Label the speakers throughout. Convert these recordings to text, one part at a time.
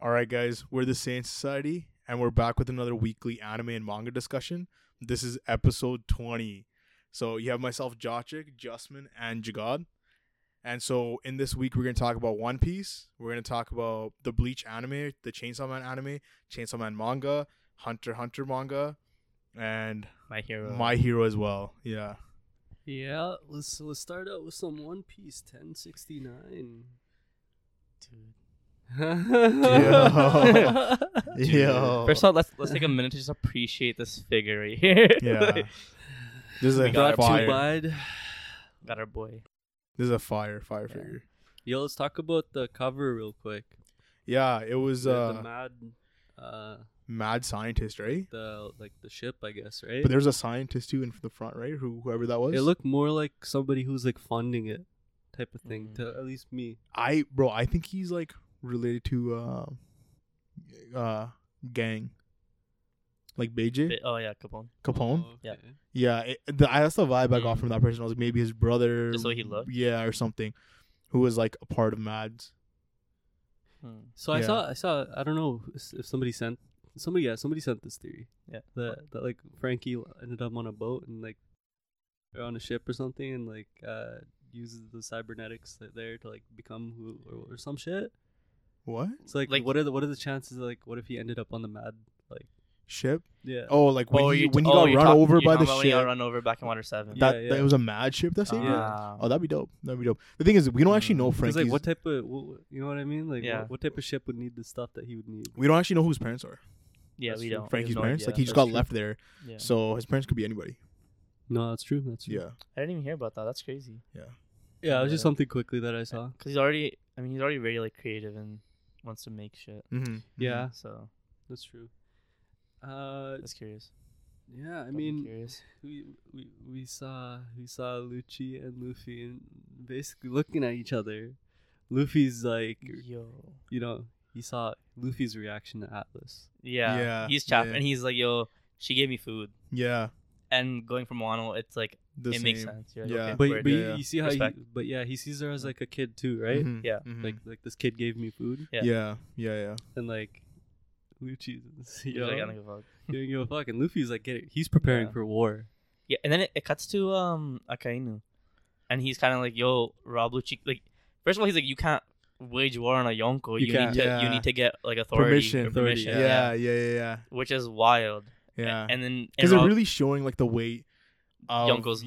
Speaker 1: All right, guys, we're the Saiyan Society, and we're back with another weekly anime and manga discussion. This is episode 20. So you have myself, Jochik, Justman, and Jagad. And so in this week, we're going to talk about One Piece. We're going to talk about the Bleach anime, the Chainsaw Man anime, Chainsaw Man manga, Hunter x Hunter manga, and
Speaker 2: My hero.
Speaker 1: My Hero as well. Yeah.
Speaker 3: Yeah, let's let's start out with some One Piece 1069.
Speaker 2: Dude.
Speaker 1: Yo. Yo.
Speaker 2: First off, let's let's take a minute to just appreciate this figure right here.
Speaker 1: Yeah. This is
Speaker 2: We
Speaker 1: a
Speaker 2: got
Speaker 3: Got
Speaker 2: our
Speaker 1: fire.
Speaker 3: to bide.
Speaker 2: Got our boy.
Speaker 1: This is a fire, fire
Speaker 2: Yeah.
Speaker 1: figure.
Speaker 3: Yo, let's talk about the cover real quick.
Speaker 1: Yeah, it was
Speaker 3: The,
Speaker 1: uh,
Speaker 3: the mad, uh,
Speaker 1: mad scientist, right?
Speaker 3: the like the ship, I guess, right?
Speaker 1: But there's a scientist too in the front, right? Who whoever that was.
Speaker 3: It looked more like somebody who's like funding it, type of thing.
Speaker 2: Mhm.
Speaker 3: To at least me.
Speaker 1: I bro, I think he's like related to uh, uh gang, like Beijing
Speaker 2: Bi- Oh yeah, Capone.
Speaker 1: Capone.
Speaker 3: Oh,
Speaker 2: Yeah.
Speaker 3: okay.
Speaker 1: Yeah, it, the, I, that's the vibe I got
Speaker 2: Mm.
Speaker 1: from that person. I was like maybe his brother.
Speaker 2: Just the way he looked?
Speaker 1: Yeah, or something. Who was like a part of Mads?
Speaker 2: Hmm.
Speaker 3: So I
Speaker 1: Yeah.
Speaker 3: saw I saw I don't know if if somebody sent somebody yeah somebody sent this theory.
Speaker 2: Yeah.
Speaker 3: That that like Frankie ended up on a boat and like or on a ship or something and like uh uses the cybernetics that there to like become who or, or some shit.
Speaker 1: What
Speaker 3: So like,
Speaker 2: Like-
Speaker 3: what are the what are the chances like what if he ended up on the mad like
Speaker 1: ship?
Speaker 3: yeah.
Speaker 1: Oh, like when
Speaker 2: oh,
Speaker 1: he,
Speaker 2: you-
Speaker 1: when he
Speaker 2: oh,
Speaker 1: got
Speaker 2: you're
Speaker 1: run
Speaker 2: talk-
Speaker 1: over
Speaker 2: you're
Speaker 1: by the
Speaker 2: talking about when he got
Speaker 1: ship.
Speaker 2: run over back in Water Seven.
Speaker 1: that,
Speaker 3: Yeah,
Speaker 1: that
Speaker 3: yeah.
Speaker 1: it was a Mad ship that saved him.
Speaker 2: Ah. Mm.
Speaker 1: Oh, that'd be dope. That'd be dope. The thing is, we don't actually know
Speaker 3: Because
Speaker 1: Frankie's.
Speaker 3: like what type of wh- wh- you know what I mean like
Speaker 2: Yeah.
Speaker 3: what, what type of ship would need the stuff that he would need.
Speaker 1: we don't actually know who his parents are.
Speaker 2: yeah,
Speaker 3: That's
Speaker 2: we
Speaker 3: true.
Speaker 2: don't.
Speaker 1: Frankie's
Speaker 2: we have no
Speaker 1: parents.
Speaker 2: idea.
Speaker 1: Like he just
Speaker 3: That's
Speaker 1: got
Speaker 3: true.
Speaker 1: left there,
Speaker 2: Yeah.
Speaker 1: so his parents could be anybody.
Speaker 3: No, that's true. That's true.
Speaker 1: Yeah,
Speaker 2: I didn't even hear about that. That's crazy.
Speaker 3: Yeah, it was
Speaker 2: Yeah.
Speaker 3: just something quickly that I saw.
Speaker 2: Cause he's already. I mean, he's already very like creative and wants to make shit.
Speaker 1: mm-hmm.
Speaker 3: Yeah,
Speaker 2: So
Speaker 3: that's true. Uh,
Speaker 2: that's curious.
Speaker 3: yeah, I
Speaker 2: That'd be
Speaker 3: mean,
Speaker 2: curious.
Speaker 3: we we we saw we saw Lucci and Luffy and basically looking at each other. Luffy's like,
Speaker 2: Yo.
Speaker 3: you know, he saw Luffy's reaction to Atlas.
Speaker 2: Yeah.
Speaker 1: Yeah,
Speaker 2: He's chapped,
Speaker 1: yeah.
Speaker 2: and he's like, "Yo, she gave me food."
Speaker 1: yeah.
Speaker 2: And going from Wano, it's like
Speaker 1: The
Speaker 2: it makes
Speaker 1: same.
Speaker 2: sense. You're like,
Speaker 1: Yeah.
Speaker 2: okay,
Speaker 3: But
Speaker 2: word.
Speaker 3: but you,
Speaker 1: yeah.
Speaker 3: you see how he,
Speaker 2: Respect.
Speaker 3: but yeah, he sees her as like a kid too, right?
Speaker 1: Mhm,
Speaker 2: Yeah.
Speaker 1: mhm.
Speaker 3: Like like this kid gave me food
Speaker 2: yeah.
Speaker 1: yeah, yeah, yeah.
Speaker 3: and like Lucci, you
Speaker 2: He's
Speaker 3: know,
Speaker 2: like, I don't give a fuck.
Speaker 3: you don't give a fuck, and Luffy's like, get it. He's preparing
Speaker 2: Yeah.
Speaker 3: for war.
Speaker 2: Yeah, and then it, it cuts to um Akainu, and he's kind of like, "Yo, Rob Lucci." Like, first of all, he's like, "You can't wage war on a Yonko.
Speaker 3: You
Speaker 2: You,
Speaker 3: can't.
Speaker 2: need to you
Speaker 1: Yeah.
Speaker 2: need to get like authority,
Speaker 1: Permission.
Speaker 2: or
Speaker 3: Authority,
Speaker 2: permission."
Speaker 1: Yeah, yeah, yeah, yeah,
Speaker 2: which is wild. A-
Speaker 1: yeah.
Speaker 2: and then and
Speaker 1: Because they're
Speaker 2: Rob-
Speaker 1: really showing like the weight. Of,
Speaker 2: Yonko's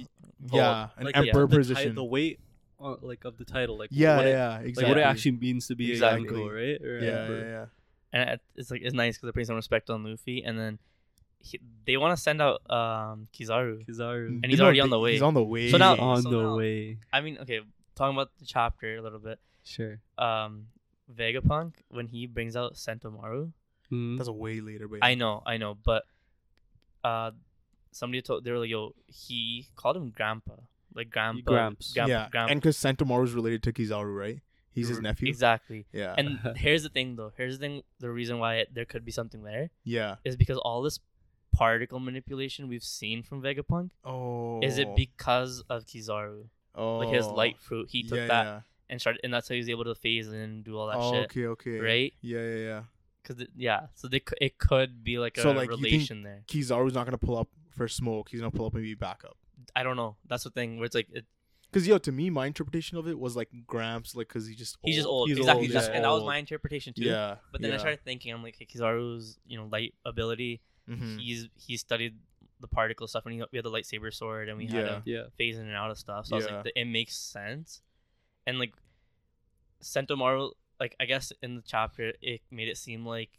Speaker 1: yeah, an
Speaker 3: Like, the-
Speaker 1: emperor
Speaker 3: the, ti-
Speaker 1: position.
Speaker 3: the weight, uh, like of the title, like
Speaker 1: yeah,
Speaker 3: what it-
Speaker 1: yeah, exactly.
Speaker 3: Like what it actually means to be
Speaker 2: Exactly.
Speaker 3: a Yonko, right? Or
Speaker 1: yeah,
Speaker 3: a
Speaker 1: yeah,
Speaker 3: emperor.
Speaker 1: yeah, yeah.
Speaker 2: and it- it's like it's nice because they're putting some respect on Luffy, and then he, they want to send out um Kizaru.
Speaker 3: Kizaru.
Speaker 2: And he's
Speaker 1: No,
Speaker 2: already
Speaker 1: th-
Speaker 2: on the way.
Speaker 1: He's on the way.
Speaker 2: So now- um,
Speaker 3: He's
Speaker 2: so
Speaker 3: on the
Speaker 2: now-
Speaker 3: way.
Speaker 2: I mean, okay, talking about the chapter a little bit.
Speaker 3: Sure.
Speaker 2: Um, Vegapunk when he brings out Sentomaru,
Speaker 3: Mhm.
Speaker 1: that's way later, but
Speaker 2: I know, I know, but uh, somebody told they were like, "Yo, he called him Grandpa, like Grandpa,
Speaker 3: Gramps.
Speaker 2: Grandpa,
Speaker 1: yeah,
Speaker 2: Grandpa."
Speaker 1: and because Sentamaru's related to Kizaru, right? He's his
Speaker 2: R-
Speaker 1: nephew.
Speaker 2: Exactly.
Speaker 1: Yeah,
Speaker 2: And here's the thing, though. Here's the thing. The reason why it, there could be something there
Speaker 1: yeah.
Speaker 2: is because all this particle manipulation we've seen from Vegapunk
Speaker 1: Oh,
Speaker 2: is it because of Kizaru,
Speaker 1: oh,
Speaker 2: like his light fruit. He took that
Speaker 1: Yeah.
Speaker 2: and started, and that's how he was able to phase in and do all that
Speaker 1: oh,
Speaker 2: shit,
Speaker 1: okay, okay.
Speaker 2: right?
Speaker 1: Yeah, yeah, yeah.
Speaker 2: Because yeah, so they c- it could be like a
Speaker 1: So, like, you think-
Speaker 2: relation there.
Speaker 1: Kizaru's not gonna pull up for smoke. He's gonna pull up and be backup.
Speaker 2: I don't know. That's the thing where it's like it,
Speaker 1: Because yo, to me, my interpretation of it was like Gramps, like because he just
Speaker 2: he's just old.
Speaker 3: He's
Speaker 2: exactly.
Speaker 3: old,
Speaker 2: that's-
Speaker 3: yeah.
Speaker 2: And that was my interpretation too.
Speaker 1: Yeah,
Speaker 2: But then
Speaker 1: yeah.
Speaker 2: I started thinking, I'm like, okay, Kizaru's, you know, light ability.
Speaker 1: Mhm.
Speaker 2: He's he studied the particle stuff, and he, we had the lightsaber sword, and we had
Speaker 1: Yeah.
Speaker 2: him
Speaker 3: yeah.
Speaker 2: phase in and out of stuff. So I was
Speaker 1: Yeah.
Speaker 2: like, the, it makes sense. And like, Sentomaru, like I guess in the chapter, it made it seem like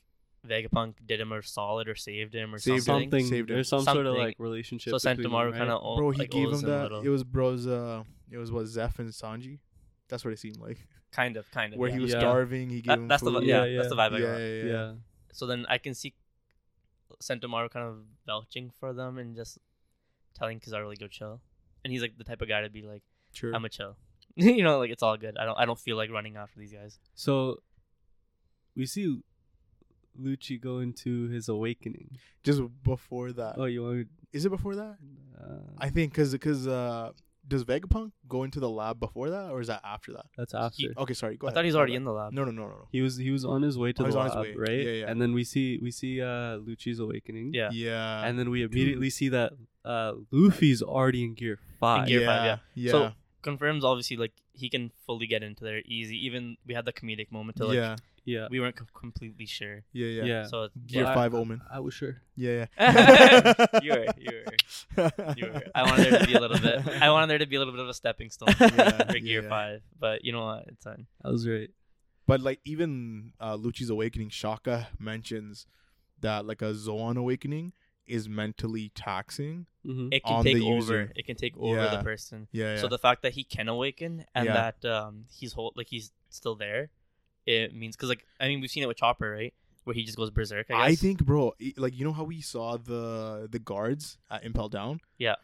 Speaker 2: Vegapunk did him or solid or saved him or
Speaker 1: Saved him.
Speaker 2: something.
Speaker 3: Something.
Speaker 1: Saved him.
Speaker 3: There's some sort of
Speaker 2: Something.
Speaker 3: like relationship.
Speaker 2: So
Speaker 3: between them,
Speaker 2: Sentomaru
Speaker 3: right?
Speaker 2: kind of
Speaker 1: bro. He
Speaker 2: like,
Speaker 1: gave
Speaker 2: owes
Speaker 1: him that.
Speaker 2: a
Speaker 1: It
Speaker 2: little.
Speaker 1: was bro's. Uh, it was what Zeph and Sanji. That's what it seemed like.
Speaker 2: kind of, kind of.
Speaker 1: Where
Speaker 2: yeah.
Speaker 1: he was
Speaker 3: Yeah.
Speaker 1: starving, he gave
Speaker 2: That-
Speaker 1: him
Speaker 2: that's the
Speaker 1: food.
Speaker 2: vi- yeah,
Speaker 3: Yeah,
Speaker 2: that's
Speaker 3: yeah.
Speaker 2: the vibe I
Speaker 1: yeah,
Speaker 2: got.
Speaker 1: yeah, yeah, yeah.
Speaker 3: Yeah.
Speaker 2: So then I can see Sentomaru kind of vouching for them and just telling Kizaru like go chill. And he's like the type of guy to be like,
Speaker 1: Sure.
Speaker 2: I'm a chill. you know, like it's all good. I don't I don't feel like running after these guys.
Speaker 3: So we see Lucci go into his awakening.
Speaker 1: Just before that,
Speaker 3: Oh, you want?
Speaker 1: is it before that?
Speaker 3: Uh,
Speaker 1: I think because because uh, does Vegapunk go into the lab before that, or is that after that?
Speaker 3: That's after.
Speaker 1: Okay, sorry. Go
Speaker 2: I
Speaker 1: ahead.
Speaker 2: thought he's already in the lab.
Speaker 1: No, no, no, no, no.
Speaker 3: he was he was on his way to
Speaker 1: Oh, he's
Speaker 3: the
Speaker 1: on his
Speaker 3: lab,
Speaker 1: way.
Speaker 3: right?
Speaker 1: Yeah, yeah.
Speaker 3: And then we see we see uh Luchi's awakening.
Speaker 2: Yeah.
Speaker 1: Yeah.
Speaker 3: And then we immediately see that uh Luffy's already in gear five.
Speaker 2: Gear
Speaker 1: yeah,
Speaker 2: five, yeah.
Speaker 1: Yeah.
Speaker 2: So confirms obviously like he can fully get into there easy. Even we had the comedic moment to like
Speaker 1: yeah,
Speaker 3: Yeah.
Speaker 2: we weren't com- completely sure.
Speaker 1: yeah. Yeah.
Speaker 3: Yeah.
Speaker 2: So it's,
Speaker 1: Gear
Speaker 3: Well, I-
Speaker 1: five omen.
Speaker 3: I was sure.
Speaker 1: Yeah. yeah.
Speaker 2: you were, you were. You were. I wanted there to be a little bit. I wanted there to be a little bit of a stepping stone
Speaker 3: Yeah,
Speaker 2: for Gear
Speaker 1: yeah.
Speaker 2: Five, but you know what? It's fine.
Speaker 3: I was right.
Speaker 1: But like even uh, Luchi's awakening, Shaka mentions that like a Zoan awakening is mentally taxing.
Speaker 3: Mm-hmm.
Speaker 2: It can
Speaker 1: On
Speaker 2: take
Speaker 1: the
Speaker 2: over.
Speaker 1: user.
Speaker 2: It can take over
Speaker 1: Yeah.
Speaker 2: the person.
Speaker 1: Yeah. yeah.
Speaker 2: So the fact that he can awaken and
Speaker 1: Yeah.
Speaker 2: that um he's whole like he's still there, it means because like I mean we've seen it with Chopper right where he just goes berserk. I,
Speaker 1: I,
Speaker 2: guess.
Speaker 1: think, bro, i- like you know how we saw the the guards at Impel Down.
Speaker 2: Yeah.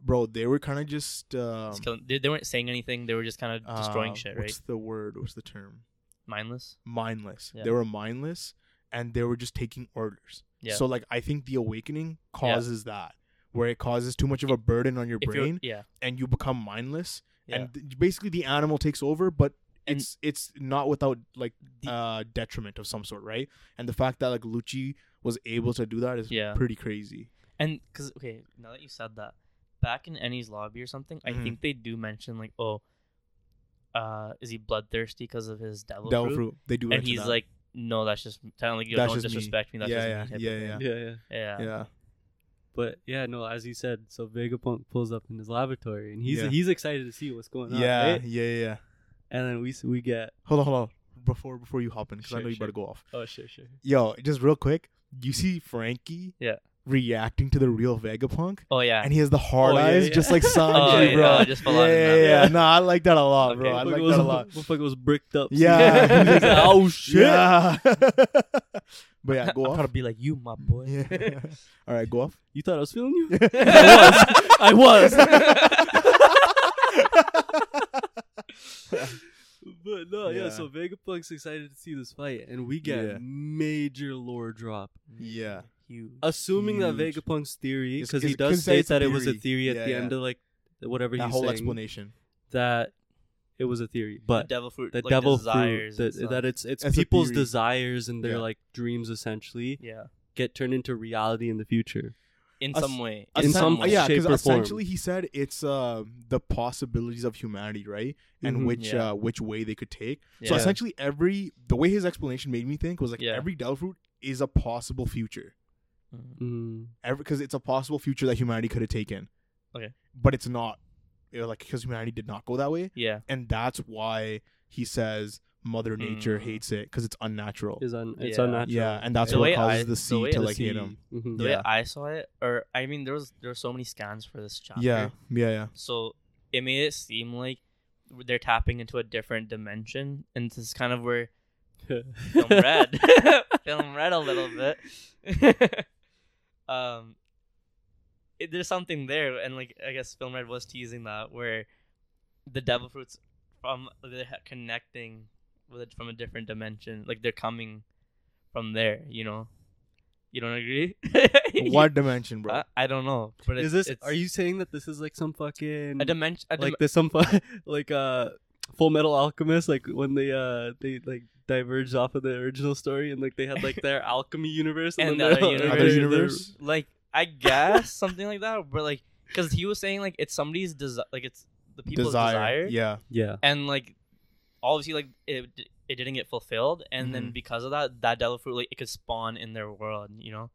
Speaker 1: Bro, they were kind of just. Um,
Speaker 2: Just killing- they, they weren't saying anything. They were just kind of destroying
Speaker 1: uh,
Speaker 2: shit, right?
Speaker 1: What's the word? What's the term?
Speaker 2: Mindless.
Speaker 1: Mindless.
Speaker 2: Yeah.
Speaker 1: They were mindless, and they were just taking orders.
Speaker 2: Yeah.
Speaker 1: So like, I think the awakening causes that, where it causes too much of a burden on your
Speaker 2: If you're-
Speaker 1: brain,
Speaker 2: yeah,
Speaker 1: and you become mindless,
Speaker 2: yeah.
Speaker 1: and th- basically the animal takes over, but.
Speaker 2: And-
Speaker 1: It's it's not without like
Speaker 2: The-
Speaker 1: uh detriment of some sort, right? And the fact that like Lucci was able to do that is
Speaker 2: Yeah.
Speaker 1: pretty crazy.
Speaker 2: And because okay, now that you said that, back in Ennie's lobby or something,
Speaker 1: Mhm.
Speaker 2: I think they do mention like, oh, uh, is he bloodthirsty because of his devil,
Speaker 1: Devil
Speaker 2: fruit?
Speaker 1: fruit. They do,
Speaker 2: And
Speaker 1: mention
Speaker 2: he's
Speaker 1: that.
Speaker 2: like, no, that's just telling like you
Speaker 1: That's
Speaker 2: don't
Speaker 1: just me.
Speaker 2: disrespect me. That's
Speaker 1: Yeah,
Speaker 2: just me.
Speaker 1: yeah,
Speaker 2: type of
Speaker 1: yeah,
Speaker 2: thing.
Speaker 3: Yeah, yeah.
Speaker 2: yeah,
Speaker 1: yeah,
Speaker 3: But yeah, no, as he said, so Vegapunk pulls up in his laboratory and he's
Speaker 1: Yeah.
Speaker 3: he's excited to see what's going on.
Speaker 1: yeah,
Speaker 3: right?
Speaker 1: yeah, yeah.
Speaker 3: And then we s- we get
Speaker 1: Hold on, hold on. Before before you hop in, because I
Speaker 3: Sure,
Speaker 1: know you
Speaker 3: sure.
Speaker 1: better go off.
Speaker 3: oh sure sure
Speaker 1: Yo, just real quick, you see Frankie,
Speaker 2: Yeah.
Speaker 1: reacting to the real Vegapunk,
Speaker 2: Oh yeah.
Speaker 1: and he has the hard
Speaker 3: Oh, yeah,
Speaker 1: eyes,
Speaker 3: yeah.
Speaker 1: just like Sanji,
Speaker 3: Oh, yeah,
Speaker 1: bro.
Speaker 3: I
Speaker 2: just fell out of
Speaker 1: yeah,
Speaker 2: that.
Speaker 1: yeah, yeah. No, I like that a lot,
Speaker 2: Okay.
Speaker 1: bro. I
Speaker 3: Motherfucker
Speaker 1: like
Speaker 3: was,
Speaker 1: that a lot.
Speaker 3: motherfucker was bricked up
Speaker 1: Yeah,
Speaker 3: He's like, oh shit
Speaker 1: Yeah. but yeah, go
Speaker 2: I'm
Speaker 1: off.
Speaker 2: trying to be like you, my boy.
Speaker 1: Yeah. All right, go off.
Speaker 3: you thought I was feeling you
Speaker 1: I
Speaker 3: was.
Speaker 1: was.
Speaker 3: but no yeah.
Speaker 1: Yeah.
Speaker 3: so Vegapunk's excited to see this fight and we get
Speaker 1: Yeah.
Speaker 3: major lore drop
Speaker 1: yeah.
Speaker 2: Huge.
Speaker 3: assuming that
Speaker 1: Huge.
Speaker 3: Vegapunk's theory
Speaker 1: It's-
Speaker 3: because he
Speaker 1: it's-
Speaker 3: does
Speaker 1: 'cause say
Speaker 3: state
Speaker 1: it's a
Speaker 3: that it was a
Speaker 1: theory.
Speaker 3: theory at
Speaker 1: Yeah,
Speaker 3: the
Speaker 1: yeah.
Speaker 3: end of like whatever
Speaker 1: That
Speaker 3: he's
Speaker 1: whole
Speaker 3: saying
Speaker 1: explanation.
Speaker 3: that it was a theory but
Speaker 2: devil fruit.
Speaker 3: the
Speaker 2: like,
Speaker 3: devil
Speaker 2: desires
Speaker 3: fruit
Speaker 2: and
Speaker 3: that,
Speaker 2: stuff.
Speaker 3: that it's it's
Speaker 1: As a
Speaker 3: people's
Speaker 1: theory.
Speaker 3: desires and their
Speaker 1: Yeah.
Speaker 3: like dreams essentially
Speaker 2: yeah.
Speaker 3: get turned into reality in the future
Speaker 2: In
Speaker 1: Us-
Speaker 2: some way.
Speaker 3: in some
Speaker 1: Essen-
Speaker 2: way.
Speaker 1: yeah,
Speaker 3: shape
Speaker 1: because
Speaker 3: or
Speaker 1: essentially he said it's uh, the possibilities of humanity, right? And
Speaker 3: Mhm.
Speaker 1: which
Speaker 2: Yeah.
Speaker 1: uh, which way they could take. So
Speaker 2: Yeah.
Speaker 1: essentially, every the way his explanation made me think was like
Speaker 2: Yeah.
Speaker 1: every devil fruit is a possible future,
Speaker 2: Mhm.
Speaker 3: mm.
Speaker 1: every because it's a possible future that humanity could have taken.
Speaker 2: Okay.
Speaker 1: but it's not, you know, like because humanity did not go that way,
Speaker 2: Yeah.
Speaker 1: and that's why he says Mother Nature
Speaker 2: Mm.
Speaker 1: hates it because it's unnatural.
Speaker 3: is un- it's
Speaker 2: Yeah. Mm-hmm.
Speaker 3: unnatural
Speaker 1: yeah, and that's
Speaker 2: The
Speaker 1: what
Speaker 2: way
Speaker 1: causes
Speaker 2: I-
Speaker 1: the
Speaker 2: the
Speaker 1: sea
Speaker 2: way
Speaker 1: to
Speaker 2: I
Speaker 1: like hit
Speaker 3: see-
Speaker 1: him.
Speaker 3: Mhm.
Speaker 2: The
Speaker 1: Yeah.
Speaker 2: way I saw it, or I mean, there was there were so many scans for this chapter.
Speaker 1: Yeah, yeah, yeah.
Speaker 2: So it made it seem like they're tapping into a different dimension, and this is kind of where film red, film red a little bit. um, it, there's something there, and like I guess film red was teasing that where the devil fruits from they're ha- connecting with it from a different dimension, like they're coming from there. You know, you don't agree?
Speaker 1: What dimension, bro?
Speaker 2: I, I don't know, but it's,
Speaker 3: is this
Speaker 2: it's
Speaker 3: are you saying that this is like some fucking
Speaker 2: a dimension? A dim-
Speaker 3: like this some fu- like uh full metal alchemist like when they uh they like diverged off of the original story and like they had like their alchemy universe and,
Speaker 2: And
Speaker 3: then
Speaker 2: the
Speaker 3: their
Speaker 2: other
Speaker 1: Other
Speaker 2: There's-
Speaker 1: universe?
Speaker 2: like I guess something like that, but like because he was saying like it's somebody's desire, like it's the people's desire,
Speaker 1: Yeah.
Speaker 3: yeah
Speaker 2: and like obviously like it d- it didn't get fulfilled, and then
Speaker 1: Mhm.
Speaker 2: because of that, that devil fruit like it could spawn in their world, you know?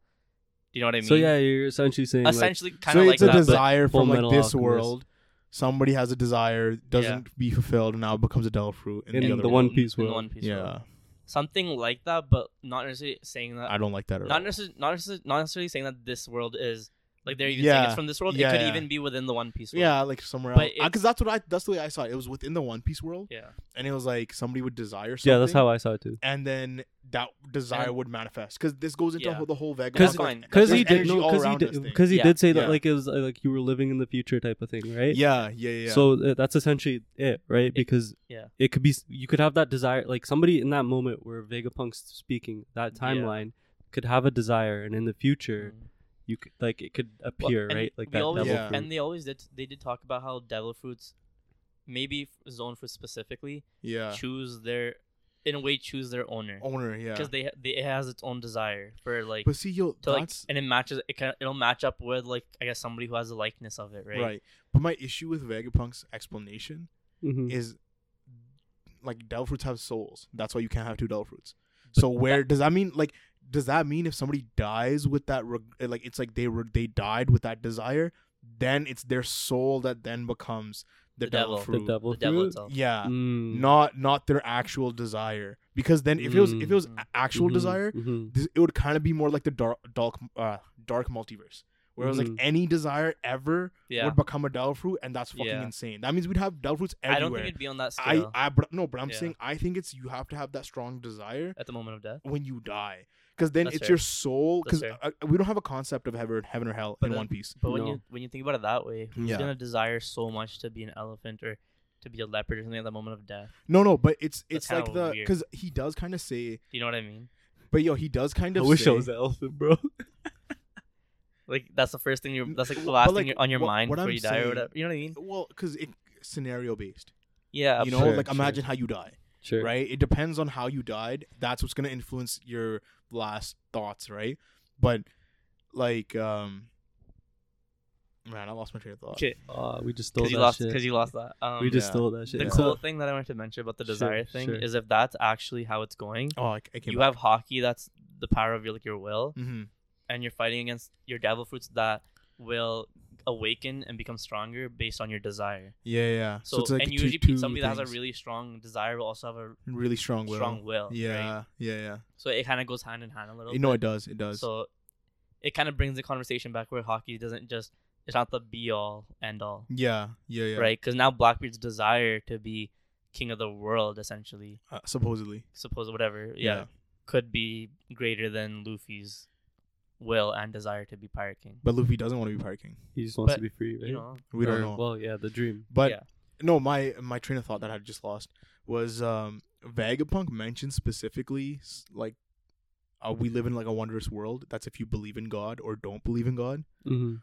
Speaker 2: Do you know what I mean?
Speaker 3: so yeah you're essentially saying like,
Speaker 2: essentially kind
Speaker 1: So
Speaker 2: of
Speaker 1: it's
Speaker 2: like
Speaker 1: a
Speaker 2: that, but
Speaker 1: desire
Speaker 3: Full
Speaker 1: from like
Speaker 3: Metal
Speaker 1: this
Speaker 3: Alchemist.
Speaker 1: world. Somebody has a desire, doesn't be fulfilled, and now it becomes a devil fruit. In,
Speaker 3: In
Speaker 1: the,
Speaker 2: in
Speaker 1: other
Speaker 3: the
Speaker 1: world.
Speaker 3: One Piece
Speaker 2: in the
Speaker 3: world.
Speaker 2: One Piece world.
Speaker 1: Yeah,
Speaker 2: something like that, but not necessarily saying that.
Speaker 1: I don't like that at all.
Speaker 2: Not necessarily, not necessarily, not necessarily saying that this world is like they're even saying
Speaker 1: Yeah.
Speaker 2: it's from this world.
Speaker 1: Yeah,
Speaker 2: it could
Speaker 1: yeah.
Speaker 2: even be within the One Piece world.
Speaker 1: Yeah, like somewhere
Speaker 2: But
Speaker 1: else.
Speaker 2: it-
Speaker 1: Because that's what I. That's the way I saw it. It was within the One Piece world,
Speaker 2: yeah.
Speaker 1: and it was like somebody would desire something.
Speaker 3: yeah that's how i saw it too
Speaker 1: And then that desire
Speaker 2: And-
Speaker 1: would manifest because this goes into
Speaker 2: Yeah.
Speaker 1: the whole Vega.
Speaker 3: Because-
Speaker 2: fine.
Speaker 3: because
Speaker 2: There's
Speaker 3: he did
Speaker 1: energy all
Speaker 3: because he
Speaker 1: around this
Speaker 3: did
Speaker 1: thing.
Speaker 3: because he
Speaker 2: Yeah,
Speaker 3: did say that
Speaker 1: yeah.
Speaker 3: like it was uh, like you were living in the future type of thing right
Speaker 1: Yeah, yeah, yeah.
Speaker 3: So uh, that's essentially it, right? Because
Speaker 2: yeah.
Speaker 3: it could be s- you could have that desire, like somebody in that moment where Vegapunk's speaking that timeline could have a desire, and in the future you could like it could
Speaker 2: Mm. Mm-hmm. Well,
Speaker 3: appear
Speaker 2: and
Speaker 3: right like
Speaker 2: we
Speaker 3: that
Speaker 2: always-
Speaker 3: devil
Speaker 1: Yeah.
Speaker 3: fruit.
Speaker 2: And they always did. They did talk about how devil fruits, maybe f- zone fruits specifically,
Speaker 1: Yeah.
Speaker 2: choose their, in a way, choose their owner
Speaker 1: Owner, yeah.
Speaker 2: because they, ha- they it has its own desire for like
Speaker 1: But see, yo,
Speaker 2: to like,
Speaker 1: that's
Speaker 2: and it matches. It kind of, it'll match up with like I guess somebody who has a likeness of it, right?
Speaker 1: right. But my issue with Vegapunk's explanation
Speaker 2: Mm.
Speaker 3: Mhm.
Speaker 1: is like devil fruits have souls. That's why you can't have two devil fruits. So where does that mean? Like, does that mean if somebody dies with that, reg- eh, like, it's like they were they died with that desire, then it's their soul that then becomes the,
Speaker 2: The
Speaker 1: devil,
Speaker 2: devil.
Speaker 3: the
Speaker 1: fruit.
Speaker 3: devil
Speaker 2: The devil
Speaker 3: fruit?
Speaker 2: itself.
Speaker 1: Yeah,
Speaker 3: Mm.
Speaker 1: not not their actual desire. Because then if it was if it was
Speaker 2: Mm.
Speaker 1: a- actual
Speaker 3: Mhm,
Speaker 1: desire,
Speaker 3: mhm.
Speaker 1: this, it would kind of be more like the dark dark uh, dark multiverse, where it was
Speaker 3: Mhm.
Speaker 1: like any desire ever
Speaker 2: Mm. Yeah.
Speaker 1: would become a devil fruit, and that's fucking
Speaker 2: Yeah.
Speaker 1: insane. That means we'd have devil fruits
Speaker 2: I
Speaker 1: everywhere.
Speaker 2: don't think it'd be on that
Speaker 1: I,
Speaker 2: scale
Speaker 1: I but no, but I'm
Speaker 2: Yeah.
Speaker 1: saying I think it's you have to have that strong desire
Speaker 2: at the moment of death.
Speaker 1: when you die, because then
Speaker 2: That's
Speaker 1: it's
Speaker 2: fair.
Speaker 1: your soul.
Speaker 2: That's
Speaker 1: Because we don't have a concept of heaven, heaven or hell
Speaker 2: But
Speaker 1: in
Speaker 2: then-
Speaker 1: One Piece.
Speaker 2: But when
Speaker 3: No.
Speaker 2: you when you think about it that way, who's
Speaker 1: Yeah.
Speaker 2: gonna desire so much to be an elephant or to be a leopard or something at the moment of death?
Speaker 1: No, no, but it's
Speaker 2: That's
Speaker 1: it's like
Speaker 2: kinda
Speaker 1: the
Speaker 2: weird.
Speaker 1: because he does kind of say,
Speaker 2: Do you know what I mean?
Speaker 1: but yo, he does kind
Speaker 3: I
Speaker 1: of.
Speaker 3: wish
Speaker 1: say,
Speaker 3: I was an elephant, bro.
Speaker 2: Like that's the first thing you're. That's like the
Speaker 1: Well,
Speaker 2: last
Speaker 1: but, like,
Speaker 2: thing you're on your
Speaker 1: what-
Speaker 2: mind
Speaker 1: what
Speaker 2: before
Speaker 1: I'm
Speaker 2: you die or
Speaker 1: saying-
Speaker 2: whatever. You know what I mean?
Speaker 1: Well, because it scenario based.
Speaker 2: Yeah,
Speaker 1: you know,
Speaker 2: absolutely.
Speaker 3: Sure,
Speaker 1: like
Speaker 3: sure.
Speaker 1: imagine how you die,
Speaker 3: Sure.
Speaker 1: right? It depends on how you died. That's what's gonna influence your last thoughts, right? But like, um, man, I lost my train of thought.
Speaker 2: Okay,
Speaker 3: Aw, we just stole
Speaker 2: because you
Speaker 3: that
Speaker 2: lost
Speaker 3: shit.
Speaker 2: because you lost that. Um,
Speaker 3: we just
Speaker 1: yeah.
Speaker 3: stole that shit.
Speaker 2: the
Speaker 3: Yeah.
Speaker 2: cool thing that I wanted to mention about the
Speaker 3: Sure,
Speaker 2: desire thing
Speaker 3: sure.
Speaker 2: is if that's actually how it's going,
Speaker 1: Oh, I, I came.
Speaker 2: you have hockey. That's the power of your like your will,
Speaker 1: Mm-hmm.
Speaker 2: and you're fighting against your devil fruits that will awaken and become stronger based on your desire.
Speaker 1: Yeah, yeah.
Speaker 2: So,
Speaker 1: it's like
Speaker 2: and
Speaker 1: two-
Speaker 2: usually
Speaker 1: two
Speaker 2: somebody that has a
Speaker 1: things.
Speaker 2: really strong desire will also have a
Speaker 1: really strong will.
Speaker 2: strong will. right?
Speaker 1: yeah, yeah, yeah.
Speaker 2: So it kind of goes hand in hand a little.
Speaker 1: You know
Speaker 2: bit.
Speaker 1: it does. It does.
Speaker 2: So it kind of brings the conversation back where hockey doesn't just it's not the be all end all,
Speaker 1: yeah, yeah,
Speaker 2: right?
Speaker 1: yeah.
Speaker 2: 'Cause Because now Blackbeard's desire to be king of the world, essentially,
Speaker 1: Uh, supposedly.
Speaker 2: suppose whatever, yeah,
Speaker 1: Yeah.
Speaker 2: could be greater than Luffy's will and desire to be pirate king.
Speaker 1: But Luffy doesn't want to be Pirate King.
Speaker 3: He just wants
Speaker 2: But,
Speaker 3: to be free, right?
Speaker 2: You know,
Speaker 1: We don't
Speaker 3: Or,
Speaker 1: know.
Speaker 3: Well, yeah, the dream.
Speaker 1: but
Speaker 2: yeah.
Speaker 1: no, my my train of thought that I just lost was um Vagapunk mentioned specifically s- like uh, we live in like a wondrous world. That's if you believe in God or don't believe in God.
Speaker 3: Mm-hmm.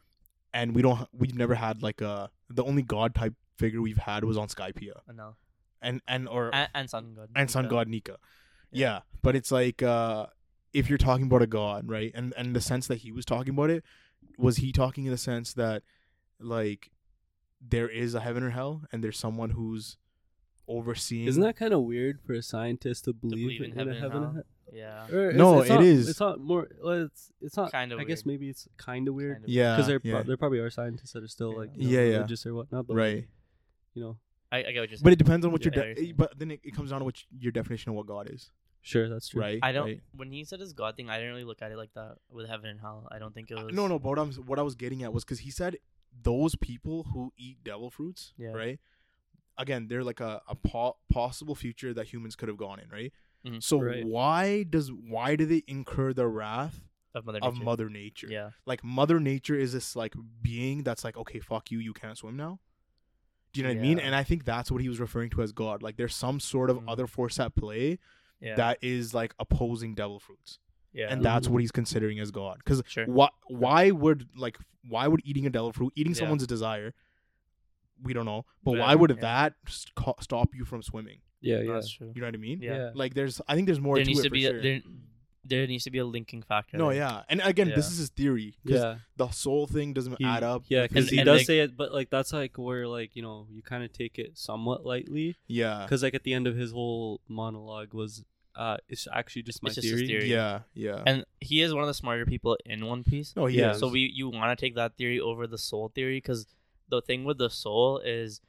Speaker 1: And we don't ha- we've never had like a the only God type figure we've had was on Skypiea.
Speaker 2: and no,
Speaker 1: And and or
Speaker 2: and, and Sun God,
Speaker 1: and sun
Speaker 2: Yeah.
Speaker 1: god Nika. Yeah, but it's like uh if you're talking about a god, right? And and the sense that he was talking about it was he talking in the sense that like there is a heaven or hell and there's someone who's overseeing
Speaker 3: Isn't that kind of weird for a scientist to believe,
Speaker 2: Mm. believe in
Speaker 3: in,
Speaker 2: heaven
Speaker 3: a
Speaker 2: and
Speaker 3: heaven?
Speaker 2: hell?
Speaker 3: and he-
Speaker 2: Yeah,
Speaker 3: Or
Speaker 1: No,
Speaker 3: it's
Speaker 1: it
Speaker 3: not,
Speaker 1: is.
Speaker 3: It's not more. Well, it's it's not.
Speaker 2: Kinda
Speaker 3: I guess
Speaker 2: weird.
Speaker 3: maybe it's kind of weird
Speaker 2: Kinda
Speaker 1: yeah
Speaker 3: because there pro-
Speaker 1: yeah,
Speaker 3: there probably are scientists that are still
Speaker 2: Yeah.
Speaker 3: like you know,
Speaker 1: Yeah, yeah.
Speaker 3: religious or whatnot, but like,
Speaker 1: right
Speaker 3: you know,
Speaker 2: I, I get what you're saying.
Speaker 1: but it depends on what
Speaker 2: Yeah, I
Speaker 1: your
Speaker 2: hear you.
Speaker 1: de- but then it, it comes down to what your definition of what god is
Speaker 3: sure that's true.
Speaker 1: right
Speaker 2: I don't.
Speaker 1: right?
Speaker 2: When he said his God thing, I didn't really look at it like that with heaven and hell. I don't think it
Speaker 1: Uh,
Speaker 2: was.
Speaker 1: no no but what, I'm, what i was getting at was because he said those people who eat devil fruits
Speaker 2: Yeah.
Speaker 1: right again they're like a, a po- possible future that humans could have gone in right
Speaker 2: Mhm.
Speaker 1: so
Speaker 3: Right.
Speaker 1: why does why do they incur the wrath
Speaker 2: of Mother
Speaker 1: of
Speaker 2: Nature.
Speaker 1: mother nature
Speaker 2: Yeah,
Speaker 1: like mother nature is this like being that's like okay fuck you you can't swim now do you know what i mean
Speaker 2: Yeah.
Speaker 1: and i think that's what he was referring to as god like there's some sort of
Speaker 2: Mm.
Speaker 1: other force at play
Speaker 2: yeah,
Speaker 1: that is like opposing devil fruits
Speaker 2: yeah.
Speaker 1: and that's what he's considering as god because
Speaker 2: sure.
Speaker 1: why why would like why would eating a devil fruit eating
Speaker 2: Yeah.
Speaker 1: someone's desire we don't know but
Speaker 2: But,
Speaker 1: why would
Speaker 2: yeah.
Speaker 1: that st- co- stop you from swimming
Speaker 3: Yeah,
Speaker 2: No,
Speaker 3: yeah.
Speaker 2: that's true.
Speaker 1: you know what i mean
Speaker 2: Yeah.
Speaker 1: like there's i think there's more
Speaker 2: There
Speaker 1: to
Speaker 2: needs
Speaker 1: it
Speaker 2: to
Speaker 1: for
Speaker 2: be a,
Speaker 1: sure.
Speaker 2: there, there needs to be a linking factor.
Speaker 1: no
Speaker 2: there.
Speaker 1: yeah and again this
Speaker 2: Yeah.
Speaker 1: is his theory 'cause
Speaker 3: Yeah,
Speaker 1: the soul thing doesn't
Speaker 3: He-
Speaker 1: add up
Speaker 3: Yeah,
Speaker 1: with
Speaker 3: because
Speaker 1: his
Speaker 3: he
Speaker 2: and
Speaker 1: theory.
Speaker 3: does
Speaker 2: like-
Speaker 3: say it, but like that's like where like you know you kind of take it somewhat lightly
Speaker 1: yeah
Speaker 3: because like at the end of his whole monologue was uh it's actually just my
Speaker 2: just his theory.
Speaker 1: yeah yeah
Speaker 2: And he is one of the smarter people in One Piece.
Speaker 1: oh
Speaker 3: yeah,
Speaker 1: yeah
Speaker 2: So we you want to take that theory over the soul theory because the thing with the soul is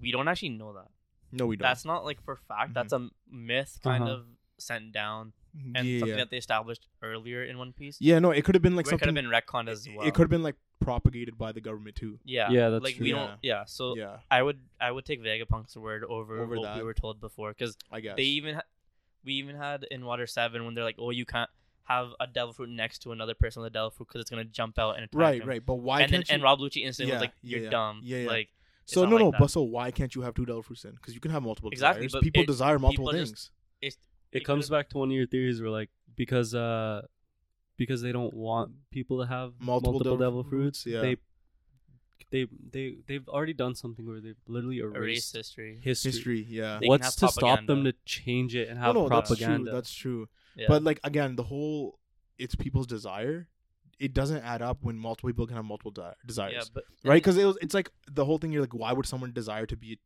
Speaker 2: we don't actually know that.
Speaker 1: no we don't Mm-hmm.
Speaker 2: That's not like for fact. That's a myth kind
Speaker 3: Uh-huh.
Speaker 2: of sent down and
Speaker 1: yeah
Speaker 2: something that they established earlier in One Piece.
Speaker 1: yeah no it could have been like
Speaker 2: where it could
Speaker 1: something
Speaker 2: have been retconned as
Speaker 1: it-
Speaker 2: well.
Speaker 1: it could have been like propagated by the government too
Speaker 2: Yeah.
Speaker 3: Yeah, that's
Speaker 2: like
Speaker 3: true.
Speaker 2: we don't. Yeah. So
Speaker 1: yeah
Speaker 2: I would I would take Vegapunk's word over,
Speaker 1: Over
Speaker 2: what we
Speaker 1: that.
Speaker 2: were told before because
Speaker 1: i guess
Speaker 2: they even ha- we even had in Water Seven when they're like, oh, you can't have a devil fruit next to another person with a devil fruit because it's gonna jump out and attack
Speaker 1: right
Speaker 2: him.
Speaker 1: right but why
Speaker 2: And then
Speaker 1: can't you
Speaker 2: and Rob Lucci instantly
Speaker 1: Yeah,
Speaker 2: was like,
Speaker 1: yeah,
Speaker 2: you're
Speaker 1: yeah.
Speaker 2: dumb.
Speaker 1: Yeah, yeah.
Speaker 2: Like it's
Speaker 1: So
Speaker 2: not
Speaker 1: no,
Speaker 2: like
Speaker 1: no,
Speaker 2: that.
Speaker 1: but so why can't you have two devil fruits then? Because you can have multiple
Speaker 2: Exactly,
Speaker 1: desires.
Speaker 2: but
Speaker 1: people
Speaker 2: it-
Speaker 1: desire multiple
Speaker 2: people
Speaker 1: things.
Speaker 2: just- it's
Speaker 3: It comes
Speaker 2: could've-
Speaker 3: back to one of your theories where like because uh because they don't want people to have
Speaker 1: Multiple
Speaker 3: multiple,
Speaker 1: devil
Speaker 3: devil, fruits.
Speaker 1: fruits, yeah.
Speaker 3: They they they they've already done something where they've literally
Speaker 2: erase
Speaker 3: erased
Speaker 2: history.
Speaker 3: history.
Speaker 1: history. Yeah.
Speaker 2: They can
Speaker 3: What's to
Speaker 2: have
Speaker 3: stop them
Speaker 2: propaganda.
Speaker 3: to change it and
Speaker 1: No,
Speaker 3: have
Speaker 1: no, that's true.
Speaker 3: propaganda?
Speaker 1: That's true.
Speaker 2: Yeah.
Speaker 1: But like again, the whole it's people's desire. It doesn't add up when multiple people can have multiple di- desires,
Speaker 2: yeah, but
Speaker 1: right? Because it was, it's like the whole thing. You're like, why would someone desire to be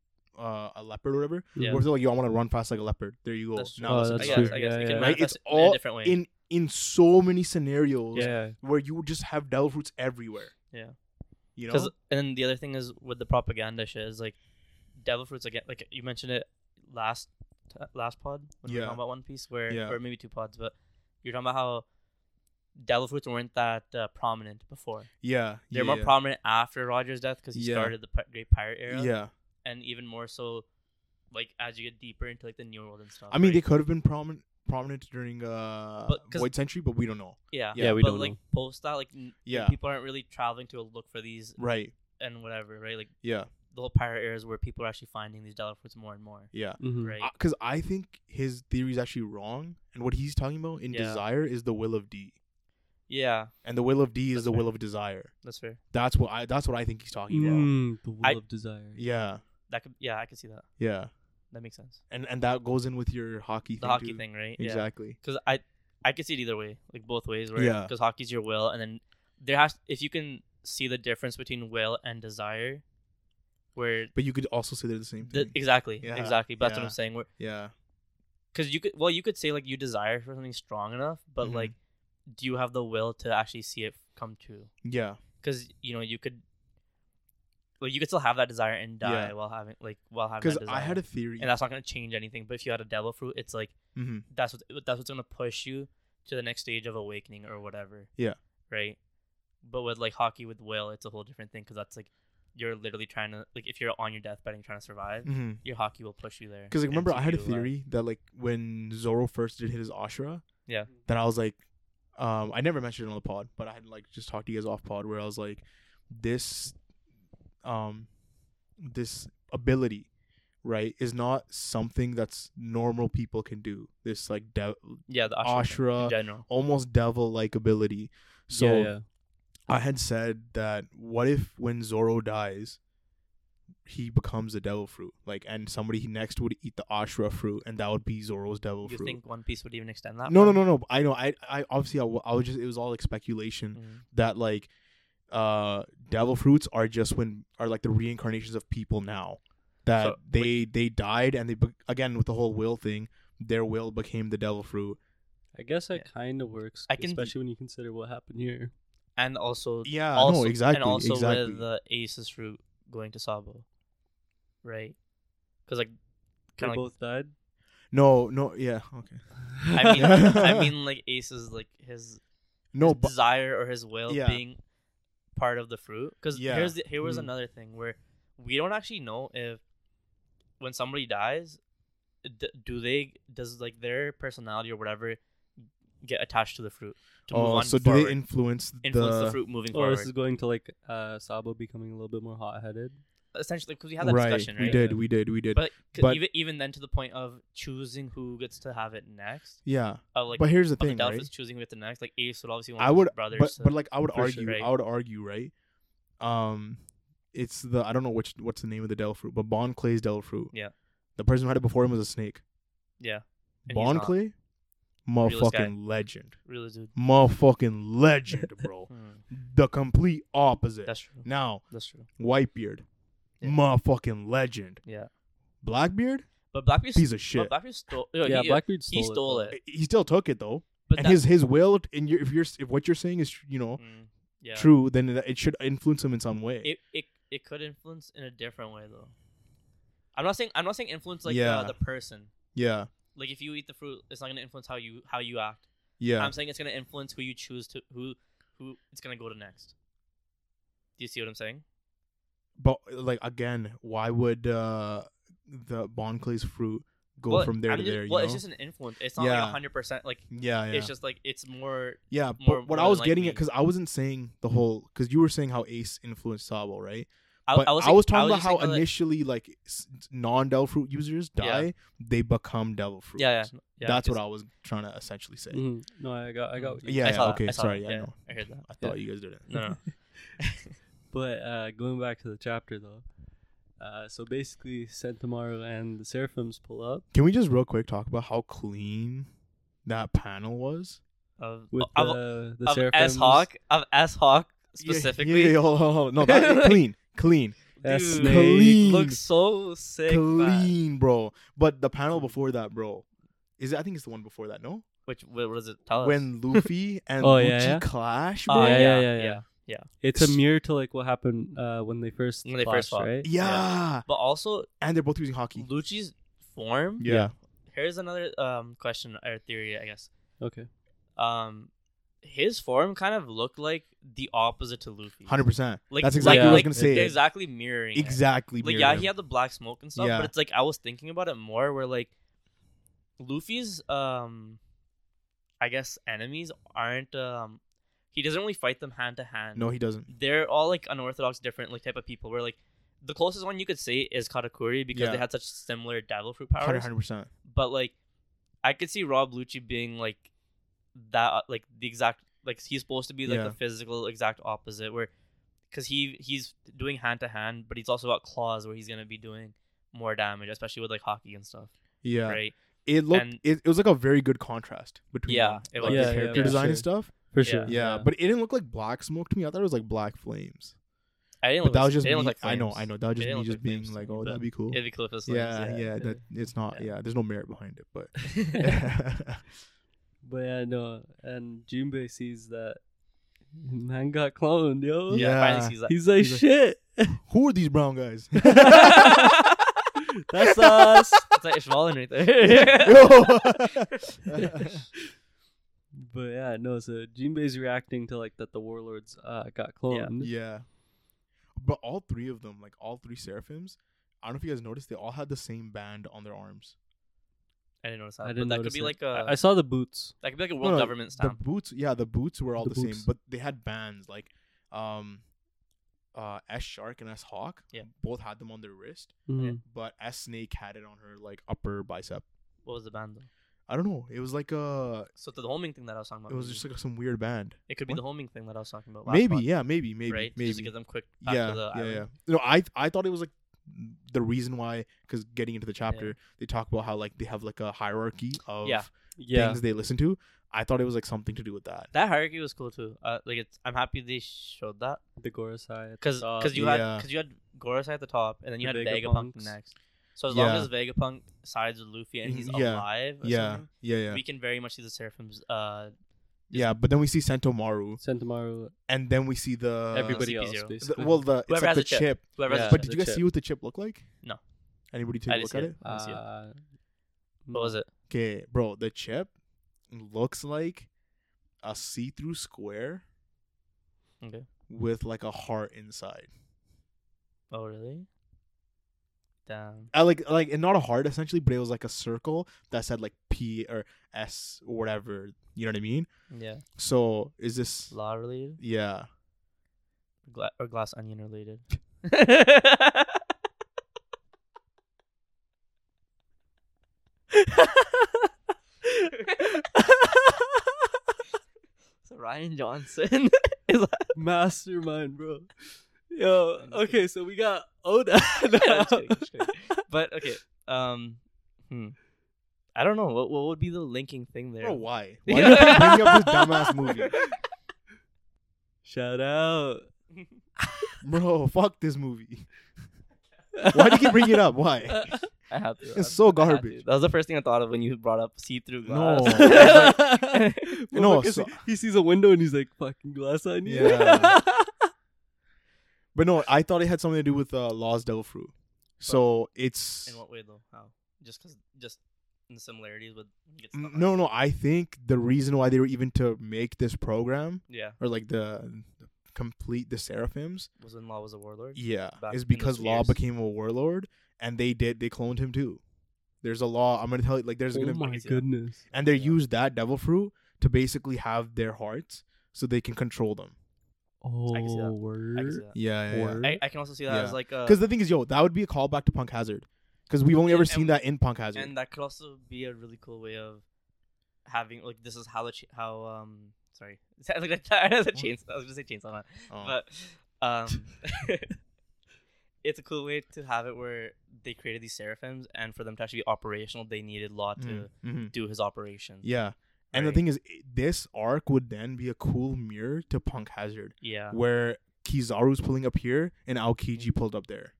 Speaker 1: uh, a leopard or whatever?
Speaker 2: Yeah.
Speaker 1: Or if they're like, yo, I want to run fast like a leopard. There you go.
Speaker 2: That's true.
Speaker 1: Now
Speaker 3: Oh,
Speaker 1: that's a
Speaker 2: I
Speaker 3: that's
Speaker 2: guess,
Speaker 3: true.
Speaker 1: desire.
Speaker 2: I guess
Speaker 3: Yeah,
Speaker 2: it
Speaker 3: yeah.
Speaker 2: can
Speaker 1: Right? It's
Speaker 2: manifest in
Speaker 1: all
Speaker 2: a different way.
Speaker 1: in in so many scenarios
Speaker 3: yeah.
Speaker 1: where you would just have devil fruits everywhere.
Speaker 2: Yeah.
Speaker 1: You
Speaker 2: Because
Speaker 1: know.
Speaker 2: and the other thing is with the propaganda shit is like devil fruits again. Like you mentioned it last t- last pod when we were
Speaker 1: Yeah.
Speaker 2: talking about One Piece, where
Speaker 1: Yeah.
Speaker 2: or maybe two pods, but you're talking about how devil fruits weren't that uh, prominent before.
Speaker 1: Yeah.
Speaker 2: They're
Speaker 1: yeah,
Speaker 2: more prominent after Roger's death because he
Speaker 1: Yeah.
Speaker 2: started the pi- Great Pirate era,
Speaker 1: Yeah.
Speaker 2: and even more so, like as you get deeper into like the New World and stuff.
Speaker 1: I mean, they
Speaker 2: Uh, right?
Speaker 1: could have been prominent prominent during uh
Speaker 2: But- 'cause-
Speaker 1: Void Century, but we don't know.
Speaker 2: yeah,
Speaker 1: Yeah,
Speaker 3: we
Speaker 2: but
Speaker 3: don't
Speaker 2: like
Speaker 3: know.
Speaker 2: post that, like n-
Speaker 1: Yeah.
Speaker 2: people aren't really traveling to look for these
Speaker 1: Right.
Speaker 2: and whatever, right? Like
Speaker 1: Yeah.
Speaker 2: the whole pirate era is where people are actually finding these devil fruits more and more,
Speaker 1: Yeah.
Speaker 3: Mhm.
Speaker 2: right?
Speaker 1: Because Hmm. I think his theory is actually wrong, and what he's talking about in
Speaker 2: Yeah.
Speaker 1: desire is the will of D,
Speaker 2: yeah,
Speaker 1: and the will of D is
Speaker 2: That's
Speaker 1: the
Speaker 2: fair.
Speaker 1: will of desire.
Speaker 2: that's fair.
Speaker 1: That's what I. That's what I think he's talking about.
Speaker 3: Mm, the will
Speaker 2: I-
Speaker 3: of desire.
Speaker 1: Yeah.
Speaker 2: That could, yeah, I could see that.
Speaker 1: Yeah.
Speaker 2: That makes sense.
Speaker 1: And and that goes in with your hockey.
Speaker 2: The
Speaker 1: thing
Speaker 2: hockey
Speaker 1: too.
Speaker 2: thing, right?
Speaker 1: Exactly.
Speaker 2: Because I, I could see it either way, like both ways. Where,
Speaker 1: Yeah.
Speaker 2: Because hockey's your will, and then there has if you can see the difference between will and desire, where
Speaker 1: But you could also say they're the same
Speaker 2: the, e
Speaker 1: thing.
Speaker 2: exactly,
Speaker 1: Hmm. Yeah,
Speaker 2: exactly. But that's what
Speaker 1: yeah.
Speaker 2: I'm saying. Where
Speaker 1: yeah.
Speaker 2: because you could, well, you could say like you desire for something strong enough, but
Speaker 1: Mhm.
Speaker 2: like, do you have the will to actually see it come true?
Speaker 1: Yeah.
Speaker 2: Because you know you could. Well, you could still have that desire and die
Speaker 1: Yeah.
Speaker 2: while having like while having.
Speaker 1: Because
Speaker 2: that
Speaker 1: I
Speaker 2: desire.
Speaker 1: had a theory.
Speaker 2: and that's not going to change anything. But if you had a devil fruit, it's like
Speaker 1: Mhm.
Speaker 2: that's what that's what's going to push you to the next stage of awakening or whatever.
Speaker 1: Yeah.
Speaker 2: Right. But with like hockey with will, it's a whole different thing because that's like you're literally trying to like if you're on your deathbed and you're trying to survive,
Speaker 1: Mhm.
Speaker 2: your hockey will push you there.
Speaker 1: Because like, remember,
Speaker 2: into
Speaker 1: I had a
Speaker 2: you, uh,
Speaker 1: theory that like when Zoro first did his Ashura,
Speaker 2: Yeah.
Speaker 1: that I was like, um, I never mentioned it on the pod, but I had like just talked to you guys off pod where I was like, this, um, this ability, right, is not something that's normal people can do. This like de-
Speaker 2: yeah, the ashra, thing
Speaker 1: Ashura,
Speaker 2: in general.
Speaker 1: almost devil like ability. So
Speaker 3: yeah, yeah.
Speaker 1: I had said that what if when Zoro dies, he becomes a devil fruit, like, and somebody he next would eat the Ashra fruit, and that would be Zoro's devil
Speaker 2: You
Speaker 1: fruit.
Speaker 2: think One Piece would even extend that?
Speaker 1: no, no,
Speaker 2: far?
Speaker 1: no, no. I know. I, I obviously, I, wa- I was just. It was all like speculation
Speaker 2: Mhm.
Speaker 1: that like, uh, devil fruits are just when are like the reincarnations of people now that
Speaker 2: So,
Speaker 1: they they died and they be- again with the whole will thing, their will became the devil fruit.
Speaker 3: I guess that
Speaker 2: Yeah.
Speaker 3: kind of works,
Speaker 2: I can-
Speaker 3: especially when you consider what happened here.
Speaker 2: And also,
Speaker 1: Yeah,
Speaker 2: also
Speaker 1: no, exactly,
Speaker 2: and also
Speaker 1: exactly.
Speaker 2: with uh, the Ace's fruit going to Sabo, right? Because like,
Speaker 3: They
Speaker 2: kind of like
Speaker 3: both died.
Speaker 1: no, no, yeah, okay,
Speaker 2: I mean, I mean, like Ace is like his,
Speaker 1: no,
Speaker 2: his
Speaker 1: but
Speaker 2: desire or his will
Speaker 1: Yeah.
Speaker 2: being part of the fruit. Because
Speaker 1: Yeah. Mm.
Speaker 2: here's the, here was
Speaker 3: Mhm.
Speaker 2: another thing where we don't actually know if when somebody dies, d- do they does like their personality or whatever get attached to the fruit to move
Speaker 1: oh,
Speaker 2: on
Speaker 1: so
Speaker 2: forward,
Speaker 1: do they influence
Speaker 2: influence the, fruit moving
Speaker 3: Or
Speaker 2: forward?
Speaker 3: this is going to like uh, Sabo becoming a little bit more hot headed.
Speaker 2: Essentially, because we had that discussion, right?
Speaker 1: We did, we did, we did.
Speaker 2: But, 'cause
Speaker 1: But-
Speaker 2: even even then to the point of choosing who gets to have it next.
Speaker 1: yeah,
Speaker 2: Of like
Speaker 1: but here's the
Speaker 2: of the
Speaker 1: thing,
Speaker 2: Delphi's
Speaker 1: right?
Speaker 2: choosing who gets the next. Like Ace would obviously want
Speaker 1: I would,
Speaker 2: his brothers
Speaker 1: but
Speaker 2: to-
Speaker 1: but like I would
Speaker 2: for sure,
Speaker 1: argue,
Speaker 2: right?
Speaker 1: I would argue, right? Um, it's the I don't know which what's the name of the devil fruit, but Bon Clay's devil fruit.
Speaker 2: Yeah.
Speaker 1: the person who had it before him was a snake.
Speaker 2: Yeah. And he's
Speaker 1: Bon
Speaker 2: not.
Speaker 1: Clay,
Speaker 2: Realest guy.
Speaker 1: motherfucking legend,
Speaker 2: Really, dude.
Speaker 1: motherfucking legend, bro. the complete opposite.
Speaker 2: That's true.
Speaker 1: now
Speaker 2: That's true.
Speaker 1: Whitebeard,
Speaker 2: Yeah.
Speaker 1: motherfucking legend.
Speaker 2: Yeah.
Speaker 1: Blackbeard,
Speaker 2: But Blackbeard.
Speaker 1: piece of shit.
Speaker 2: But Blackbeard stole. you know,
Speaker 3: yeah,
Speaker 2: he, uh,
Speaker 3: Blackbeard stole
Speaker 2: he
Speaker 3: it,
Speaker 2: stole
Speaker 3: though.
Speaker 2: it.
Speaker 1: He still took it though,
Speaker 2: But
Speaker 1: and
Speaker 2: that-
Speaker 1: his his will. And your, if you're if what you're saying is you know
Speaker 2: Mm, yeah.
Speaker 1: true, then it it should influence him in some way.
Speaker 2: It, it it could influence in a different way though. I'm not saying I'm not saying influence like
Speaker 1: Yeah.
Speaker 2: the, the person.
Speaker 1: yeah,
Speaker 2: Like if you eat the fruit, it's not gonna influence how you how you act.
Speaker 1: yeah.
Speaker 2: I'm saying it's gonna influence who you choose to who who it's gonna go to next. Do you see what I'm saying?
Speaker 1: but like again, why would uh the Bonclay's fruit go
Speaker 2: Well,
Speaker 1: from there
Speaker 2: I'm
Speaker 1: to
Speaker 2: just-
Speaker 1: there? You
Speaker 2: well,
Speaker 1: know?
Speaker 2: it's just an influence. It's not
Speaker 1: Yeah.
Speaker 2: like 100. percent Like
Speaker 1: yeah, yeah,
Speaker 2: it's just like it's more.
Speaker 1: yeah. But
Speaker 2: more-
Speaker 1: what
Speaker 2: more
Speaker 1: I was
Speaker 2: than
Speaker 1: getting at,
Speaker 2: likely-
Speaker 1: because I wasn't saying the whole, because you were saying how Ace influenced Sabo, right?
Speaker 2: I,
Speaker 1: but
Speaker 2: I was,
Speaker 1: I was
Speaker 2: think-
Speaker 1: talking
Speaker 2: was
Speaker 1: about
Speaker 2: just
Speaker 1: how
Speaker 2: thinking, like-
Speaker 1: initially like s- non devil fruit users die, they become devil fruit.
Speaker 2: yeah, yeah, yeah, Mm.
Speaker 1: that's what
Speaker 2: it's-
Speaker 1: I was trying to essentially say.
Speaker 3: Mhm. No, I got, I got. What you
Speaker 1: Yeah,
Speaker 2: I
Speaker 1: yeah,
Speaker 2: saw that,
Speaker 1: okay,
Speaker 2: I saw
Speaker 1: sorry,
Speaker 2: that,
Speaker 1: yeah,
Speaker 2: yeah,
Speaker 1: no.
Speaker 2: I heard that.
Speaker 1: I thought you guys did it.
Speaker 2: No, no.
Speaker 3: But uh, going back to the chapter though, uh, so basically, Sentamaro and the Seraphims pull up.
Speaker 1: Can we just real quick talk about how clean that panel was?
Speaker 2: of
Speaker 3: with
Speaker 2: Oh, of,
Speaker 3: the, the
Speaker 2: of
Speaker 3: Seraphims.
Speaker 2: S Hawk of S Hawk
Speaker 1: Yeah,
Speaker 2: specifically.
Speaker 1: Yeah, yeah, hold on, hold on. No, that,
Speaker 2: Like-
Speaker 1: clean, clean,
Speaker 3: S
Speaker 2: Dude,
Speaker 3: Snake.
Speaker 1: Clean.
Speaker 2: looks so sick. man.
Speaker 1: clean, bro. But the panel before that, bro, is I think it's the one before that. No,
Speaker 2: Which what does it tell us?
Speaker 1: when Luffy and
Speaker 3: Oh,
Speaker 1: Lucci
Speaker 3: yeah, yeah.
Speaker 1: clash, bro.
Speaker 2: Oh,
Speaker 3: Yeah,
Speaker 2: yeah, yeah,
Speaker 3: yeah, yeah,
Speaker 2: yeah,
Speaker 3: yeah. It's a mirror to like what happened uh, when they first
Speaker 2: When they
Speaker 3: flashed,
Speaker 2: first fought.
Speaker 3: right?
Speaker 1: yeah.
Speaker 2: But also
Speaker 1: and they're both using hockey.
Speaker 2: Lucci's form.
Speaker 1: Yeah,
Speaker 2: Here's another um question or theory, I guess.
Speaker 3: Okay.
Speaker 2: Um, his form kind of looked like the opposite to Luffy.
Speaker 1: hundred percent.
Speaker 2: Like
Speaker 1: That's exactly what I was
Speaker 2: like-
Speaker 1: gonna
Speaker 2: like,
Speaker 1: say.
Speaker 2: Exactly mirroring. it.
Speaker 1: Exactly.
Speaker 2: Like
Speaker 1: mirror
Speaker 2: yeah,
Speaker 1: him.
Speaker 2: he had the black smoke and stuff,
Speaker 1: Yeah.
Speaker 2: but it's like I was thinking about it more where like Luffy's um I guess enemies aren't um he doesn't really fight them hand to hand.
Speaker 1: no, he doesn't.
Speaker 2: They're all like unorthodox different like type of people where like the closest one you could say is Katakuri because
Speaker 1: Yeah.
Speaker 2: they had such similar devil fruit powers.
Speaker 1: Hundred percent.
Speaker 2: But like I could see Rob Lucci being like that uh, like the exact like he's supposed to be like
Speaker 1: Yeah.
Speaker 2: the physical exact opposite where because he he's doing hand to hand but he's also got claws where he's gonna be doing more damage especially with like hockey and stuff
Speaker 1: Yeah,
Speaker 2: right
Speaker 1: it looked.
Speaker 2: And-
Speaker 1: It, it was like a very good contrast between
Speaker 2: Yeah,
Speaker 1: them.
Speaker 2: it
Speaker 1: like
Speaker 2: was.
Speaker 1: the
Speaker 2: Yeah, yeah,
Speaker 1: character
Speaker 2: for
Speaker 1: design
Speaker 3: sure.
Speaker 1: and stuff.
Speaker 3: For sure.
Speaker 1: Yeah, but it didn't look like black smoke to me. I thought it was like black flames.
Speaker 2: I didn't
Speaker 1: But
Speaker 2: look
Speaker 1: that
Speaker 2: like-
Speaker 1: was just
Speaker 2: they
Speaker 1: me.
Speaker 2: didn't look like
Speaker 1: I know,
Speaker 2: flames.
Speaker 1: I know. That was
Speaker 2: They
Speaker 1: just me
Speaker 2: didn't look
Speaker 1: just
Speaker 2: like
Speaker 1: being
Speaker 2: flames to
Speaker 1: like,
Speaker 2: me,
Speaker 1: oh,
Speaker 2: but
Speaker 1: that'd be cool.
Speaker 2: it'd be cool if it was
Speaker 1: yeah,
Speaker 2: flames,
Speaker 1: yeah,
Speaker 3: yeah.
Speaker 1: That it's not.
Speaker 2: Yeah.
Speaker 1: Yeah, there's no merit behind it, but
Speaker 2: yeah.
Speaker 3: But yeah, no. And Jinbei sees that man got cloned, yo.
Speaker 1: Yeah.
Speaker 2: finally sees that.
Speaker 3: He's like,
Speaker 1: He's like-
Speaker 3: shit.
Speaker 1: who are these brown guys?
Speaker 3: That's us.
Speaker 2: it's like Ishvalan right there
Speaker 3: But yeah, no. So Jinbei's reacting to like that the warlords uh, got cloned.
Speaker 1: yeah, but all three of them, like all three seraphims, I don't know if you guys noticed, they all had the same band on their arms.
Speaker 2: I didn't notice that
Speaker 3: I
Speaker 2: but
Speaker 3: didn't
Speaker 2: that could
Speaker 3: notice
Speaker 2: be
Speaker 3: it.
Speaker 2: like
Speaker 3: I-
Speaker 2: a
Speaker 3: I saw the boots.
Speaker 2: that could be like a
Speaker 1: No,
Speaker 2: world
Speaker 1: no,
Speaker 2: government stamp
Speaker 1: The boots, yeah, the boots were all
Speaker 3: The
Speaker 1: the, same,
Speaker 3: boots.
Speaker 1: but they had bands. Like, um, uh, S Shark and S Hawk,
Speaker 2: Yeah.
Speaker 1: both had them on their wrist,
Speaker 2: Mm-hmm.
Speaker 3: Mhm.
Speaker 1: but S Snake had it on her like upper bicep.
Speaker 2: what was the band though
Speaker 1: I don't know. It was like a.
Speaker 2: so the homing thing that I was talking about
Speaker 1: It was
Speaker 2: maybe.
Speaker 1: just like some weird band.
Speaker 2: It could be
Speaker 1: What?
Speaker 2: the homing thing that I was talking about. Last
Speaker 1: Maybe,
Speaker 2: pod,
Speaker 1: yeah, maybe, maybe,
Speaker 2: right?
Speaker 1: maybe.
Speaker 2: Just to get them quick back
Speaker 1: yeah,
Speaker 2: to the
Speaker 1: yeah,
Speaker 2: island.
Speaker 1: yeah. No, I I thought it was like the reason why because getting into the chapter they talk about how like they have like a hierarchy of
Speaker 2: Yeah.
Speaker 3: Yeah.
Speaker 1: things they listen to. I thought it was like something to do with that.
Speaker 2: That hierarchy was cool too. Uh, like it's, I'm happy they showed that
Speaker 3: The Gorosei. at the
Speaker 2: because
Speaker 3: top.
Speaker 2: you
Speaker 1: Uh, yeah.
Speaker 2: had because you had Gorosei at the top, and then you
Speaker 3: The
Speaker 2: had Vegapunk
Speaker 3: Vegapunks.
Speaker 2: next. So as
Speaker 1: Yeah.
Speaker 2: long as Vegapunk sides with Luffy and he's
Speaker 1: Mhm, yeah,
Speaker 2: alive, or
Speaker 1: yeah,
Speaker 2: something,
Speaker 1: yeah, yeah,
Speaker 2: we can very much see the Seraphim's. Uh,
Speaker 1: yeah. But then we see Sentomaru,
Speaker 3: Sentomaru,
Speaker 1: and then we see the
Speaker 2: Uh,
Speaker 3: everybody else,
Speaker 2: CP0. The-
Speaker 1: The,
Speaker 3: basically.
Speaker 1: well, the it's
Speaker 2: Whoever
Speaker 1: like
Speaker 2: has
Speaker 1: the
Speaker 2: the chip.
Speaker 1: chip.
Speaker 2: whoever
Speaker 3: Yeah.
Speaker 2: has
Speaker 1: But
Speaker 2: the
Speaker 1: did you
Speaker 3: the
Speaker 1: guys see
Speaker 3: chip.
Speaker 1: what the chip looked like?
Speaker 2: No.
Speaker 1: Anybody take a
Speaker 2: I didn't
Speaker 1: look
Speaker 2: see
Speaker 1: at
Speaker 2: it.
Speaker 1: it?
Speaker 2: I didn't see it.
Speaker 3: uh,
Speaker 2: what was it?
Speaker 1: Okay, bro, the chip looks like a see-through square
Speaker 2: Okay.
Speaker 1: with like a heart inside.
Speaker 2: Oh really? Damn.
Speaker 1: I like like and not a heart essentially, but it was like a circle that said like P or S or whatever. You know what I mean?
Speaker 2: Yeah.
Speaker 1: So is this?
Speaker 2: Law related
Speaker 1: Yeah,
Speaker 2: Gla- or glass onion related? so Ryan Johnson.
Speaker 3: Mastermind, bro. Yo, okay, so we got Oda. now.
Speaker 2: No, just kidding, just kidding. but okay, um, hmm. I don't know what what would be the linking thing there.
Speaker 1: bro. Why? Oh, Why are you bringing up this dumbass movie,
Speaker 3: Shout out.
Speaker 1: bro? Fuck this movie. Why do you keep bringing it up? Why?
Speaker 2: I have to. I
Speaker 1: It's so
Speaker 2: I had to.
Speaker 1: garbage.
Speaker 2: That was the first thing I thought of when you brought up see-through
Speaker 1: No.
Speaker 2: glass.
Speaker 1: No,
Speaker 3: Motherfucker
Speaker 1: so-
Speaker 3: see- he sees a window and he's like, "Fucking glass on you."
Speaker 1: Yeah. But no, I thought it had something to do with uh, Lost Devil Fruit. So it's
Speaker 2: In what way though? How? Just because? Just in the similarities with? when you get stuck on-
Speaker 1: no, no. I think the reason why they were even to make this program
Speaker 2: Yeah.
Speaker 1: or like the complete the seraphims
Speaker 2: Was when Law was a warlord.
Speaker 1: Yeah,
Speaker 2: back
Speaker 1: it's
Speaker 2: in the
Speaker 1: because Law
Speaker 2: spheres.
Speaker 1: became a warlord, and they did they cloned him too. There's a law. I'm gonna tell you, like there's
Speaker 3: Oh
Speaker 1: gonna
Speaker 3: my
Speaker 2: yeah.
Speaker 3: goodness.
Speaker 1: and they
Speaker 2: Yeah.
Speaker 1: use that devil fruit to basically have their hearts so they can control them.
Speaker 3: Oh,
Speaker 2: I can see that.
Speaker 3: word.
Speaker 2: I can see that.
Speaker 1: Yeah, yeah, yeah.
Speaker 3: Or-
Speaker 2: I, I can also see that
Speaker 1: Yeah.
Speaker 2: as like uh, a
Speaker 1: Because the thing is, yo, that would be a callback to Punk Hazard, because we've only
Speaker 2: Yeah,
Speaker 1: ever
Speaker 2: and-
Speaker 1: seen that in Punk Hazard.
Speaker 2: and that could also be a really cool way of having like this is how the cha- how um sorry I was gonna say chainsaw I was gonna say chainsaw man.
Speaker 1: Oh.
Speaker 2: but um it's a cool way to have it where they created these seraphims and for them to actually be operational they needed Law to
Speaker 1: Mhm, mhm.
Speaker 2: do his operation
Speaker 1: Yeah, and
Speaker 2: Right.
Speaker 1: the thing is, i- this arc would then be a cool mirror to Punk Hazard,
Speaker 2: yeah Mm-hmm.
Speaker 1: where Kizaru's pulling up here and Aokiji pulled up there.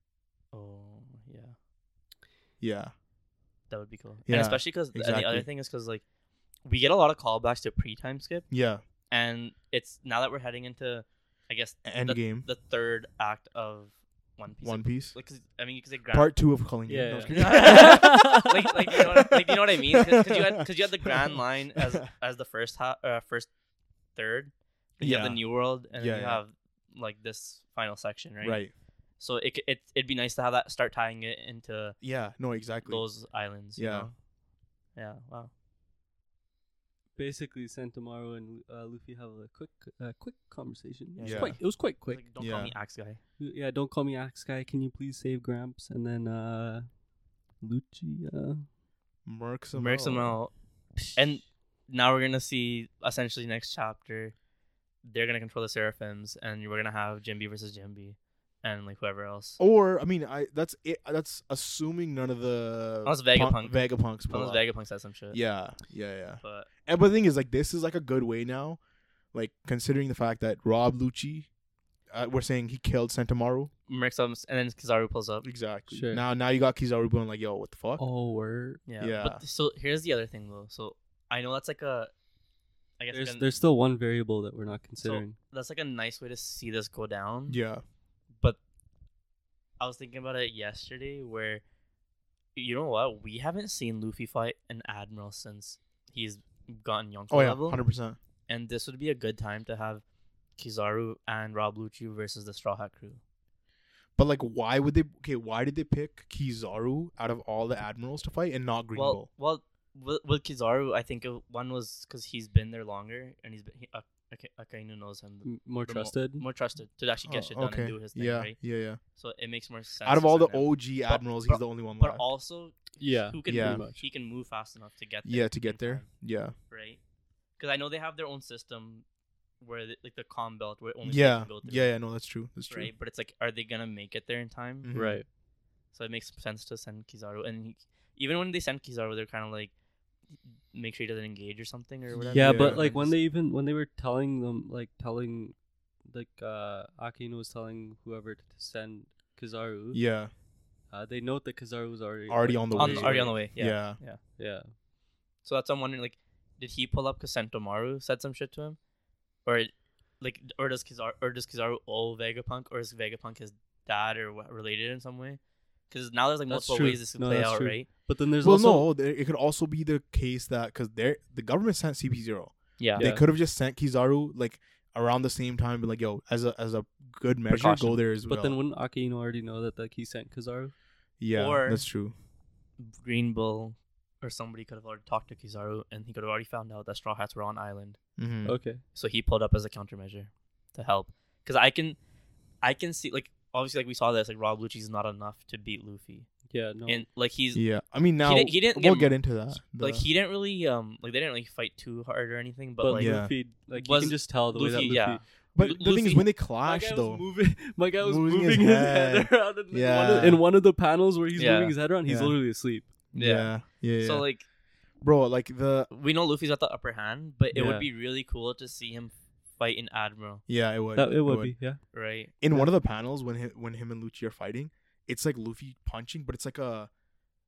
Speaker 2: oh yeah
Speaker 1: Yeah,
Speaker 2: that would be cool
Speaker 1: Yeah,
Speaker 2: and especially because and the other
Speaker 1: exactly.
Speaker 2: thing is because like we get a lot of callbacks to pre-time skip
Speaker 1: yeah.
Speaker 2: and it's now that we're heading into I guess
Speaker 1: End game.
Speaker 2: the third act of One Piece.
Speaker 1: e, One Piece.
Speaker 2: Like, 'cause- I mean, because they ground.
Speaker 1: Part two of Calling.
Speaker 3: Yeah,
Speaker 1: No, I'm
Speaker 3: yeah.
Speaker 1: kidding.
Speaker 2: like, like, you know what, like, you know what I mean? Because you had, cause you had the grand line as as the first half, uh, first third. Then You have
Speaker 1: Yeah.
Speaker 2: the New World, and then
Speaker 1: Yeah,
Speaker 2: you
Speaker 1: yeah.
Speaker 2: have like this final section, right?
Speaker 1: right.
Speaker 2: So it, c- it it'd be nice to have that start tying it into
Speaker 1: Yeah. No, exactly.
Speaker 2: those islands.
Speaker 1: Yeah.
Speaker 2: You know? Yeah. Wow.
Speaker 3: Basically, Santamaru and uh, Luffy have a quick, uh, quick conversation. It was
Speaker 1: Yeah.
Speaker 3: quite, it was quite quick.
Speaker 2: Like, don't
Speaker 1: Yeah.
Speaker 2: call me axe guy.
Speaker 3: yeah, don't call me Axe Guy. Can you please save Gramps? And then uh, Lucia.
Speaker 1: Merc Samoa.
Speaker 2: Merc them out. And now we're gonna see essentially next chapter, they're gonna control the seraphims, and we're gonna have Jimby versus Jimby, and like whoever else.
Speaker 1: Or I mean, I that's it. That's assuming none of the
Speaker 2: Unless Vegapunk-
Speaker 1: Punk, Vegapunks. pull up.
Speaker 2: Unless Vegapunk said some shit.
Speaker 1: Yeah, yeah, yeah.
Speaker 2: But
Speaker 1: And but the thing is, like, this is like a good way now, like considering the fact that Rob Lucci, uh, we're saying he killed Santamaru.
Speaker 2: Mercs them, and then Kizaru pulls up.
Speaker 1: Exactly.
Speaker 3: Sure.
Speaker 1: Now, now you got Kizaru going like, yo, what the fuck?
Speaker 3: Oh, word.
Speaker 2: Yeah.
Speaker 1: Yeah.
Speaker 2: But th- so here's the other thing though. So I know that's like a, I guess
Speaker 3: There's,
Speaker 2: like a-
Speaker 3: there's still one variable that we're not considering.
Speaker 2: that's like a nice way to see this go down.
Speaker 1: Yeah,
Speaker 2: But I was thinking about it yesterday, where you know what? We haven't seen Luffy fight an admiral since he's gotten Yonko
Speaker 1: Oh yeah,
Speaker 2: level.
Speaker 1: hundred percent.
Speaker 2: and this would be a good time to have Kizaru and Rob Lucci versus the Straw Hat crew.
Speaker 1: But like, why would they? Okay, why did they pick Kizaru out of all the admirals to fight and not Green
Speaker 2: well,
Speaker 1: Bull?
Speaker 2: well, with, with Kizaru, I think it- one was because he's been there longer, and he's been he, Ak- Ak- Akainu knows him
Speaker 3: M- More
Speaker 2: the mo-
Speaker 3: trusted.
Speaker 2: more trusted to actually get
Speaker 1: Mm-hmm. Oh,
Speaker 2: shit done and do his thing,
Speaker 1: yeah,
Speaker 2: right?
Speaker 1: yeah, yeah.
Speaker 2: So it makes more sense.
Speaker 1: Out of
Speaker 2: to
Speaker 1: all the
Speaker 2: send him.
Speaker 1: OG
Speaker 2: But-
Speaker 1: admirals,
Speaker 2: but-
Speaker 1: he's the only one
Speaker 2: but
Speaker 1: left.
Speaker 2: also
Speaker 3: Yeah.
Speaker 2: who can
Speaker 1: Yeah.
Speaker 2: move, he can move fast enough to get there
Speaker 1: yeah, to
Speaker 2: in
Speaker 1: get there.
Speaker 2: time,
Speaker 1: Yeah,
Speaker 2: right? Because I know they have their own system where the, like the com belt where only they
Speaker 1: yeah,
Speaker 2: can go through,
Speaker 1: yeah, yeah. No, that's true. That's true.
Speaker 2: right? But it's like, are they gonna make it there in time?
Speaker 1: Mhm.
Speaker 3: Right.
Speaker 2: So it makes sense to send Kizaru. And he, even when they send Kizaru, they're kind of like, make sure he doesn't engage or something or whatever.
Speaker 3: yeah,
Speaker 1: Yeah.
Speaker 3: but like when
Speaker 2: Just-
Speaker 3: they even when they were telling them like telling like uh Akino was telling whoever to send Kizaru,
Speaker 1: Yeah,
Speaker 3: uh, they note that Kizaru was already
Speaker 1: Already
Speaker 3: like,
Speaker 1: on the
Speaker 2: on,
Speaker 1: way.
Speaker 2: already on the way. Yeah.
Speaker 1: yeah, yeah.
Speaker 3: Yeah.
Speaker 2: So that's what I'm wondering. Like, did he pull up because Sentomaru said some shit to him, or like, or does Kizaru or does Kizaru owe Vegapunk, or is Vegapunk his dad or what, related in some way? Because now there's like
Speaker 3: That's
Speaker 2: multiple
Speaker 3: true.
Speaker 2: ways this could
Speaker 3: No,
Speaker 2: play
Speaker 3: that's
Speaker 2: out,
Speaker 3: true.
Speaker 2: right?
Speaker 3: But then there's
Speaker 1: well,
Speaker 3: also
Speaker 1: no, there, it could also be the case that because they the government sent CP zero,
Speaker 2: Yeah.
Speaker 1: they
Speaker 3: Yeah.
Speaker 1: could have just sent Kizaru like around the same time, but like yo, as a as a good measure,
Speaker 2: Precaution.
Speaker 1: go there as well.
Speaker 3: but then wouldn't Akino already know that like he sent Kizaru?
Speaker 1: yeah,
Speaker 2: or-
Speaker 1: that's true.
Speaker 2: Green Bull or somebody could have already talked to Kizaru, and he could have already found out that Straw Hats were on island. Oh,
Speaker 1: Mhm.
Speaker 3: Okay.
Speaker 2: so he pulled up as a countermeasure to help because i can i can see like obviously like we saw this like rob lucci's not enough to beat luffy
Speaker 3: Yeah, no.
Speaker 2: and like he's
Speaker 1: Yeah, I mean now
Speaker 2: didn't- he didn't
Speaker 1: we'll
Speaker 2: get-
Speaker 1: get into that.
Speaker 2: like
Speaker 1: The-
Speaker 2: he didn't really um like they didn't really fight too hard or anything but,
Speaker 3: but
Speaker 2: like
Speaker 1: Yeah.
Speaker 3: Luffy like you
Speaker 2: Was
Speaker 3: can just tell the way that
Speaker 2: Luffy,
Speaker 3: Luffy
Speaker 2: yeah.
Speaker 1: but the thing is,
Speaker 2: Luffy-
Speaker 1: when they
Speaker 3: My
Speaker 1: clash
Speaker 3: guy
Speaker 1: though,
Speaker 3: was moving. My guy was
Speaker 1: Moving
Speaker 3: moving,
Speaker 1: his
Speaker 3: his, head.
Speaker 1: head.
Speaker 3: around. In, yeah. one
Speaker 1: Yeah.
Speaker 3: of, in one of the panels where he's
Speaker 2: Yeah.
Speaker 3: moving his head around, he's
Speaker 1: Yeah.
Speaker 3: literally asleep.
Speaker 1: yeah, yeah, yeah,
Speaker 2: so like
Speaker 1: bro, like the
Speaker 2: we know luffy's got the upper hand but it
Speaker 3: Yeah.
Speaker 2: would be really cool to see him fight an admiral
Speaker 1: yeah, it would
Speaker 3: That it would be. Yeah.
Speaker 2: right
Speaker 1: in one of the panels when hi- when him and Lucci are fighting, it's like Luffy punching, but it's like a,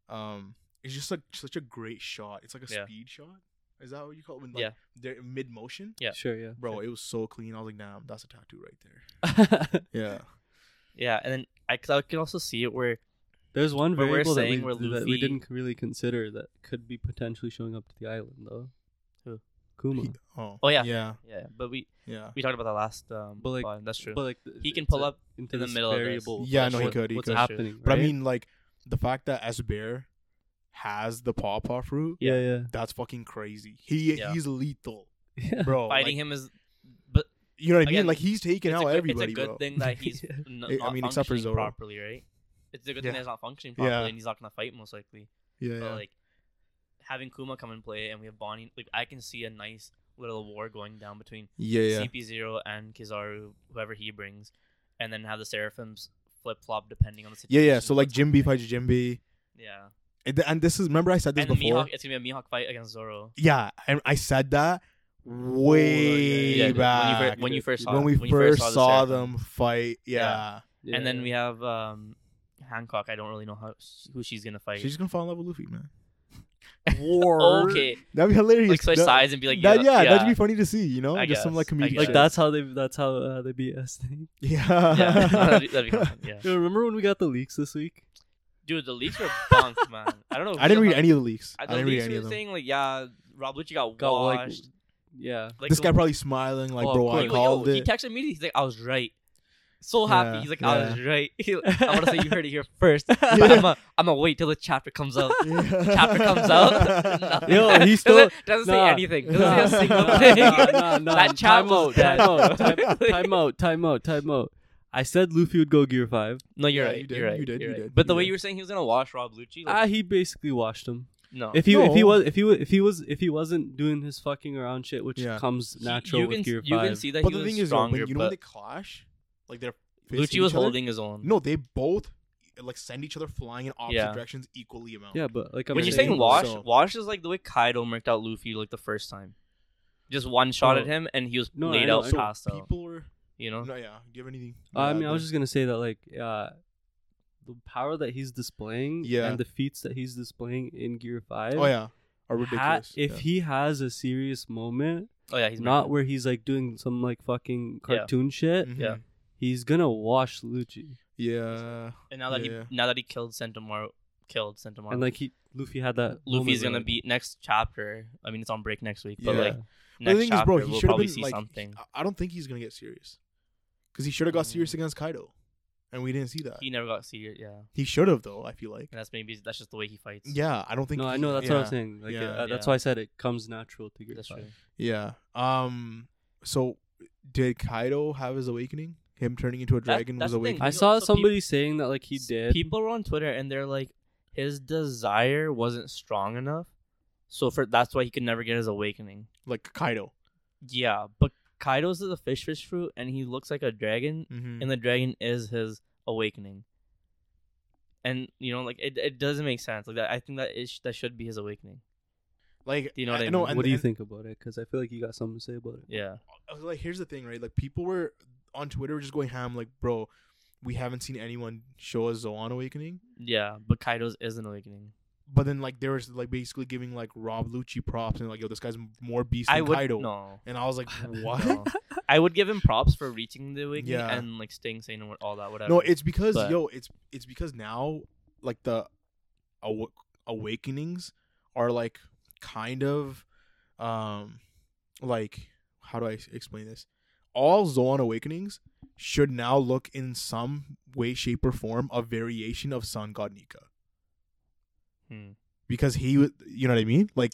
Speaker 1: um, it's just like such a great shot. It's like a
Speaker 2: Yeah.
Speaker 1: speed shot. Is that what you call it? When,
Speaker 2: Yeah.
Speaker 1: like, They're mid motion.
Speaker 2: Yeah.
Speaker 3: Sure. Yeah.
Speaker 1: Bro, it was so clean. I was like, damn, that's a tattoo right there. Yeah.
Speaker 2: yeah and then i, cause I can also see it where
Speaker 3: There's one
Speaker 2: But we're
Speaker 3: variable that,
Speaker 2: saying
Speaker 3: we,
Speaker 2: we're
Speaker 3: that
Speaker 2: Luffy-
Speaker 3: we didn't really consider that could be potentially showing up to the island, though.
Speaker 2: Who?
Speaker 3: Kuma.
Speaker 1: He- oh.
Speaker 2: Oh, yeah.
Speaker 1: Yeah.
Speaker 2: yeah but we
Speaker 1: Yeah.
Speaker 2: we talked about that last um
Speaker 3: But, like-
Speaker 2: volume, that's true
Speaker 3: But like
Speaker 2: he can pull up
Speaker 3: into
Speaker 2: in the
Speaker 3: this
Speaker 2: middle of this.
Speaker 3: variable.
Speaker 1: Yeah, no, he
Speaker 3: what-
Speaker 1: could, he
Speaker 3: what's
Speaker 1: could.
Speaker 3: happening?
Speaker 1: But I
Speaker 3: right?
Speaker 1: mean, like, the fact that as bear has the paw paw fruit,
Speaker 3: yeah, yeah,
Speaker 1: that's fucking crazy. He
Speaker 2: Yeah.
Speaker 1: he's lethal,
Speaker 3: yeah.
Speaker 1: bro.
Speaker 2: fighting
Speaker 1: like,
Speaker 2: him is but
Speaker 1: You know what I mean?
Speaker 2: Again,
Speaker 1: Like he's taking
Speaker 2: it's, a
Speaker 1: out
Speaker 2: good,
Speaker 1: everybody,
Speaker 2: it's a good
Speaker 1: bro.
Speaker 2: thing that he's
Speaker 3: Yeah.
Speaker 2: n-
Speaker 1: I- I
Speaker 2: not
Speaker 1: mean, except for
Speaker 2: functioning
Speaker 1: Zorro.
Speaker 2: properly, right? It's a good
Speaker 1: Yeah.
Speaker 2: thing that he's not functioning
Speaker 1: Yeah.
Speaker 2: properly, and he's not gonna fight most likely.
Speaker 1: yeah, yeah.
Speaker 2: But uh, like having Kuma come and play, and we have Bonnie. Like I can see a nice little war going down between
Speaker 1: yeah, yeah,
Speaker 2: CP0 and Kizaru, whoever he brings, and then have the Seraphims flip flop depending on the
Speaker 1: yeah,
Speaker 2: situation.
Speaker 1: yeah. So
Speaker 2: of
Speaker 1: like
Speaker 2: what's
Speaker 1: Jimby
Speaker 2: happening.
Speaker 1: fights Jimby,
Speaker 2: Yeah.
Speaker 1: and, th- and this is remember I said this
Speaker 2: And
Speaker 1: before.
Speaker 2: Mihawk, it's gonna be a Mihawk fight against Zoro.
Speaker 1: Yeah, and I said that
Speaker 2: Oh,
Speaker 3: yeah,
Speaker 1: way
Speaker 3: yeah, yeah. When you fir-
Speaker 1: back
Speaker 2: when you, fir- when you first saw
Speaker 1: when we
Speaker 2: it- you
Speaker 1: first
Speaker 2: the
Speaker 1: saw
Speaker 2: Seraphim.
Speaker 1: them fight. Yeah,
Speaker 2: Yeah.
Speaker 3: Yeah.
Speaker 2: and then we have um, Hancock. I don't really know how who she's gonna fight.
Speaker 1: she's gonna fall in love with Luffy, man.
Speaker 2: War. okay,
Speaker 1: That'd be hilarious.
Speaker 2: like switch
Speaker 1: That-
Speaker 2: sides and be like,
Speaker 1: that, yeah,
Speaker 2: yeah,
Speaker 1: that'd be funny to see. You know,
Speaker 2: I
Speaker 1: just some like
Speaker 2: guess, I
Speaker 1: comedic.
Speaker 2: guess.
Speaker 3: like
Speaker 1: shit.
Speaker 3: that's how they that's how uh, they beat us.
Speaker 1: Yeah.
Speaker 2: yeah, that'd be, that'd be fun, yeah.
Speaker 3: Yo, remember when we got the leaks this week?
Speaker 2: Dude, the leaks were bunk, man. I don't know.
Speaker 1: I didn't
Speaker 2: who
Speaker 1: read
Speaker 2: the-
Speaker 1: any of the leaks.
Speaker 2: I,
Speaker 1: I
Speaker 2: the
Speaker 1: didn't read
Speaker 2: leaks
Speaker 1: any
Speaker 2: were
Speaker 1: of them.
Speaker 2: saying like, yeah, Rob Lucci got,
Speaker 3: Got like,
Speaker 2: washed.
Speaker 3: yeah,
Speaker 2: Like,
Speaker 1: This
Speaker 2: the-
Speaker 1: guy probably smiling like,
Speaker 3: Oh,
Speaker 1: bro,
Speaker 3: of
Speaker 1: I
Speaker 3: course.
Speaker 2: He was like,
Speaker 1: called
Speaker 2: "Yo," He
Speaker 1: it.
Speaker 2: texted me. He's like, I was right. So happy.
Speaker 1: Yeah,
Speaker 2: he's like, I was right. I want to say you heard it here first.
Speaker 1: Yeah.
Speaker 2: But I'm gonna I'm gonna wait till the chapter comes out. chapter comes out. nothing.
Speaker 3: Yo, he still-
Speaker 2: doesn't, doesn't
Speaker 3: nah.
Speaker 2: say anything. Doesn't
Speaker 1: Nah,
Speaker 2: say a single
Speaker 1: nah,
Speaker 2: thing.
Speaker 3: nah, nah, nah.
Speaker 2: That chap
Speaker 3: time
Speaker 2: was
Speaker 3: out,
Speaker 2: dead.
Speaker 3: time out, time, time out, time out, time out. I said Luffy would go Gear Five.
Speaker 2: No, you're
Speaker 1: Yeah,
Speaker 2: right.
Speaker 1: you did,
Speaker 2: are right.
Speaker 1: you did,
Speaker 2: you're
Speaker 1: you
Speaker 2: right.
Speaker 1: did,
Speaker 2: But the
Speaker 1: you
Speaker 2: way
Speaker 1: did.
Speaker 2: you were saying he was gonna wash Rob Lucci, like,
Speaker 3: Ah, he basically washed him.
Speaker 2: no.
Speaker 3: If he if he
Speaker 1: No.
Speaker 3: was if he was if he was if he wasn't doing his fucking around shit, which
Speaker 1: Yeah.
Speaker 3: comes
Speaker 2: He-
Speaker 3: natural
Speaker 2: you
Speaker 3: with
Speaker 2: can,
Speaker 3: Gear
Speaker 2: you
Speaker 3: Five.
Speaker 2: can see that
Speaker 1: But
Speaker 2: he
Speaker 1: the
Speaker 2: was
Speaker 1: thing is, though,
Speaker 2: stronger.
Speaker 1: when you know when they
Speaker 2: but
Speaker 1: clash, like they're
Speaker 2: Lucci
Speaker 1: facing
Speaker 2: was
Speaker 1: each other-
Speaker 2: holding his own.
Speaker 1: No, they both like send each other flying in opposite
Speaker 2: Yeah.
Speaker 1: directions equally amount.
Speaker 3: yeah, but like I'm
Speaker 2: when you're
Speaker 1: saying
Speaker 2: saying wash,
Speaker 1: so.
Speaker 2: wash is like the way Kaido murked out Luffy like the first time. Just one shot
Speaker 3: No.
Speaker 2: at him and he was
Speaker 3: No, I
Speaker 2: laid
Speaker 3: know,
Speaker 2: out
Speaker 3: I know.
Speaker 2: passed out.
Speaker 1: people were.
Speaker 2: You know?
Speaker 1: No, yeah. Do you have anything?
Speaker 3: I
Speaker 1: Yeah,
Speaker 3: mean, I was
Speaker 1: the-
Speaker 3: just gonna say that like uh, the power that he's displaying
Speaker 1: Yeah.
Speaker 3: and the feats that he's displaying in Gear Five.
Speaker 1: Oh yeah, are
Speaker 3: ha-
Speaker 1: ridiculous.
Speaker 3: if
Speaker 1: yeah.
Speaker 3: he has a serious moment,
Speaker 2: Oh yeah, he's
Speaker 3: not
Speaker 2: murked.
Speaker 3: where he's like doing some like fucking
Speaker 2: Yeah.
Speaker 3: cartoon shit,
Speaker 1: Mhm.
Speaker 2: yeah.
Speaker 3: he's gonna wash Lucci.
Speaker 1: yeah,
Speaker 2: And now that
Speaker 1: Yeah.
Speaker 2: he now that he killed Sentomaru, killed Sentomaru,
Speaker 3: And like he Luffy had that.
Speaker 2: Luffy's
Speaker 3: moment
Speaker 2: gonna
Speaker 3: where, like,
Speaker 2: be next chapter. I mean, it's on break next week, but
Speaker 1: Yeah.
Speaker 2: like
Speaker 1: But
Speaker 2: next
Speaker 1: the thing is,
Speaker 2: chapter,
Speaker 1: bro, he
Speaker 2: we'll
Speaker 1: should have
Speaker 2: probably
Speaker 1: been
Speaker 2: see
Speaker 1: like.
Speaker 2: something.
Speaker 1: I- I don't think he's gonna get serious, because he should have got serious
Speaker 2: Mm.
Speaker 1: against Kaido, and we didn't see that.
Speaker 2: He never got serious, yeah. And
Speaker 1: He should have though. I feel like.
Speaker 2: that's maybe that's just the way he fights.
Speaker 1: Yeah, I don't think.
Speaker 3: no, I
Speaker 1: he-
Speaker 3: know that's what I'm
Speaker 1: yeah,
Speaker 3: saying. Like,
Speaker 1: Yeah.
Speaker 3: uh, that's
Speaker 2: Yeah.
Speaker 3: why I said it comes natural to Gear
Speaker 2: that's
Speaker 3: Five.
Speaker 2: true.
Speaker 1: Yeah. Um. So, did Kaido have his awakening? Him turning into a dragon
Speaker 2: that's
Speaker 1: was
Speaker 2: the thing.
Speaker 1: awakening.
Speaker 3: I
Speaker 2: You know,
Speaker 3: saw
Speaker 2: so peop-
Speaker 3: somebody saying that like he
Speaker 2: S-
Speaker 3: did.
Speaker 2: People were on Twitter and they're like, his desire wasn't strong enough, so for that's why he could never get his awakening.
Speaker 1: Like Kaido.
Speaker 2: Yeah, but Kaido's is a fish fish fruit, and he looks like a dragon,
Speaker 1: Mm-hmm.
Speaker 2: and the dragon is his awakening. And you know, like it, it doesn't make sense. Like that, I think that is that should be his awakening.
Speaker 1: like,
Speaker 2: Do you know
Speaker 1: I-
Speaker 2: what I
Speaker 1: I know,
Speaker 2: mean?
Speaker 1: and-
Speaker 3: what do you
Speaker 1: and-
Speaker 3: think about it? Because I feel like you got something to say about it.
Speaker 2: Yeah,
Speaker 1: like here's the thing, right? Like people were on Twitter were just going ham, like, bro, we haven't seen anyone show a Zoan awakening.
Speaker 2: yeah. But Kaido's is an awakening.
Speaker 1: But then like they were like basically giving like Rob Lucci props and like, yo, this guy's m- more beast than
Speaker 2: I would
Speaker 1: Kaido.
Speaker 2: no.
Speaker 1: And I was like, what?
Speaker 2: No. I would give him props for reaching the awakening
Speaker 1: Yeah.
Speaker 2: and like staying sane and what- all that. Whatever.
Speaker 1: No, it's because
Speaker 2: But-
Speaker 1: yo, it's it's because now like the aw- awakenings are like kind of um like how do I s- explain this? All Zoan awakenings should now look in some way, shape, or form a variation of Sun God Nika
Speaker 2: Hmm.
Speaker 1: because he, wa- you know what I mean? Like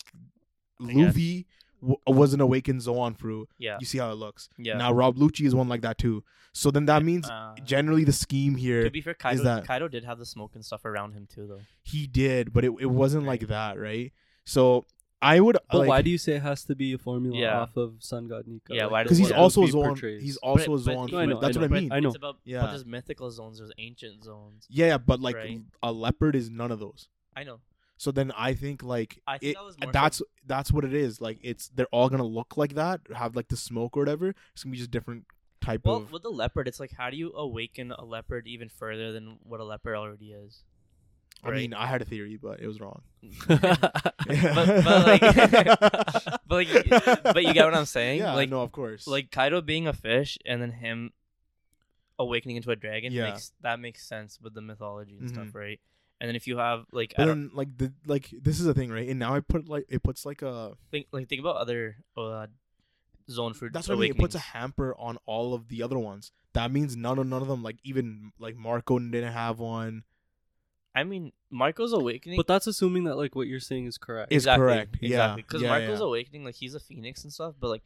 Speaker 2: I guess.
Speaker 1: Luffy w- was an awakened Zoan fruit.
Speaker 2: yeah,
Speaker 1: You see how it looks.
Speaker 2: yeah.
Speaker 1: Now Rob Lucci is one like that too. So then that means
Speaker 2: Uh,
Speaker 1: generally the scheme here
Speaker 2: to be fair, Kaido,
Speaker 1: that-
Speaker 2: Kaido did have the smoke and stuff around him too, though.
Speaker 1: he did, but it, it wasn't like that, right? So I would.
Speaker 3: But why do you say it has to be a formula
Speaker 2: Yeah.
Speaker 3: off of Sun God Nika?
Speaker 2: Yeah,
Speaker 3: Like,
Speaker 2: why does
Speaker 1: Because he's
Speaker 2: what
Speaker 1: also a
Speaker 3: Luffy
Speaker 1: Zoan.
Speaker 3: portrays.
Speaker 1: He's also a
Speaker 2: But- but-
Speaker 1: Zoan.
Speaker 3: No, I know,
Speaker 1: that's
Speaker 3: I
Speaker 1: what
Speaker 3: know.
Speaker 1: I mean.
Speaker 3: I know.
Speaker 2: It's about
Speaker 1: Yeah.
Speaker 2: but there's mythical zones, there's ancient zones.
Speaker 1: Yeah, yeah, but like
Speaker 2: Right.
Speaker 1: a leopard is none of those.
Speaker 2: I know.
Speaker 1: So then I think like
Speaker 2: I think
Speaker 1: it-
Speaker 2: that was more so-
Speaker 1: that's that's what it is. Like it's they're all gonna look like that, have like the smoke or whatever. It's gonna be just different type
Speaker 2: Well,
Speaker 1: of.
Speaker 2: with the leopard, it's like how do you awaken a leopard even further than what a leopard already is?
Speaker 1: I mean, I had a theory, but it was wrong.
Speaker 2: but, like- but like, y- but you get what I'm saying.
Speaker 1: Yeah,
Speaker 2: like,
Speaker 1: no, of course.
Speaker 2: like Kaido being a fish and then him awakening into a dragon
Speaker 1: Yeah.
Speaker 2: makes that makes sense with the mythology and
Speaker 1: Mhm.
Speaker 2: stuff, right? And then if you have like I
Speaker 1: but
Speaker 2: don't
Speaker 1: then like the like this is the thing, right? And now I put like it puts like a
Speaker 2: think like think about other uh, zone fruit.
Speaker 1: That's what I mean. It puts a
Speaker 2: awakenings.
Speaker 1: hamper on all of the other ones. That means none of none of them, like even like Marco didn't have one.
Speaker 2: I mean, Marco's awakening.
Speaker 3: But that's assuming that like what you're saying is correct.
Speaker 1: Is correct. Yeah.
Speaker 2: Exactly. Because
Speaker 1: Yeah,
Speaker 2: Marco's
Speaker 1: yeah.
Speaker 2: awakening, like he's a phoenix and stuff, but like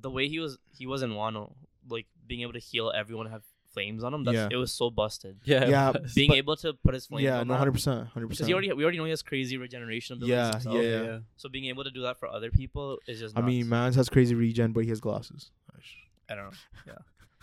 Speaker 2: the way he was he was in Wano, like being able to heal everyone have flames on him. That's
Speaker 1: Yeah.
Speaker 2: it was so busted.
Speaker 3: Yeah.
Speaker 1: Yeah,
Speaker 3: but-
Speaker 2: Being
Speaker 1: But-
Speaker 2: able to put his flames
Speaker 1: yeah,
Speaker 2: on
Speaker 1: no, hundred percent, hundred
Speaker 2: because
Speaker 1: percent.
Speaker 2: he already we already know he has crazy regeneration abilities.
Speaker 1: Yeah,
Speaker 2: himself.
Speaker 1: yeah,
Speaker 3: yeah.
Speaker 1: yeah.
Speaker 2: So being able to do that for other people is just.
Speaker 1: I
Speaker 2: Nuts.
Speaker 1: mean, Mans has crazy regen, but he has glasses.
Speaker 2: I don't know.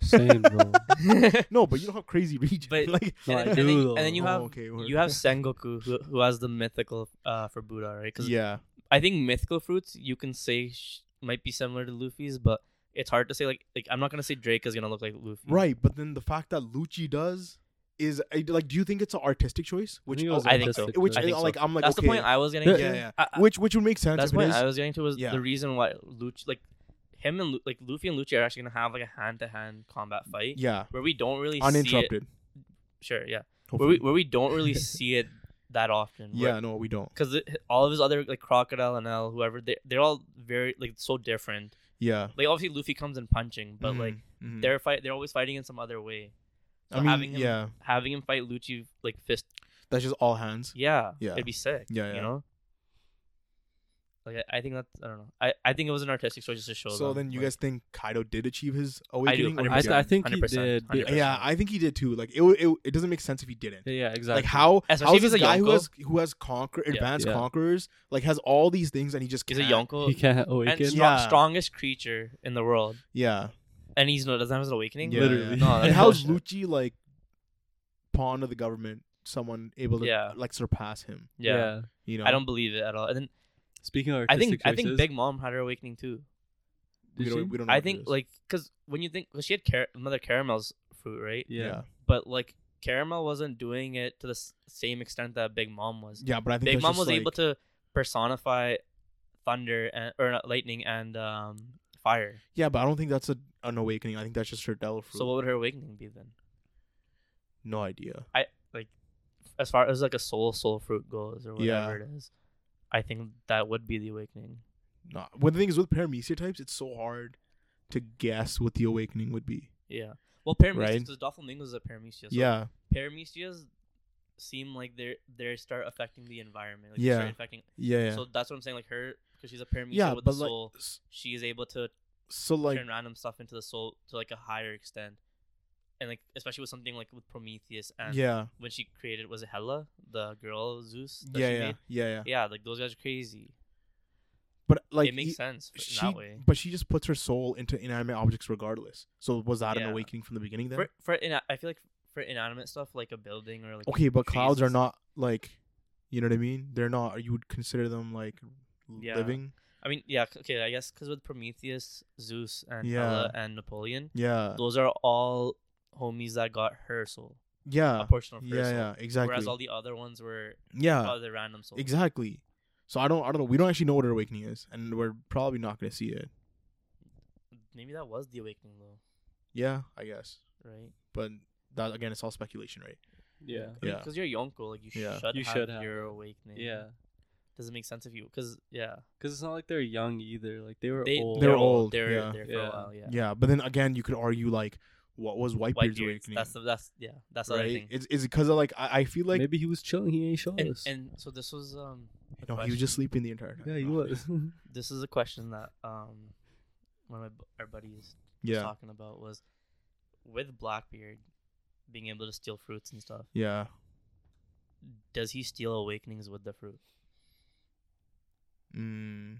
Speaker 3: Same, bro.
Speaker 1: No, but you don't have crazy regen.
Speaker 2: But-
Speaker 1: like,
Speaker 3: No,
Speaker 2: and,
Speaker 3: I
Speaker 2: then- and then,
Speaker 3: do,
Speaker 2: you- and then you
Speaker 1: Oh,
Speaker 2: have
Speaker 1: okay, word.
Speaker 2: you have Sengoku who who has the mythical uh for Buddha, right? Because
Speaker 1: yeah,
Speaker 2: I think mythical fruits you can say sh- might be similar to Luffy's, but it's hard to say. Like like I'm not gonna say Drake is gonna look like Luffy.
Speaker 1: right. But then the fact that Lucci does is I- like, do you think it's an artistic choice? Which
Speaker 3: think it was
Speaker 1: I-
Speaker 2: I think so.
Speaker 3: artistic,
Speaker 1: which
Speaker 2: I
Speaker 1: is,
Speaker 2: think so.
Speaker 1: like I'm like
Speaker 2: That's
Speaker 1: okay,
Speaker 2: the point I was getting
Speaker 1: yeah,
Speaker 2: to.
Speaker 1: yeah, yeah.
Speaker 2: I- I-
Speaker 1: Which which would make sense.
Speaker 2: that's
Speaker 1: if
Speaker 2: the
Speaker 1: it
Speaker 2: point
Speaker 1: is.
Speaker 2: I was getting to was
Speaker 1: Yeah.
Speaker 2: the reason why Lucci like him and Lu- like Luffy and Lucci are actually gonna have like a hand to hand combat fight
Speaker 1: yeah,
Speaker 2: where we don't really see
Speaker 1: uninterrupted.
Speaker 2: it. Sure, yeah. Where
Speaker 1: hopefully.
Speaker 2: we where we don't really see it that often. where-
Speaker 1: yeah, no, we don't.
Speaker 2: because all of his other like crocodile and L, whoever they they're all very like so different.
Speaker 1: Yeah,
Speaker 2: Like obviously Luffy comes in punching, but
Speaker 1: Mhm,
Speaker 2: like
Speaker 1: mhm.
Speaker 2: they're fight they're always fighting in some other way. So
Speaker 1: I mean,
Speaker 2: having him
Speaker 1: yeah,
Speaker 2: having him fight Lucci like fist,
Speaker 1: that's just all hands.
Speaker 2: yeah,
Speaker 1: Yeah.
Speaker 2: it'd be sick.
Speaker 1: Yeah, yeah.
Speaker 2: you know. Like I I think that's I don't know. I, I think it was an artistic choice just to show.
Speaker 1: So
Speaker 2: them,
Speaker 1: then you
Speaker 2: like-
Speaker 1: guys think Kaido did achieve his awakening? or he
Speaker 3: I, th- I
Speaker 2: 100%.
Speaker 3: think he
Speaker 2: 100%,
Speaker 3: did. but-
Speaker 2: 100%.
Speaker 1: Yeah, I think he did too. Like it, w- it, w- it doesn't make sense if he didn't.
Speaker 3: Yeah, exactly.
Speaker 1: Like how
Speaker 2: Especially
Speaker 1: how
Speaker 2: if
Speaker 1: is this
Speaker 2: he's a
Speaker 1: guy who
Speaker 2: Yonko.
Speaker 1: has who has conquer advanced
Speaker 3: Yeah.
Speaker 1: conquerors like has all these things and he just
Speaker 2: he's a
Speaker 1: can't-
Speaker 2: Yonko
Speaker 3: he can't
Speaker 2: and
Speaker 3: awaken.
Speaker 2: strong,
Speaker 1: Yeah.
Speaker 2: strongest creature in the world,
Speaker 1: Yeah,
Speaker 2: and he's no doesn't have an awakening.
Speaker 1: Yeah,
Speaker 3: Literally.
Speaker 1: yeah.
Speaker 2: No,
Speaker 1: and
Speaker 2: that's
Speaker 1: how's
Speaker 2: bullshit.
Speaker 1: Lucci like pawn of the government? Someone able to
Speaker 2: Yeah.
Speaker 1: like surpass him?
Speaker 2: Yeah.
Speaker 1: You know,
Speaker 2: I don't believe it at all. And then
Speaker 3: Speaking of
Speaker 2: I think
Speaker 3: artistic
Speaker 2: I think
Speaker 3: choices,
Speaker 2: Big Mom had her awakening too.
Speaker 1: We
Speaker 3: did
Speaker 1: don't,
Speaker 3: she?
Speaker 1: we don't know
Speaker 2: I
Speaker 1: what it
Speaker 2: think
Speaker 1: is.
Speaker 2: like because when you think 'cause she had car- Mother Caramel's fruit, right?
Speaker 1: yeah.
Speaker 3: yeah.
Speaker 1: yeah,
Speaker 2: But like Caramel wasn't doing it to the s- same extent that Big Mom was.
Speaker 1: but I think
Speaker 2: Big
Speaker 1: that's
Speaker 2: Mom
Speaker 1: just,
Speaker 2: was
Speaker 1: like,
Speaker 2: able to personify thunder and or not, lightning and um fire.
Speaker 1: Yeah, but I don't think that's a, an awakening. I think that's just her devil fruit.
Speaker 2: So what would her awakening be then?
Speaker 1: no idea.
Speaker 2: As far as like a soul soul fruit goes or
Speaker 1: Yeah.
Speaker 2: whatever it is, I think that would be the awakening.
Speaker 1: No. Well, the thing is with paramecia types, it's so hard to guess what the awakening would be.
Speaker 2: Yeah. Well, Paramecia
Speaker 1: Right.
Speaker 2: because Doflamingo is a Paramecia. So
Speaker 1: yeah,
Speaker 2: Paramecias seem like they're they start affecting the environment. Like They
Speaker 1: Yeah.
Speaker 2: start affecting
Speaker 1: yeah, yeah.
Speaker 2: So that's what I'm saying. Like her, because she's a paramecia
Speaker 1: yeah,
Speaker 2: with the
Speaker 1: but like,
Speaker 2: soul,
Speaker 1: s-
Speaker 2: she is able to
Speaker 1: so like,
Speaker 2: turn random stuff into the soul to like a higher extent, and like especially with something like with Prometheus and
Speaker 1: yeah,
Speaker 2: when she created was it Hela, the girl Zeus? That
Speaker 1: yeah,
Speaker 2: she
Speaker 1: yeah,
Speaker 2: made?
Speaker 1: yeah, yeah.
Speaker 2: yeah. Like those guys are crazy.
Speaker 1: But like,
Speaker 2: it makes
Speaker 1: e-
Speaker 2: sense for-
Speaker 1: she,
Speaker 2: in that way.
Speaker 1: but she just puts her soul into inanimate objects regardless. So was that an
Speaker 2: Yeah.
Speaker 1: awakening from the beginning then?
Speaker 2: For for ina- I feel like for inanimate stuff like a building or like
Speaker 1: okay, but clouds are
Speaker 2: trees.
Speaker 1: not like, you know what I mean? They're not. You would consider them like
Speaker 2: Yeah.
Speaker 1: living.
Speaker 2: I mean, yeah. c- Okay, I guess because with Prometheus, Zeus, and
Speaker 1: Yeah. Uh.
Speaker 2: Hela and Napoleon,
Speaker 1: Yeah,
Speaker 2: those are all homies that got her soul, a
Speaker 1: yeah,
Speaker 2: portion of her
Speaker 1: Uh. yeah,
Speaker 2: soul.
Speaker 1: yeah. Exactly. Uh.
Speaker 2: Whereas all the other ones were
Speaker 1: yeah,
Speaker 2: other random souls.
Speaker 1: exactly. So I don't, I don't know. We don't actually know what her awakening is, and we're probably not gonna see it.
Speaker 2: Maybe that was the awakening though,
Speaker 1: Yeah, I guess.
Speaker 2: right?
Speaker 1: But that again, it's all speculation, right?
Speaker 3: Yeah.
Speaker 1: Yeah.
Speaker 2: Because you're Yonko, like you
Speaker 1: Yeah.
Speaker 2: should
Speaker 3: You
Speaker 2: have
Speaker 3: should have
Speaker 2: your
Speaker 3: it.
Speaker 2: awakening.
Speaker 3: Yeah.
Speaker 2: Doesn't make sense if you because yeah
Speaker 3: Because it's not like they're young either. Like they were
Speaker 2: they
Speaker 3: old.
Speaker 1: They're
Speaker 2: they're
Speaker 1: old,
Speaker 2: old they're
Speaker 1: yeah.
Speaker 2: there for
Speaker 3: Yeah.
Speaker 2: a while yeah.
Speaker 1: Yeah. but then again, you could argue like, what was
Speaker 2: White
Speaker 1: Whitebeard's
Speaker 2: beards.
Speaker 1: awakening?
Speaker 2: That's the that's yeah that's the other
Speaker 1: right?
Speaker 2: thing.
Speaker 1: It's is because of like I, I feel like
Speaker 3: maybe he was chilling. He ain't showing
Speaker 2: And
Speaker 3: us.
Speaker 2: and so this was um a
Speaker 1: no, he was just
Speaker 2: question-
Speaker 1: sleeping the entire time.
Speaker 3: yeah, he was.
Speaker 2: This is a question that um one of my, bu- our buddies was
Speaker 1: Yeah,
Speaker 2: talking about was with Blackbeard being able to steal fruits and stuff.
Speaker 1: yeah.
Speaker 2: Does he steal awakenings with the fruit?
Speaker 1: Mm,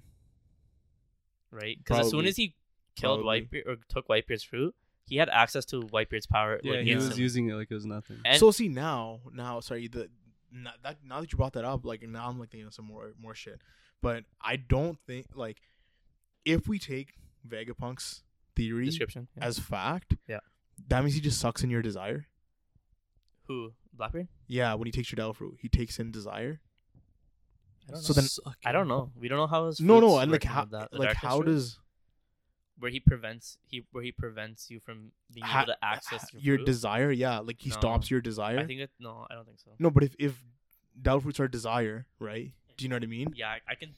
Speaker 2: right? Because as soon
Speaker 1: Probably.
Speaker 2: as he killed
Speaker 1: Probably.
Speaker 2: Whitebeard or took Whitebeard's fruit, he had access to Whitebeard's power.
Speaker 3: yeah,
Speaker 2: like,
Speaker 3: he
Speaker 2: against
Speaker 3: was
Speaker 2: him.
Speaker 3: using it like it was nothing.
Speaker 2: And
Speaker 1: Mm. so see now, now sorry the now that now that you brought that up, like now I'm like thinking of some more more shit. But I don't think like if we take Vegapunk's theory
Speaker 2: description yeah.
Speaker 1: as fact,
Speaker 2: Yeah.
Speaker 1: that means he just sucks in your desire.
Speaker 2: who Blackbeard?
Speaker 1: Yeah, when he takes your devil fruit, he takes in desire.
Speaker 2: I don't
Speaker 1: So
Speaker 2: know.
Speaker 1: then-
Speaker 3: Suck
Speaker 2: I don't know. We don't know how his
Speaker 1: No, no,
Speaker 2: fruits
Speaker 1: and like
Speaker 2: working
Speaker 1: how,
Speaker 2: with that- the
Speaker 1: like
Speaker 2: darkness
Speaker 1: how
Speaker 2: fruit,
Speaker 1: does
Speaker 2: where he prevents he where he prevents you from being
Speaker 1: ha-
Speaker 2: able to access your,
Speaker 1: your
Speaker 2: fruit?
Speaker 1: desire? Yeah, like he
Speaker 2: No.
Speaker 1: stops your desire.
Speaker 2: I think that no, I don't think so.
Speaker 1: no, but if if devil fruits are desire, right? Do you know what I mean?
Speaker 2: Yeah, I, I can.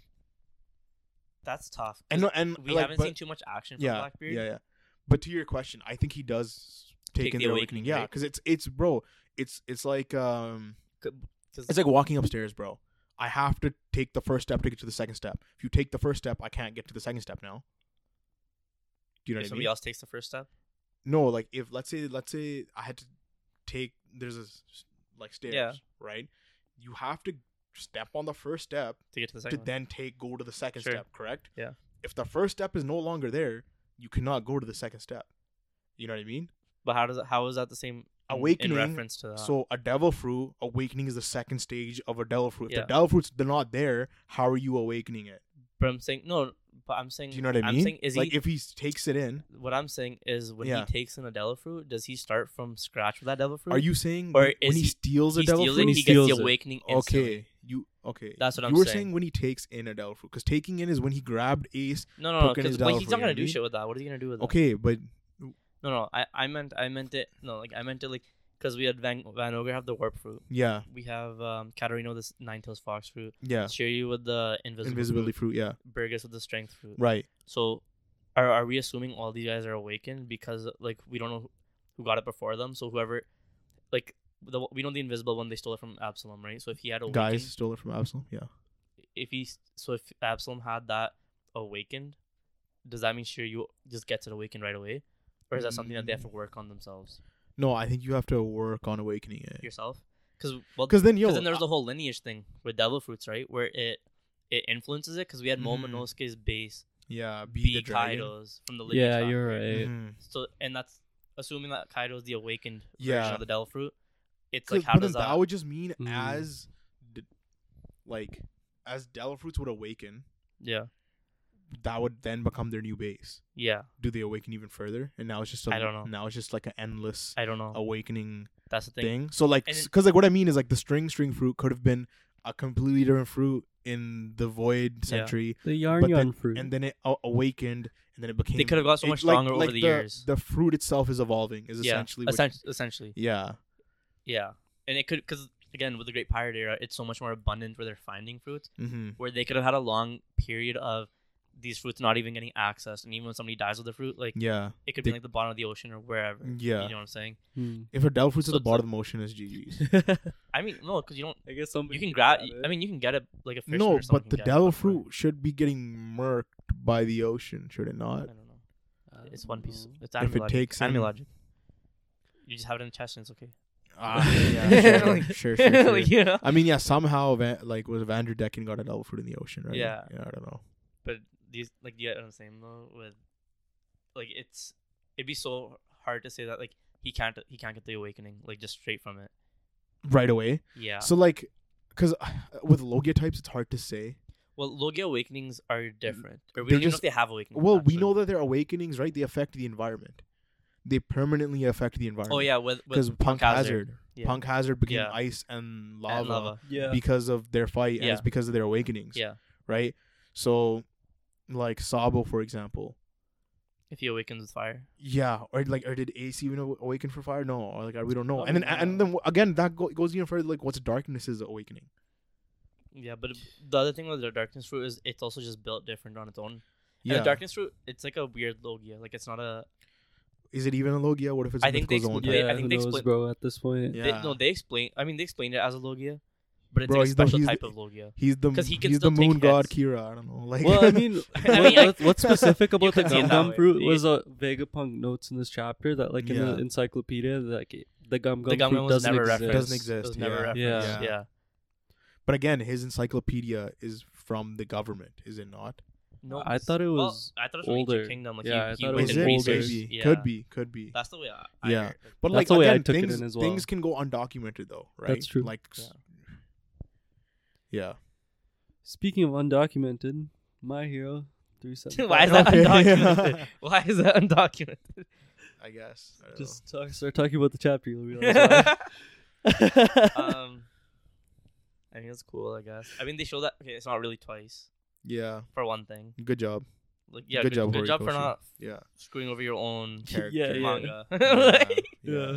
Speaker 2: That's tough. 'cause
Speaker 1: And no, and
Speaker 2: we
Speaker 1: like,
Speaker 2: haven't
Speaker 1: but-
Speaker 2: seen too much action from
Speaker 1: yeah,
Speaker 2: Blackbeard.
Speaker 1: Yeah, yeah. But to your question, I think he does take,
Speaker 2: Take
Speaker 1: in
Speaker 2: the
Speaker 1: the awakening.
Speaker 2: awakening,
Speaker 1: Yeah,
Speaker 2: right?
Speaker 1: because it's it's bro, it's it's like um,
Speaker 2: Cause,
Speaker 1: it's like walking upstairs, bro. I have to take the first step to get to the second step. If you take the first step, I can't get to the second step now. Do you know
Speaker 2: if
Speaker 1: what I
Speaker 2: somebody
Speaker 1: mean?
Speaker 2: else takes the first step.
Speaker 1: no, like if let's say let's say I had to take there's a s- like stairs,
Speaker 2: Yeah.
Speaker 1: right? You have to step on the first step
Speaker 2: to get to the
Speaker 1: to
Speaker 2: second one.
Speaker 1: then take go to the second
Speaker 2: Sure.
Speaker 1: step, correct?
Speaker 2: Yeah.
Speaker 1: If the first step is no longer there, you cannot go to the second step. You know what I mean?
Speaker 2: But how does it, how is that the same in-
Speaker 1: Awakening,
Speaker 2: in reference to that?
Speaker 1: So a devil fruit awakening is the second stage of a devil fruit. If
Speaker 2: Yeah.
Speaker 1: the devil fruit's they're not there, how are you awakening it?
Speaker 2: but I'm saying no. But Mm. I'm saying
Speaker 1: Do you know what I mean?
Speaker 2: am saying is
Speaker 1: like
Speaker 2: he?
Speaker 1: if he takes it in,
Speaker 2: what I'm saying is when
Speaker 1: Yeah.
Speaker 2: he takes in a devil fruit, does he start from scratch with that devil fruit?
Speaker 1: are you saying
Speaker 2: Or
Speaker 1: when, when
Speaker 2: is
Speaker 1: he
Speaker 2: he-
Speaker 1: steals a
Speaker 2: He
Speaker 1: devil
Speaker 2: steals
Speaker 1: fruit?
Speaker 2: it.
Speaker 3: When
Speaker 2: He
Speaker 3: he
Speaker 2: gets the
Speaker 3: steals it.
Speaker 2: awakening. instantly.
Speaker 1: Okay, you okay?
Speaker 2: That's what I'm
Speaker 1: you were
Speaker 2: saying.
Speaker 1: saying when he takes in a devil fruit because taking in is when he grabbed Ace.
Speaker 2: No, no, no.
Speaker 1: Token is
Speaker 2: Because like,
Speaker 1: devil
Speaker 2: he's
Speaker 1: fruit,
Speaker 2: not
Speaker 1: you know
Speaker 2: gonna
Speaker 1: what I
Speaker 2: do
Speaker 1: mean?
Speaker 2: shit with that. What is he gonna do with that?
Speaker 1: Okay, but
Speaker 2: No, no. I, I meant, I meant it. No, like I meant it, like because we had Van Van Ogre have the warp fruit.
Speaker 1: yeah,
Speaker 2: We have um Katarina with this nine tails fox fruit.
Speaker 1: yeah,
Speaker 2: Shiryu with the invisible
Speaker 1: invisibility
Speaker 2: fruit.
Speaker 1: fruit, yeah,
Speaker 2: Burgess with the strength fruit.
Speaker 1: right.
Speaker 2: So, are are we assuming all these guys are awakened because like we don't know who- who got it before them? So whoever, like the we know the invisible one, they stole it from Absalom, right? So if he had awakened,
Speaker 1: Guys stole it from Absalom, yeah.
Speaker 2: if he s- so if Absalom had that awakened, does that mean Shiryu just gets it awakened right away, or is that something that they have to work on themselves
Speaker 1: No, I think you have to work on awakening it
Speaker 2: yourself? Because well, because
Speaker 1: because then yo, uh
Speaker 2: then there's the whole lineage thing with devil fruits, right? Where it it influences it because we had
Speaker 1: Mhm.
Speaker 2: Momonosuke's base
Speaker 1: yeah, be,
Speaker 2: be
Speaker 1: the dragon.
Speaker 2: Kaido's from the lineage
Speaker 3: Yeah,
Speaker 2: up,
Speaker 3: you're
Speaker 2: right?
Speaker 3: right.
Speaker 1: Mhm.
Speaker 2: So, and that's assuming that Kaido's the awakened version
Speaker 1: Yeah.
Speaker 2: of the Devil Fruit. It's
Speaker 1: 'Cause-
Speaker 2: like how
Speaker 1: but
Speaker 2: does
Speaker 1: then
Speaker 2: that?
Speaker 1: would just mean
Speaker 3: Mm.
Speaker 1: as d- like as Delafruits would awaken,
Speaker 2: yeah,
Speaker 1: that would then become their new base.
Speaker 2: yeah.
Speaker 1: Do they awaken even further? And now it's just a,
Speaker 2: I don't know.
Speaker 1: Now it's just like an endless
Speaker 2: I don't know.
Speaker 1: awakening
Speaker 2: that's the thing.
Speaker 1: thing. So like
Speaker 2: And it-
Speaker 1: because like what I mean is like the string string fruit could have been a completely different fruit in the void century,
Speaker 3: The yarn
Speaker 1: But
Speaker 3: yarn fruit.
Speaker 1: and then it a- awakened, and then it became.
Speaker 2: They could have got so
Speaker 1: it-
Speaker 2: much
Speaker 1: like-
Speaker 2: stronger
Speaker 1: like
Speaker 2: over the, years.
Speaker 1: The fruit itself is evolving. Is
Speaker 2: yeah,
Speaker 1: essentially.
Speaker 2: essentially,
Speaker 1: what-
Speaker 2: essentially,
Speaker 1: yeah.
Speaker 2: yeah. And it could because again with the Great Pirate era, it's so much more abundant where they're finding fruits
Speaker 1: Mm-hmm.
Speaker 2: where they could have had a long period of these fruits not even getting accessed, and even when somebody dies with the fruit, like
Speaker 1: Yeah.
Speaker 2: it could
Speaker 1: They-
Speaker 2: be like the bottom of the ocean or wherever.
Speaker 1: Yeah.
Speaker 2: You know what I'm saying?
Speaker 3: Hmm.
Speaker 1: If a Delafruit's
Speaker 2: So
Speaker 1: at the
Speaker 2: it's
Speaker 1: bottom of the motion, is GG's.
Speaker 2: I mean, no, because you don't.
Speaker 3: I guess somebody
Speaker 2: You can grab. I mean, you can get it like a fish.
Speaker 1: No,
Speaker 2: or
Speaker 1: but
Speaker 2: someone can
Speaker 1: the
Speaker 2: get it,
Speaker 1: devil
Speaker 2: but-
Speaker 1: fruit should be getting murked by the ocean, should it
Speaker 2: I
Speaker 1: not?
Speaker 2: don't know. It's One Piece. It's
Speaker 1: If
Speaker 2: anime
Speaker 1: it
Speaker 2: logic.
Speaker 1: takes
Speaker 2: anime
Speaker 1: in-
Speaker 2: logic. You just have it in the chest and it's okay.
Speaker 1: Ah, yeah, sure,
Speaker 2: Like-
Speaker 1: sure, sure, sure.
Speaker 2: Like, you know?
Speaker 1: I mean, yeah, somehow, Van, like, was Vander Decken got a devil fruit in the ocean, right?
Speaker 2: Yeah.
Speaker 1: Yeah, I don't know.
Speaker 2: But these, like, you get what I'm saying though. With, like, it's it'd be so hard to say that like he can't he can't get the awakening like just straight from it.
Speaker 1: Right away.
Speaker 2: Yeah.
Speaker 1: So, like, because with Logia types, it's hard to say.
Speaker 2: well, Logia awakenings are different. Or
Speaker 1: They're
Speaker 2: we don't even know
Speaker 1: just-
Speaker 2: if they have awakenings.
Speaker 1: Well, we
Speaker 2: actually.
Speaker 1: know that their awakenings, right? They affect the environment. They permanently affect the environment.
Speaker 2: Oh yeah, with
Speaker 1: Because
Speaker 2: with
Speaker 1: Punk Hazard,
Speaker 2: Yeah.
Speaker 1: Punk Hazard became
Speaker 2: Yeah.
Speaker 1: ice and
Speaker 2: and
Speaker 1: lava,
Speaker 2: lava.
Speaker 3: Yeah.
Speaker 1: because of their fight, and
Speaker 2: Yeah.
Speaker 1: it's because of their awakenings,
Speaker 2: Yeah.
Speaker 1: right? So, like Sabo, for example,
Speaker 2: If he awakens with fire.
Speaker 1: Yeah, or like, or did Ace even aw- awaken for fire? No, or like we don't know.
Speaker 2: Oh,
Speaker 1: and then,
Speaker 2: yeah.
Speaker 1: and then again, that go- goes even further. Like, what's darkness is awakening?
Speaker 2: Yeah, but the other thing with the darkness fruit is it's also just built different on its own. And
Speaker 1: Yeah,
Speaker 2: the darkness fruit, it's like a weird logia. Like it's not a
Speaker 1: is it even a logia? What if it's a
Speaker 2: I think they
Speaker 1: mythical zone?
Speaker 2: explain-
Speaker 1: type?
Speaker 2: Yeah, I think
Speaker 3: who
Speaker 2: they
Speaker 3: knows,
Speaker 2: split-
Speaker 3: bro. At this point,
Speaker 1: Yeah.
Speaker 2: They, no, they explain. I mean, they explained it as a logia, but it's
Speaker 1: Bro,
Speaker 2: like a
Speaker 1: he's the-
Speaker 2: special
Speaker 1: he's
Speaker 2: type
Speaker 1: the-
Speaker 2: of logia.
Speaker 1: He's the
Speaker 2: 'Cause he can
Speaker 1: he's the
Speaker 2: still take
Speaker 1: moon god
Speaker 2: hits.
Speaker 1: Kira. I don't know. Like,
Speaker 3: Well, I mean,
Speaker 2: I
Speaker 3: what,
Speaker 2: mean, I-
Speaker 3: what's- what's specific about the
Speaker 2: could see it
Speaker 3: Gum
Speaker 2: that
Speaker 3: Gum
Speaker 2: way.
Speaker 3: fruit was a Vegapunk notes in this chapter that, like, in
Speaker 1: Yeah.
Speaker 3: the encyclopedia, like it- the Gum Gum
Speaker 2: The gum
Speaker 3: fruit
Speaker 2: was
Speaker 3: doesn't
Speaker 2: never
Speaker 3: exist.
Speaker 2: referenced.
Speaker 1: Doesn't exist,
Speaker 2: It was never referenced.
Speaker 3: yeah.
Speaker 2: Yeah.
Speaker 1: Yeah. but again, his encyclopedia is from the government, is it not?
Speaker 2: No,
Speaker 3: I thought it
Speaker 2: well,
Speaker 3: was
Speaker 2: I thought it was from
Speaker 3: older.
Speaker 2: Ancient Kingdom. Like
Speaker 3: Yeah,
Speaker 2: he,
Speaker 3: I
Speaker 2: he
Speaker 3: thought it
Speaker 2: went
Speaker 3: was
Speaker 2: and
Speaker 3: older.
Speaker 2: researched.
Speaker 1: Maybe.
Speaker 2: Yeah.
Speaker 1: Could be, could be.
Speaker 2: That's the way. I, I
Speaker 1: Yeah.
Speaker 2: heard. Like,
Speaker 1: but
Speaker 3: That's
Speaker 1: like
Speaker 3: the way I
Speaker 1: again,
Speaker 3: took it in
Speaker 1: things,
Speaker 3: as well.
Speaker 1: things can go undocumented though, right?
Speaker 3: That's true.
Speaker 1: Like, s- yeah.
Speaker 3: Speaking of undocumented, my hero three seven.
Speaker 2: why is that
Speaker 1: Okay.
Speaker 2: undocumented? why is that undocumented?
Speaker 1: I guess. I don't know.
Speaker 3: Just talk, start talking about the chapter. You'll realize why.
Speaker 2: um, I mean, that's cool. I guess. I mean, they show that. Okay, it's not really twice
Speaker 1: yeah.
Speaker 2: for one thing.
Speaker 1: Good job.
Speaker 2: Like, yeah,
Speaker 1: Good
Speaker 2: good,
Speaker 1: job,
Speaker 2: good job for
Speaker 1: Horikoshi.
Speaker 2: not
Speaker 1: Yeah.
Speaker 2: screwing over your own
Speaker 3: Yeah,
Speaker 2: character
Speaker 3: yeah.
Speaker 2: manga.
Speaker 1: yeah.
Speaker 2: Like,
Speaker 1: yeah.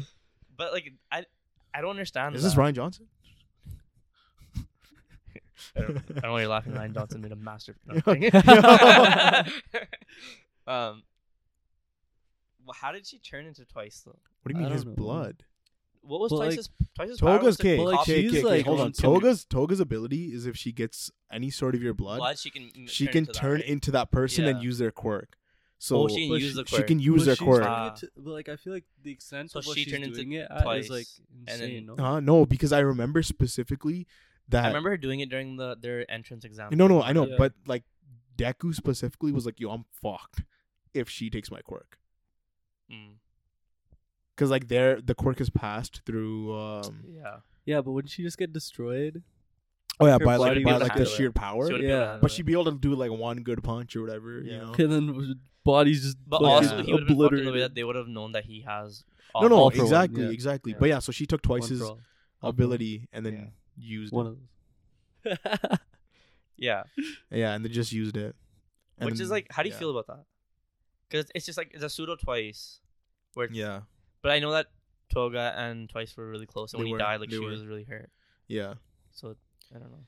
Speaker 2: but like, I, I don't understand.
Speaker 1: Is this
Speaker 2: that.
Speaker 1: Ryan Johnson?
Speaker 2: I don't, I don't know why you're laughing. Ryan Johnson made a master. no,
Speaker 1: Yeah.
Speaker 2: I'm kidding. um, well, how did she turn into Twice though?
Speaker 1: What do
Speaker 3: I
Speaker 1: you mean
Speaker 3: don't
Speaker 1: his
Speaker 3: know.
Speaker 1: blood?
Speaker 2: What was
Speaker 3: Well, like,
Speaker 2: Twice's? Twice's power
Speaker 1: Toga's
Speaker 2: was to
Speaker 1: okay.
Speaker 3: Well, like,
Speaker 2: copy
Speaker 3: she's,
Speaker 1: okay, okay,
Speaker 3: like,
Speaker 1: hold on.
Speaker 3: into-
Speaker 1: Toga's Toga's ability is if she gets any sort of your blood,
Speaker 2: blood. She can m-
Speaker 1: she
Speaker 2: turn
Speaker 1: can
Speaker 2: into that,
Speaker 1: turn
Speaker 2: right?
Speaker 1: into that person and
Speaker 2: Yeah.
Speaker 1: use their quirk. So
Speaker 2: oh, she can
Speaker 3: But
Speaker 2: use
Speaker 3: she-
Speaker 2: the
Speaker 1: she
Speaker 2: quirk.
Speaker 1: can use
Speaker 3: but
Speaker 1: her
Speaker 3: she's
Speaker 1: quirk.
Speaker 3: doing
Speaker 2: Uh,
Speaker 3: it to- but like I feel like the extent
Speaker 2: so
Speaker 3: of what
Speaker 2: she
Speaker 3: she's
Speaker 2: turned into
Speaker 3: doing it at
Speaker 2: twice,
Speaker 3: is like
Speaker 2: then-
Speaker 3: insane. no?
Speaker 1: Uh, no, because I remember specifically that.
Speaker 2: I remember her doing it during the their entrance exam.
Speaker 1: No, no, I know,
Speaker 3: Yeah.
Speaker 1: but like Deku specifically was like, "Yo, I'm fucked if she takes my quirk."
Speaker 2: Mm,
Speaker 1: Because like there, the quirk is passed through. um
Speaker 2: yeah.
Speaker 3: Yeah, but wouldn't she just get destroyed?
Speaker 1: Oh yeah,
Speaker 3: Her
Speaker 1: by
Speaker 3: body
Speaker 1: like by
Speaker 2: would
Speaker 1: like the
Speaker 2: handle it.
Speaker 1: sheer power.
Speaker 2: She would've been
Speaker 3: yeah,
Speaker 2: able to handle
Speaker 1: But
Speaker 2: it.
Speaker 1: she'd be able to do like one good punch or whatever, you
Speaker 2: Yeah.
Speaker 1: know.
Speaker 3: And then bodies just
Speaker 2: But
Speaker 3: fucking
Speaker 2: also,
Speaker 1: Yeah.
Speaker 2: he would have been in the way that
Speaker 3: obliterated.
Speaker 2: they would have known that he has.
Speaker 1: No, no,
Speaker 3: all for one,
Speaker 1: exactly,
Speaker 3: yeah.
Speaker 1: exactly.
Speaker 2: Yeah.
Speaker 1: But yeah, so she took twice
Speaker 3: One
Speaker 1: his
Speaker 3: for all.
Speaker 1: ability and then
Speaker 2: Yeah.
Speaker 1: used
Speaker 3: Mm-hmm. One
Speaker 1: it.
Speaker 3: of those.
Speaker 2: Yeah,
Speaker 1: yeah, and then just used it. And
Speaker 2: which is
Speaker 1: then-
Speaker 2: like, how do you
Speaker 1: yeah.
Speaker 2: feel about that? Because it's just like it's a pseudo twice. Where,
Speaker 1: Yeah,
Speaker 2: but I know that Toga and Twice were really close, and
Speaker 1: They
Speaker 2: when
Speaker 1: were,
Speaker 2: he died, like
Speaker 1: they
Speaker 2: she
Speaker 1: were.
Speaker 2: was really hurt.
Speaker 1: yeah.
Speaker 2: So I don't know.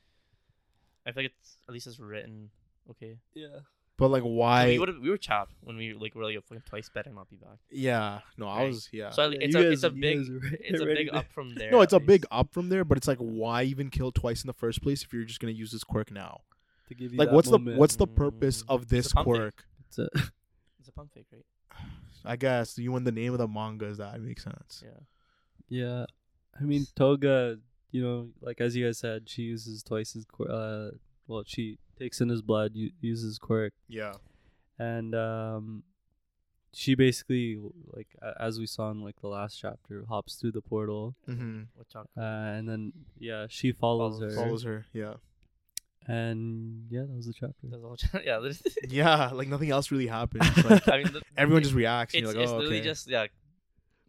Speaker 2: I feel like it's at least it's written okay.
Speaker 3: yeah.
Speaker 1: But like,
Speaker 2: we
Speaker 1: why?
Speaker 2: would we were chapped when we like were like fucking Twice better not be back.
Speaker 1: Yeah, no, I
Speaker 2: Right.
Speaker 1: was yeah.
Speaker 2: So like,
Speaker 3: Yeah,
Speaker 2: it's
Speaker 3: you
Speaker 2: a it's
Speaker 3: guys-
Speaker 2: a
Speaker 3: you
Speaker 2: big
Speaker 3: guys are right-
Speaker 2: it's a
Speaker 3: ready
Speaker 2: big
Speaker 3: to-
Speaker 2: up from there.
Speaker 1: no,
Speaker 2: at
Speaker 1: it's a
Speaker 2: least.
Speaker 1: big up from there, but it's like, why even kill twice in the first place if you're just gonna use this quirk now?
Speaker 3: to give you
Speaker 1: Like,
Speaker 3: that
Speaker 1: what's
Speaker 3: moment.
Speaker 1: the what's the purpose
Speaker 2: Mm.
Speaker 1: of this
Speaker 2: pump fake.
Speaker 1: quirk?
Speaker 3: It's a-
Speaker 2: It's a pump fake, right?
Speaker 1: I guess you in the name of the manga is that it makes sense.
Speaker 2: Yeah.
Speaker 3: yeah, I mean Toga. You know, like as you guys said, she uses twice as quirk. Uh, well, she takes in his blood, u- uses quirk,
Speaker 1: Yeah,
Speaker 3: and um, she basically like a- as we saw in like the last chapter, hops through the portal,
Speaker 1: Mhm.
Speaker 2: What chunk?
Speaker 3: uh, and then yeah, she follows,
Speaker 2: Follows.
Speaker 3: her,
Speaker 1: follows her. Yeah,
Speaker 3: and yeah, that was the chapter.
Speaker 2: There's a whole chunk. Yeah. there's-
Speaker 1: yeah. Like nothing else really happens. Like,
Speaker 2: I mean, the,
Speaker 1: everyone
Speaker 2: it-
Speaker 1: just reacts. And
Speaker 2: It's,
Speaker 1: you're like,
Speaker 2: it's
Speaker 1: oh,
Speaker 2: literally
Speaker 1: okay.
Speaker 2: just yeah.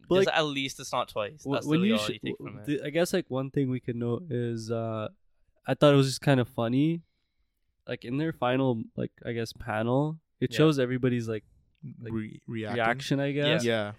Speaker 3: But,
Speaker 2: just
Speaker 3: like,
Speaker 2: at least it's not twice.
Speaker 3: Wh-
Speaker 2: That's
Speaker 3: when
Speaker 2: literally
Speaker 3: you
Speaker 2: all
Speaker 3: sh-
Speaker 2: you take from
Speaker 3: w-
Speaker 2: it.
Speaker 3: the- I guess like one thing we could note is uh I thought it was just kind of funny. Like in their final like I guess panel, it
Speaker 2: Yeah.
Speaker 3: shows everybody's like like,
Speaker 1: Re- reacting.
Speaker 3: reaction, I
Speaker 2: Yeah.
Speaker 3: guess.
Speaker 1: Yeah,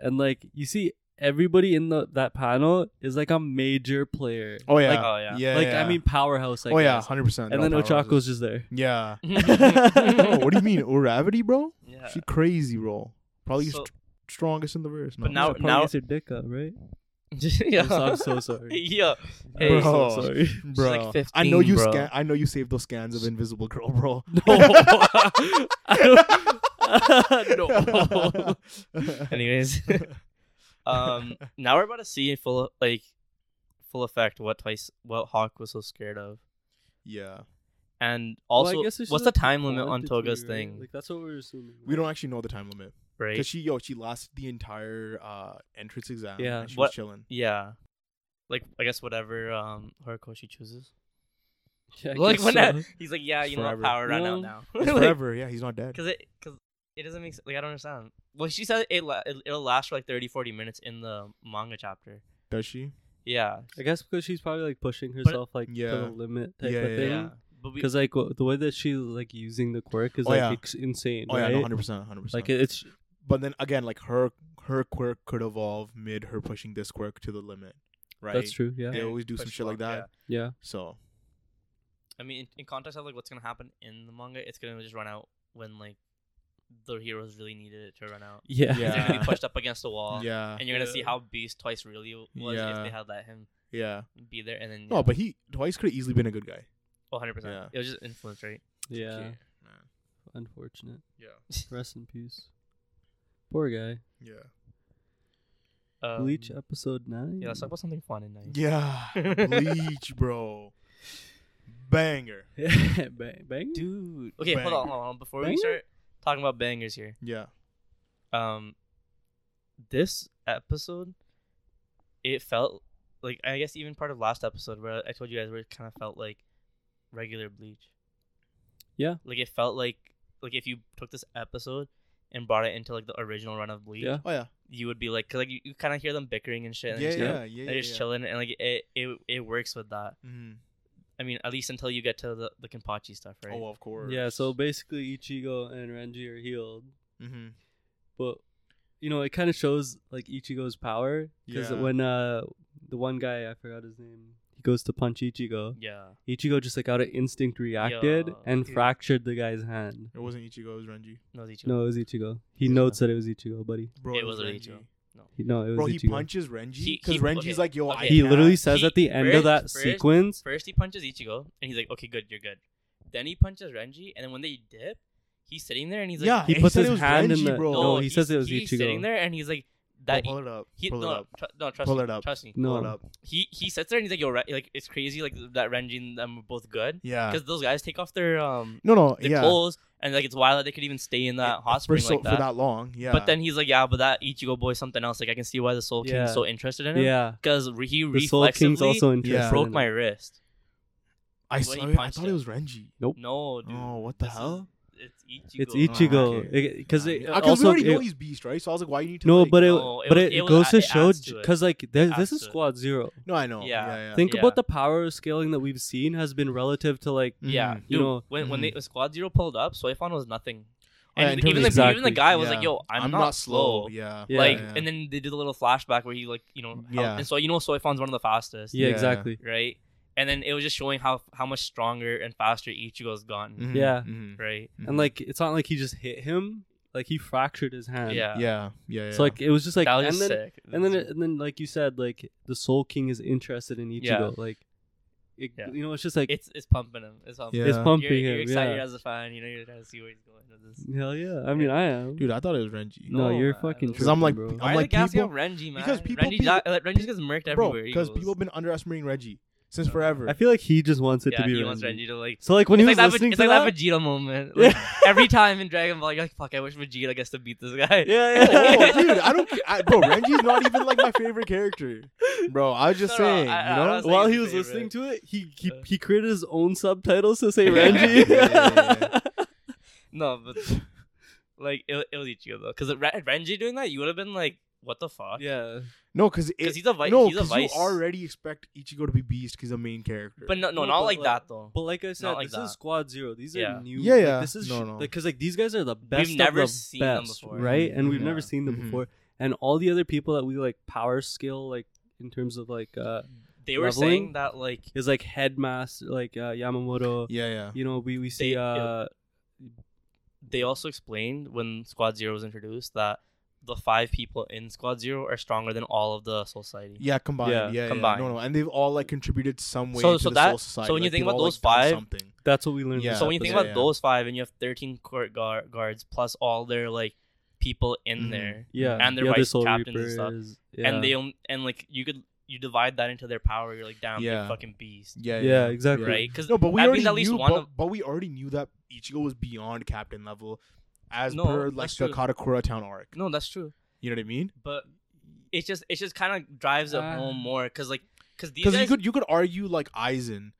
Speaker 3: And like you see everybody in the that panel is like a major player.
Speaker 1: Oh yeah.
Speaker 3: Like,
Speaker 2: Oh, yeah.
Speaker 1: Yeah.
Speaker 3: like
Speaker 1: yeah.
Speaker 3: I mean powerhouse, I
Speaker 1: oh yeah,
Speaker 3: guess.
Speaker 1: hundred percent.
Speaker 3: And then Ochako's just there.
Speaker 1: Yeah.
Speaker 3: Oh,
Speaker 1: oh, what do you mean, Oravity, bro?
Speaker 3: Uh,
Speaker 2: Yeah.
Speaker 1: She crazy, bro. Probably
Speaker 2: So-
Speaker 1: st- strongest in the verse.
Speaker 2: But
Speaker 1: no.
Speaker 2: now-
Speaker 3: Probably gets her dick up, right?
Speaker 2: yeah.
Speaker 3: I'm so- I'm so sorry.
Speaker 2: yeah.
Speaker 3: I'm so
Speaker 1: Bro.
Speaker 3: sorry.
Speaker 1: bro,
Speaker 2: like,
Speaker 1: I know
Speaker 2: 15,
Speaker 1: you
Speaker 2: bro.
Speaker 1: scan. I know you saved those scans of Invisible Girl, bro.
Speaker 3: No. no.
Speaker 2: Anyways, um, now we're about to see in full like full effect what twice what Hawk was so scared of,
Speaker 1: yeah,
Speaker 2: and
Speaker 3: Well, I
Speaker 2: also
Speaker 3: guess it's
Speaker 2: what's
Speaker 3: just,
Speaker 2: the
Speaker 3: like,
Speaker 2: time limit on
Speaker 3: quantity,
Speaker 2: Toga's
Speaker 3: right?
Speaker 2: thing,
Speaker 3: Like that's what we're assuming.
Speaker 1: we don't actually know the time limit
Speaker 2: right?
Speaker 1: because she yo she lasted the entire uh entrance exam.
Speaker 3: Yeah.
Speaker 1: and she
Speaker 2: What-
Speaker 1: was chilling.
Speaker 2: yeah, like I guess whatever um Horikoshi she chooses.
Speaker 3: Yeah, I
Speaker 2: like
Speaker 3: guess
Speaker 2: when
Speaker 3: so.
Speaker 2: that, he's like, yeah,
Speaker 1: It's
Speaker 2: you know what,
Speaker 1: forever.
Speaker 2: power ran out
Speaker 3: No.
Speaker 2: now.
Speaker 1: It's forever. Yeah, he's not dead.
Speaker 2: Because it, cause it doesn't make sense. Like, I don't understand. Well, she said it, la- it, it'll last for like 30, 40 minutes in the manga chapter.
Speaker 1: Does she?
Speaker 2: Yeah.
Speaker 3: I guess because she's probably like pushing herself like to
Speaker 1: Yeah.
Speaker 3: the limit type
Speaker 1: Yeah,
Speaker 3: of
Speaker 1: yeah,
Speaker 2: Yeah.
Speaker 3: thing.
Speaker 2: But we,
Speaker 3: Because like w- the way that she's like using the quirk is
Speaker 1: Oh,
Speaker 3: like
Speaker 1: yeah.
Speaker 3: ex- insane,
Speaker 1: Oh
Speaker 3: right?
Speaker 1: yeah, hundred percent, hundred percent.
Speaker 3: like it- it's
Speaker 1: But then again, like her her quirk could evolve mid her pushing this quirk to the limit, right?
Speaker 3: that's true. Yeah,
Speaker 1: They
Speaker 2: Yeah,
Speaker 1: always do some
Speaker 2: push
Speaker 1: shit like
Speaker 2: block,
Speaker 1: that.
Speaker 2: yeah.
Speaker 3: yeah.
Speaker 1: So
Speaker 2: I mean, in, in context of like what's going to happen in the manga, it's going to just run out when like the heroes really needed it to run out.
Speaker 3: Yeah.
Speaker 2: 'Cause They're going to
Speaker 1: Yeah.
Speaker 2: be pushed up against the wall.
Speaker 1: yeah,
Speaker 2: And you're going to see
Speaker 3: Yeah.
Speaker 2: how beast Twice really was
Speaker 1: Yeah.
Speaker 2: if they had let him
Speaker 1: yeah.
Speaker 2: be there. And then, yeah.
Speaker 1: No, but he twice could have easily been a good guy.
Speaker 2: Oh, 100%.
Speaker 1: Yeah.
Speaker 2: It was just influence, right?
Speaker 3: yeah.
Speaker 1: man.
Speaker 3: Unfortunate.
Speaker 1: Yeah,
Speaker 3: Rest in peace. Poor guy.
Speaker 1: yeah,
Speaker 2: Um,
Speaker 3: Bleach uh, episode nine.
Speaker 2: Yeah, let's talk about something fun and nice.
Speaker 1: yeah. Bleach, bro, banger.
Speaker 3: bang, bang.
Speaker 2: Dude. Okay, hold on,
Speaker 1: Banger.
Speaker 2: hold on. Before we
Speaker 3: Banger?
Speaker 2: start talking about bangers here,
Speaker 1: Yeah,
Speaker 2: um, this episode, it felt like I guess even part of last episode where I told you guys where it kind of felt like regular Bleach.
Speaker 3: Yeah.
Speaker 2: Like it felt like like if you took this episode and brought it into like the original run of Bleach,
Speaker 3: Yeah.
Speaker 1: oh yeah,
Speaker 2: you would be like, cause like you, you kind of hear them bickering and shit,
Speaker 1: yeah,
Speaker 2: and
Speaker 1: yeah,
Speaker 2: just,
Speaker 1: yeah. yeah,
Speaker 2: they're just
Speaker 1: yeah.
Speaker 2: chilling, and like it, it it works with that.
Speaker 1: Mhm.
Speaker 2: I mean, at least until you get to the the Kenpachi stuff, right?
Speaker 1: Oh, of course.
Speaker 3: Yeah. So basically, Ichigo and Renji are healed.
Speaker 1: hmm
Speaker 3: but you know it kind of shows like Ichigo's power because
Speaker 1: Yeah.
Speaker 3: when uh the one guy I forgot his name he goes to punch Ichigo
Speaker 2: Yeah.
Speaker 3: Ichigo just like out of instinct reacted
Speaker 2: Yeah.
Speaker 3: and
Speaker 1: Yeah.
Speaker 3: fractured the guy's hand
Speaker 1: it wasn't Ichigo, it was Renji.
Speaker 2: No, Zichu.
Speaker 3: no it was Ichigo he
Speaker 2: Yeah.
Speaker 3: notes that it was Ichigo buddy
Speaker 1: Bro,
Speaker 2: It wasn't Ichigo.
Speaker 3: he, no it was
Speaker 1: Bro,
Speaker 3: Ichigo
Speaker 1: he punches Renji
Speaker 2: He-
Speaker 1: because
Speaker 2: he-
Speaker 1: Renji's
Speaker 2: okay,
Speaker 1: like, yo, I
Speaker 2: okay.
Speaker 3: He
Speaker 1: can't.
Speaker 3: literally says
Speaker 2: He-
Speaker 3: at the end of
Speaker 2: first-
Speaker 3: that
Speaker 2: first-
Speaker 3: sequence
Speaker 2: First he punches Ichigo and he's like, "Okay, good, you're good." Then he punches Renji, and then when they dip, He's sitting there and he's like,
Speaker 1: yeah,
Speaker 3: He
Speaker 1: and
Speaker 3: puts
Speaker 1: said
Speaker 3: his
Speaker 1: it was
Speaker 3: hand in
Speaker 1: Renji,
Speaker 3: the-
Speaker 1: bro.
Speaker 3: no, he
Speaker 2: he's-
Speaker 3: says it was
Speaker 2: he's
Speaker 3: Ichigo.
Speaker 2: sitting there and he's like, that.
Speaker 1: pull it up.
Speaker 2: he,
Speaker 1: pull
Speaker 2: no,
Speaker 1: it up.
Speaker 2: tru- no, trust
Speaker 1: Pull
Speaker 2: me.
Speaker 1: it up.
Speaker 2: Trust me.
Speaker 1: Pull it
Speaker 3: No.
Speaker 1: up.
Speaker 2: He he sits there and he's like, yo, Re- like it's crazy, like that Renji and them were both good
Speaker 1: Yeah.
Speaker 2: because those guys take off their um
Speaker 1: No, no.
Speaker 2: their
Speaker 1: yeah.
Speaker 2: clothes and like it's wild that they could even stay in that hot
Speaker 1: for,
Speaker 2: spring
Speaker 1: so,
Speaker 2: like
Speaker 1: for
Speaker 2: that.
Speaker 1: that long. Yeah.
Speaker 2: But then he's like, yeah, but that Ichigo boy is something else. Like I can see why the Soul King
Speaker 3: Yeah.
Speaker 2: is so interested in him.
Speaker 3: Yeah.
Speaker 2: Because he
Speaker 3: The Soul King's
Speaker 2: reflexively
Speaker 3: also interested.
Speaker 1: Yeah.
Speaker 2: broke
Speaker 3: in
Speaker 2: my
Speaker 3: it.
Speaker 2: wrist.
Speaker 1: I,
Speaker 2: when
Speaker 1: saw,
Speaker 2: he
Speaker 1: it- I
Speaker 2: punched
Speaker 1: thought it
Speaker 2: him.
Speaker 1: was Renji.
Speaker 2: No, dude.
Speaker 1: oh, what the
Speaker 2: this is-
Speaker 1: hell?
Speaker 2: It's Ichigo.
Speaker 3: It's
Speaker 1: Oh,
Speaker 3: Ichigo.
Speaker 1: okay.
Speaker 3: Because it,
Speaker 1: Because we
Speaker 3: also
Speaker 1: already know
Speaker 3: it-
Speaker 1: he's beast, right? So I was like, why you need to?
Speaker 3: no,
Speaker 1: like-
Speaker 3: but it
Speaker 2: No, it
Speaker 3: but
Speaker 2: was-
Speaker 3: it,
Speaker 2: it was-
Speaker 3: goes
Speaker 2: it
Speaker 3: to
Speaker 2: adds
Speaker 3: show
Speaker 2: to it.
Speaker 3: because like there,
Speaker 2: Adds
Speaker 3: this is
Speaker 2: to it.
Speaker 3: Squad Zero.
Speaker 1: no, I know.
Speaker 2: Yeah.
Speaker 1: Yeah, yeah.
Speaker 3: Think
Speaker 2: Yeah.
Speaker 3: about the power scaling that we've seen has been relative to like
Speaker 2: Yeah,
Speaker 1: Mhm.
Speaker 2: dude.
Speaker 3: You know-
Speaker 2: when when
Speaker 1: Mhm.
Speaker 2: they, when Squad Zero pulled up, Soifon was nothing.
Speaker 1: Yeah,
Speaker 2: And
Speaker 1: in terms
Speaker 2: even,
Speaker 1: of
Speaker 2: the,
Speaker 3: exactly.
Speaker 2: even the guy was like,
Speaker 1: Yeah.
Speaker 2: "Yo, I'm, not, slow."
Speaker 1: Yeah.
Speaker 3: Yeah.
Speaker 2: like,
Speaker 1: yeah.
Speaker 2: and then they did a little flashback where he like, you know, how,
Speaker 1: Yeah.
Speaker 2: and so you know, Soifon's one of the fastest,
Speaker 3: yeah,
Speaker 1: Yeah.
Speaker 3: exactly
Speaker 2: right? And then it was just showing how how much stronger and faster Ichigo's gotten,
Speaker 1: Mhm,
Speaker 3: Yeah.
Speaker 1: mhm,
Speaker 2: right?
Speaker 1: mhm.
Speaker 3: and like it's not like he just hit him like he fractured his hand
Speaker 2: Yeah.
Speaker 1: yeah, yeah, yeah.
Speaker 3: so like it was just like
Speaker 2: that was
Speaker 3: and
Speaker 2: just
Speaker 3: then
Speaker 2: sick.
Speaker 3: and then and then like you said like the Soul King is interested in Ichigo
Speaker 2: Yeah.
Speaker 3: like it,
Speaker 2: Yeah.
Speaker 3: you know it's just like
Speaker 2: it's it's pumping him. It's pumping.
Speaker 1: Yeah.
Speaker 2: him.
Speaker 3: it's
Speaker 1: You're-
Speaker 3: pumping
Speaker 2: You're, you're
Speaker 3: him
Speaker 2: excited
Speaker 3: yeah
Speaker 2: as a fan. You know, you're trying to see where he's going with this.
Speaker 3: hell yeah I mean I am
Speaker 1: dude, I thought it was Renji.
Speaker 3: no,
Speaker 2: No,
Speaker 3: you're
Speaker 2: man.
Speaker 3: fucking
Speaker 2: Because
Speaker 1: Because I'm like,
Speaker 3: tripping, bro.
Speaker 1: I'm
Speaker 2: Why are
Speaker 1: like
Speaker 2: they gassing
Speaker 1: people,
Speaker 2: out Renji, man?
Speaker 1: because people-
Speaker 2: Renji,
Speaker 1: people-
Speaker 2: di- like, Renji gets murked
Speaker 1: bro,
Speaker 2: everywhere. he
Speaker 1: because
Speaker 2: goes.
Speaker 1: people have been underestimating Reggie since
Speaker 2: Yeah.
Speaker 1: forever.
Speaker 3: I feel like he just wants it
Speaker 2: yeah,
Speaker 3: to be
Speaker 2: he
Speaker 3: Renji.
Speaker 2: wants Renji to like.
Speaker 3: So like when
Speaker 2: it's
Speaker 3: he
Speaker 2: like
Speaker 3: was
Speaker 2: that, Ve-
Speaker 3: listening
Speaker 2: it's
Speaker 3: to
Speaker 2: like that
Speaker 3: that,
Speaker 2: Vegeta moment. Like,
Speaker 3: Yeah.
Speaker 2: every time in Dragon Ball, you're like, "Fuck, I wish Vegeta gets to beat this guy."
Speaker 3: Yeah, yeah.
Speaker 1: oh, dude, I don't, I, bro. Renji's not even like my favorite character, bro. I was just
Speaker 2: No, no,
Speaker 1: saying,
Speaker 2: I- I-
Speaker 1: you
Speaker 2: I
Speaker 1: know.
Speaker 2: was like
Speaker 3: While
Speaker 2: his
Speaker 3: he was
Speaker 2: favorite.
Speaker 3: listening to it, he he,
Speaker 2: Yeah.
Speaker 3: he created his own subtitles to say
Speaker 2: Yeah.
Speaker 3: Renji.
Speaker 1: Yeah, yeah,
Speaker 2: No, but like it, it was Ichigo though, because Renji doing that, you would have been like, "What the fuck?"
Speaker 3: yeah.
Speaker 1: no, because
Speaker 2: because he's a vice.
Speaker 1: no,
Speaker 2: he's a
Speaker 1: because
Speaker 2: vice.
Speaker 1: you already expect Ichigo to be beast. 'cause He's a main character.
Speaker 2: But no, no,
Speaker 3: No,
Speaker 2: not
Speaker 3: but
Speaker 2: like
Speaker 3: like-
Speaker 2: that though.
Speaker 3: But like I said,
Speaker 2: like
Speaker 3: this is
Speaker 2: that.
Speaker 3: Squad Zero. These
Speaker 2: Yeah.
Speaker 3: are new.
Speaker 1: Yeah,
Speaker 3: like,
Speaker 1: yeah.
Speaker 3: this is
Speaker 1: No, no.
Speaker 3: because like these guys are the best. of
Speaker 2: never
Speaker 3: the
Speaker 2: seen them
Speaker 3: best,
Speaker 2: before. Mm-hmm.
Speaker 3: right? And we've
Speaker 1: Yeah.
Speaker 3: never seen them
Speaker 1: Mhm.
Speaker 3: before. And all the other people that we like power skill like in terms of like uh
Speaker 2: They were
Speaker 3: leveling?
Speaker 2: saying that like
Speaker 3: is like headmaster like uh, Yamamoto.
Speaker 1: yeah, yeah.
Speaker 3: You know, we we see
Speaker 2: They-
Speaker 3: uh
Speaker 2: they also explained when Squad Zero was introduced that the five people in Squad Zero are stronger than all of the Society.
Speaker 1: Yeah, combined.
Speaker 3: Yeah,
Speaker 1: Yeah, yeah,
Speaker 2: combined.
Speaker 1: No, no, and they've all like contributed some way
Speaker 2: So-
Speaker 1: to
Speaker 2: so
Speaker 1: the
Speaker 2: that-
Speaker 1: soul society.
Speaker 2: so when you
Speaker 1: Like,
Speaker 2: think
Speaker 1: they've
Speaker 2: about
Speaker 1: all, like,
Speaker 2: those
Speaker 1: done
Speaker 2: five-
Speaker 1: something.
Speaker 3: that's what we learned. in
Speaker 1: Yeah.
Speaker 3: this
Speaker 2: so when you think
Speaker 1: Yeah,
Speaker 3: episode.
Speaker 2: about
Speaker 1: yeah.
Speaker 2: those five, and you have thirteen court guard- guards plus all their like people in
Speaker 1: Mhm.
Speaker 2: there,
Speaker 3: yeah,
Speaker 2: and their
Speaker 3: the other
Speaker 2: vice
Speaker 3: Soul
Speaker 2: captains and stuff.
Speaker 3: Reapers, yeah.
Speaker 2: and they om- and like you could you divide that into their power, you're like, damn,
Speaker 1: Yeah.
Speaker 2: they're fucking beast,
Speaker 1: Yeah,
Speaker 3: Yeah, exactly.
Speaker 2: right? Because
Speaker 1: No, but we
Speaker 2: I mean,
Speaker 1: already
Speaker 2: at least
Speaker 1: knew,
Speaker 2: one
Speaker 1: but,
Speaker 2: of-
Speaker 1: but we already knew that Ichigo was beyond captain level, as
Speaker 2: No,
Speaker 1: per like
Speaker 2: that's
Speaker 1: the
Speaker 2: true.
Speaker 1: Katakura Town arc.
Speaker 2: no, that's true,
Speaker 1: You know what I mean?
Speaker 2: but it just it just kind of drives it
Speaker 3: Ah.
Speaker 2: home more because like because these
Speaker 1: Because you
Speaker 2: guys
Speaker 1: could you could argue like Aizen,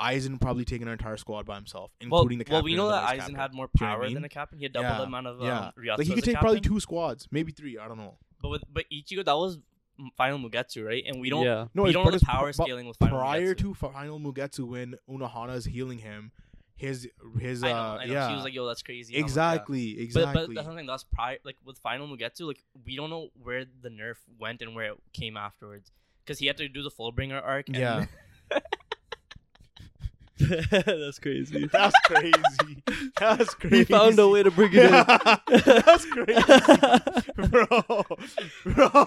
Speaker 1: Aizen probably taking an entire squad by himself,
Speaker 2: well,
Speaker 1: including the captain.
Speaker 2: well we know
Speaker 1: and the
Speaker 2: that
Speaker 1: vice
Speaker 2: Aizen
Speaker 1: captain.
Speaker 2: had more
Speaker 1: Do you know what I
Speaker 2: power
Speaker 1: mean?
Speaker 2: than a captain. He had double
Speaker 1: Yeah,
Speaker 2: the amount of um,
Speaker 1: yeah.
Speaker 2: Ryatsu
Speaker 1: Like he
Speaker 2: as
Speaker 1: could
Speaker 2: a
Speaker 1: take probably
Speaker 2: captain.
Speaker 1: two squads, maybe three. I don't know.
Speaker 2: But with but Ichigo, that was m- final Mugetsu, right? And we don't
Speaker 3: yeah.
Speaker 1: No,
Speaker 2: we
Speaker 1: it's-
Speaker 2: don't
Speaker 1: but
Speaker 2: know the
Speaker 1: it's-
Speaker 2: power
Speaker 1: but
Speaker 2: scaling with final
Speaker 1: prior
Speaker 2: Mugetsu.
Speaker 1: to final Mugetsu, when Unohana is healing him, his his uh
Speaker 2: I know, I know.
Speaker 1: yeah
Speaker 2: She was like, "Yo, that's crazy." how much- yeah.
Speaker 1: exactly
Speaker 2: But,
Speaker 1: exactly
Speaker 2: but that's something that's prior, like with Final Mugetsu, like we don't know where the nerf went and where it came afterwards, because he had to do the Fullbringer arc. And
Speaker 1: yeah.
Speaker 3: That's crazy.
Speaker 1: That's crazy. That's crazy.
Speaker 3: He found a way to bring it in.
Speaker 1: That's crazy, bro. Bro.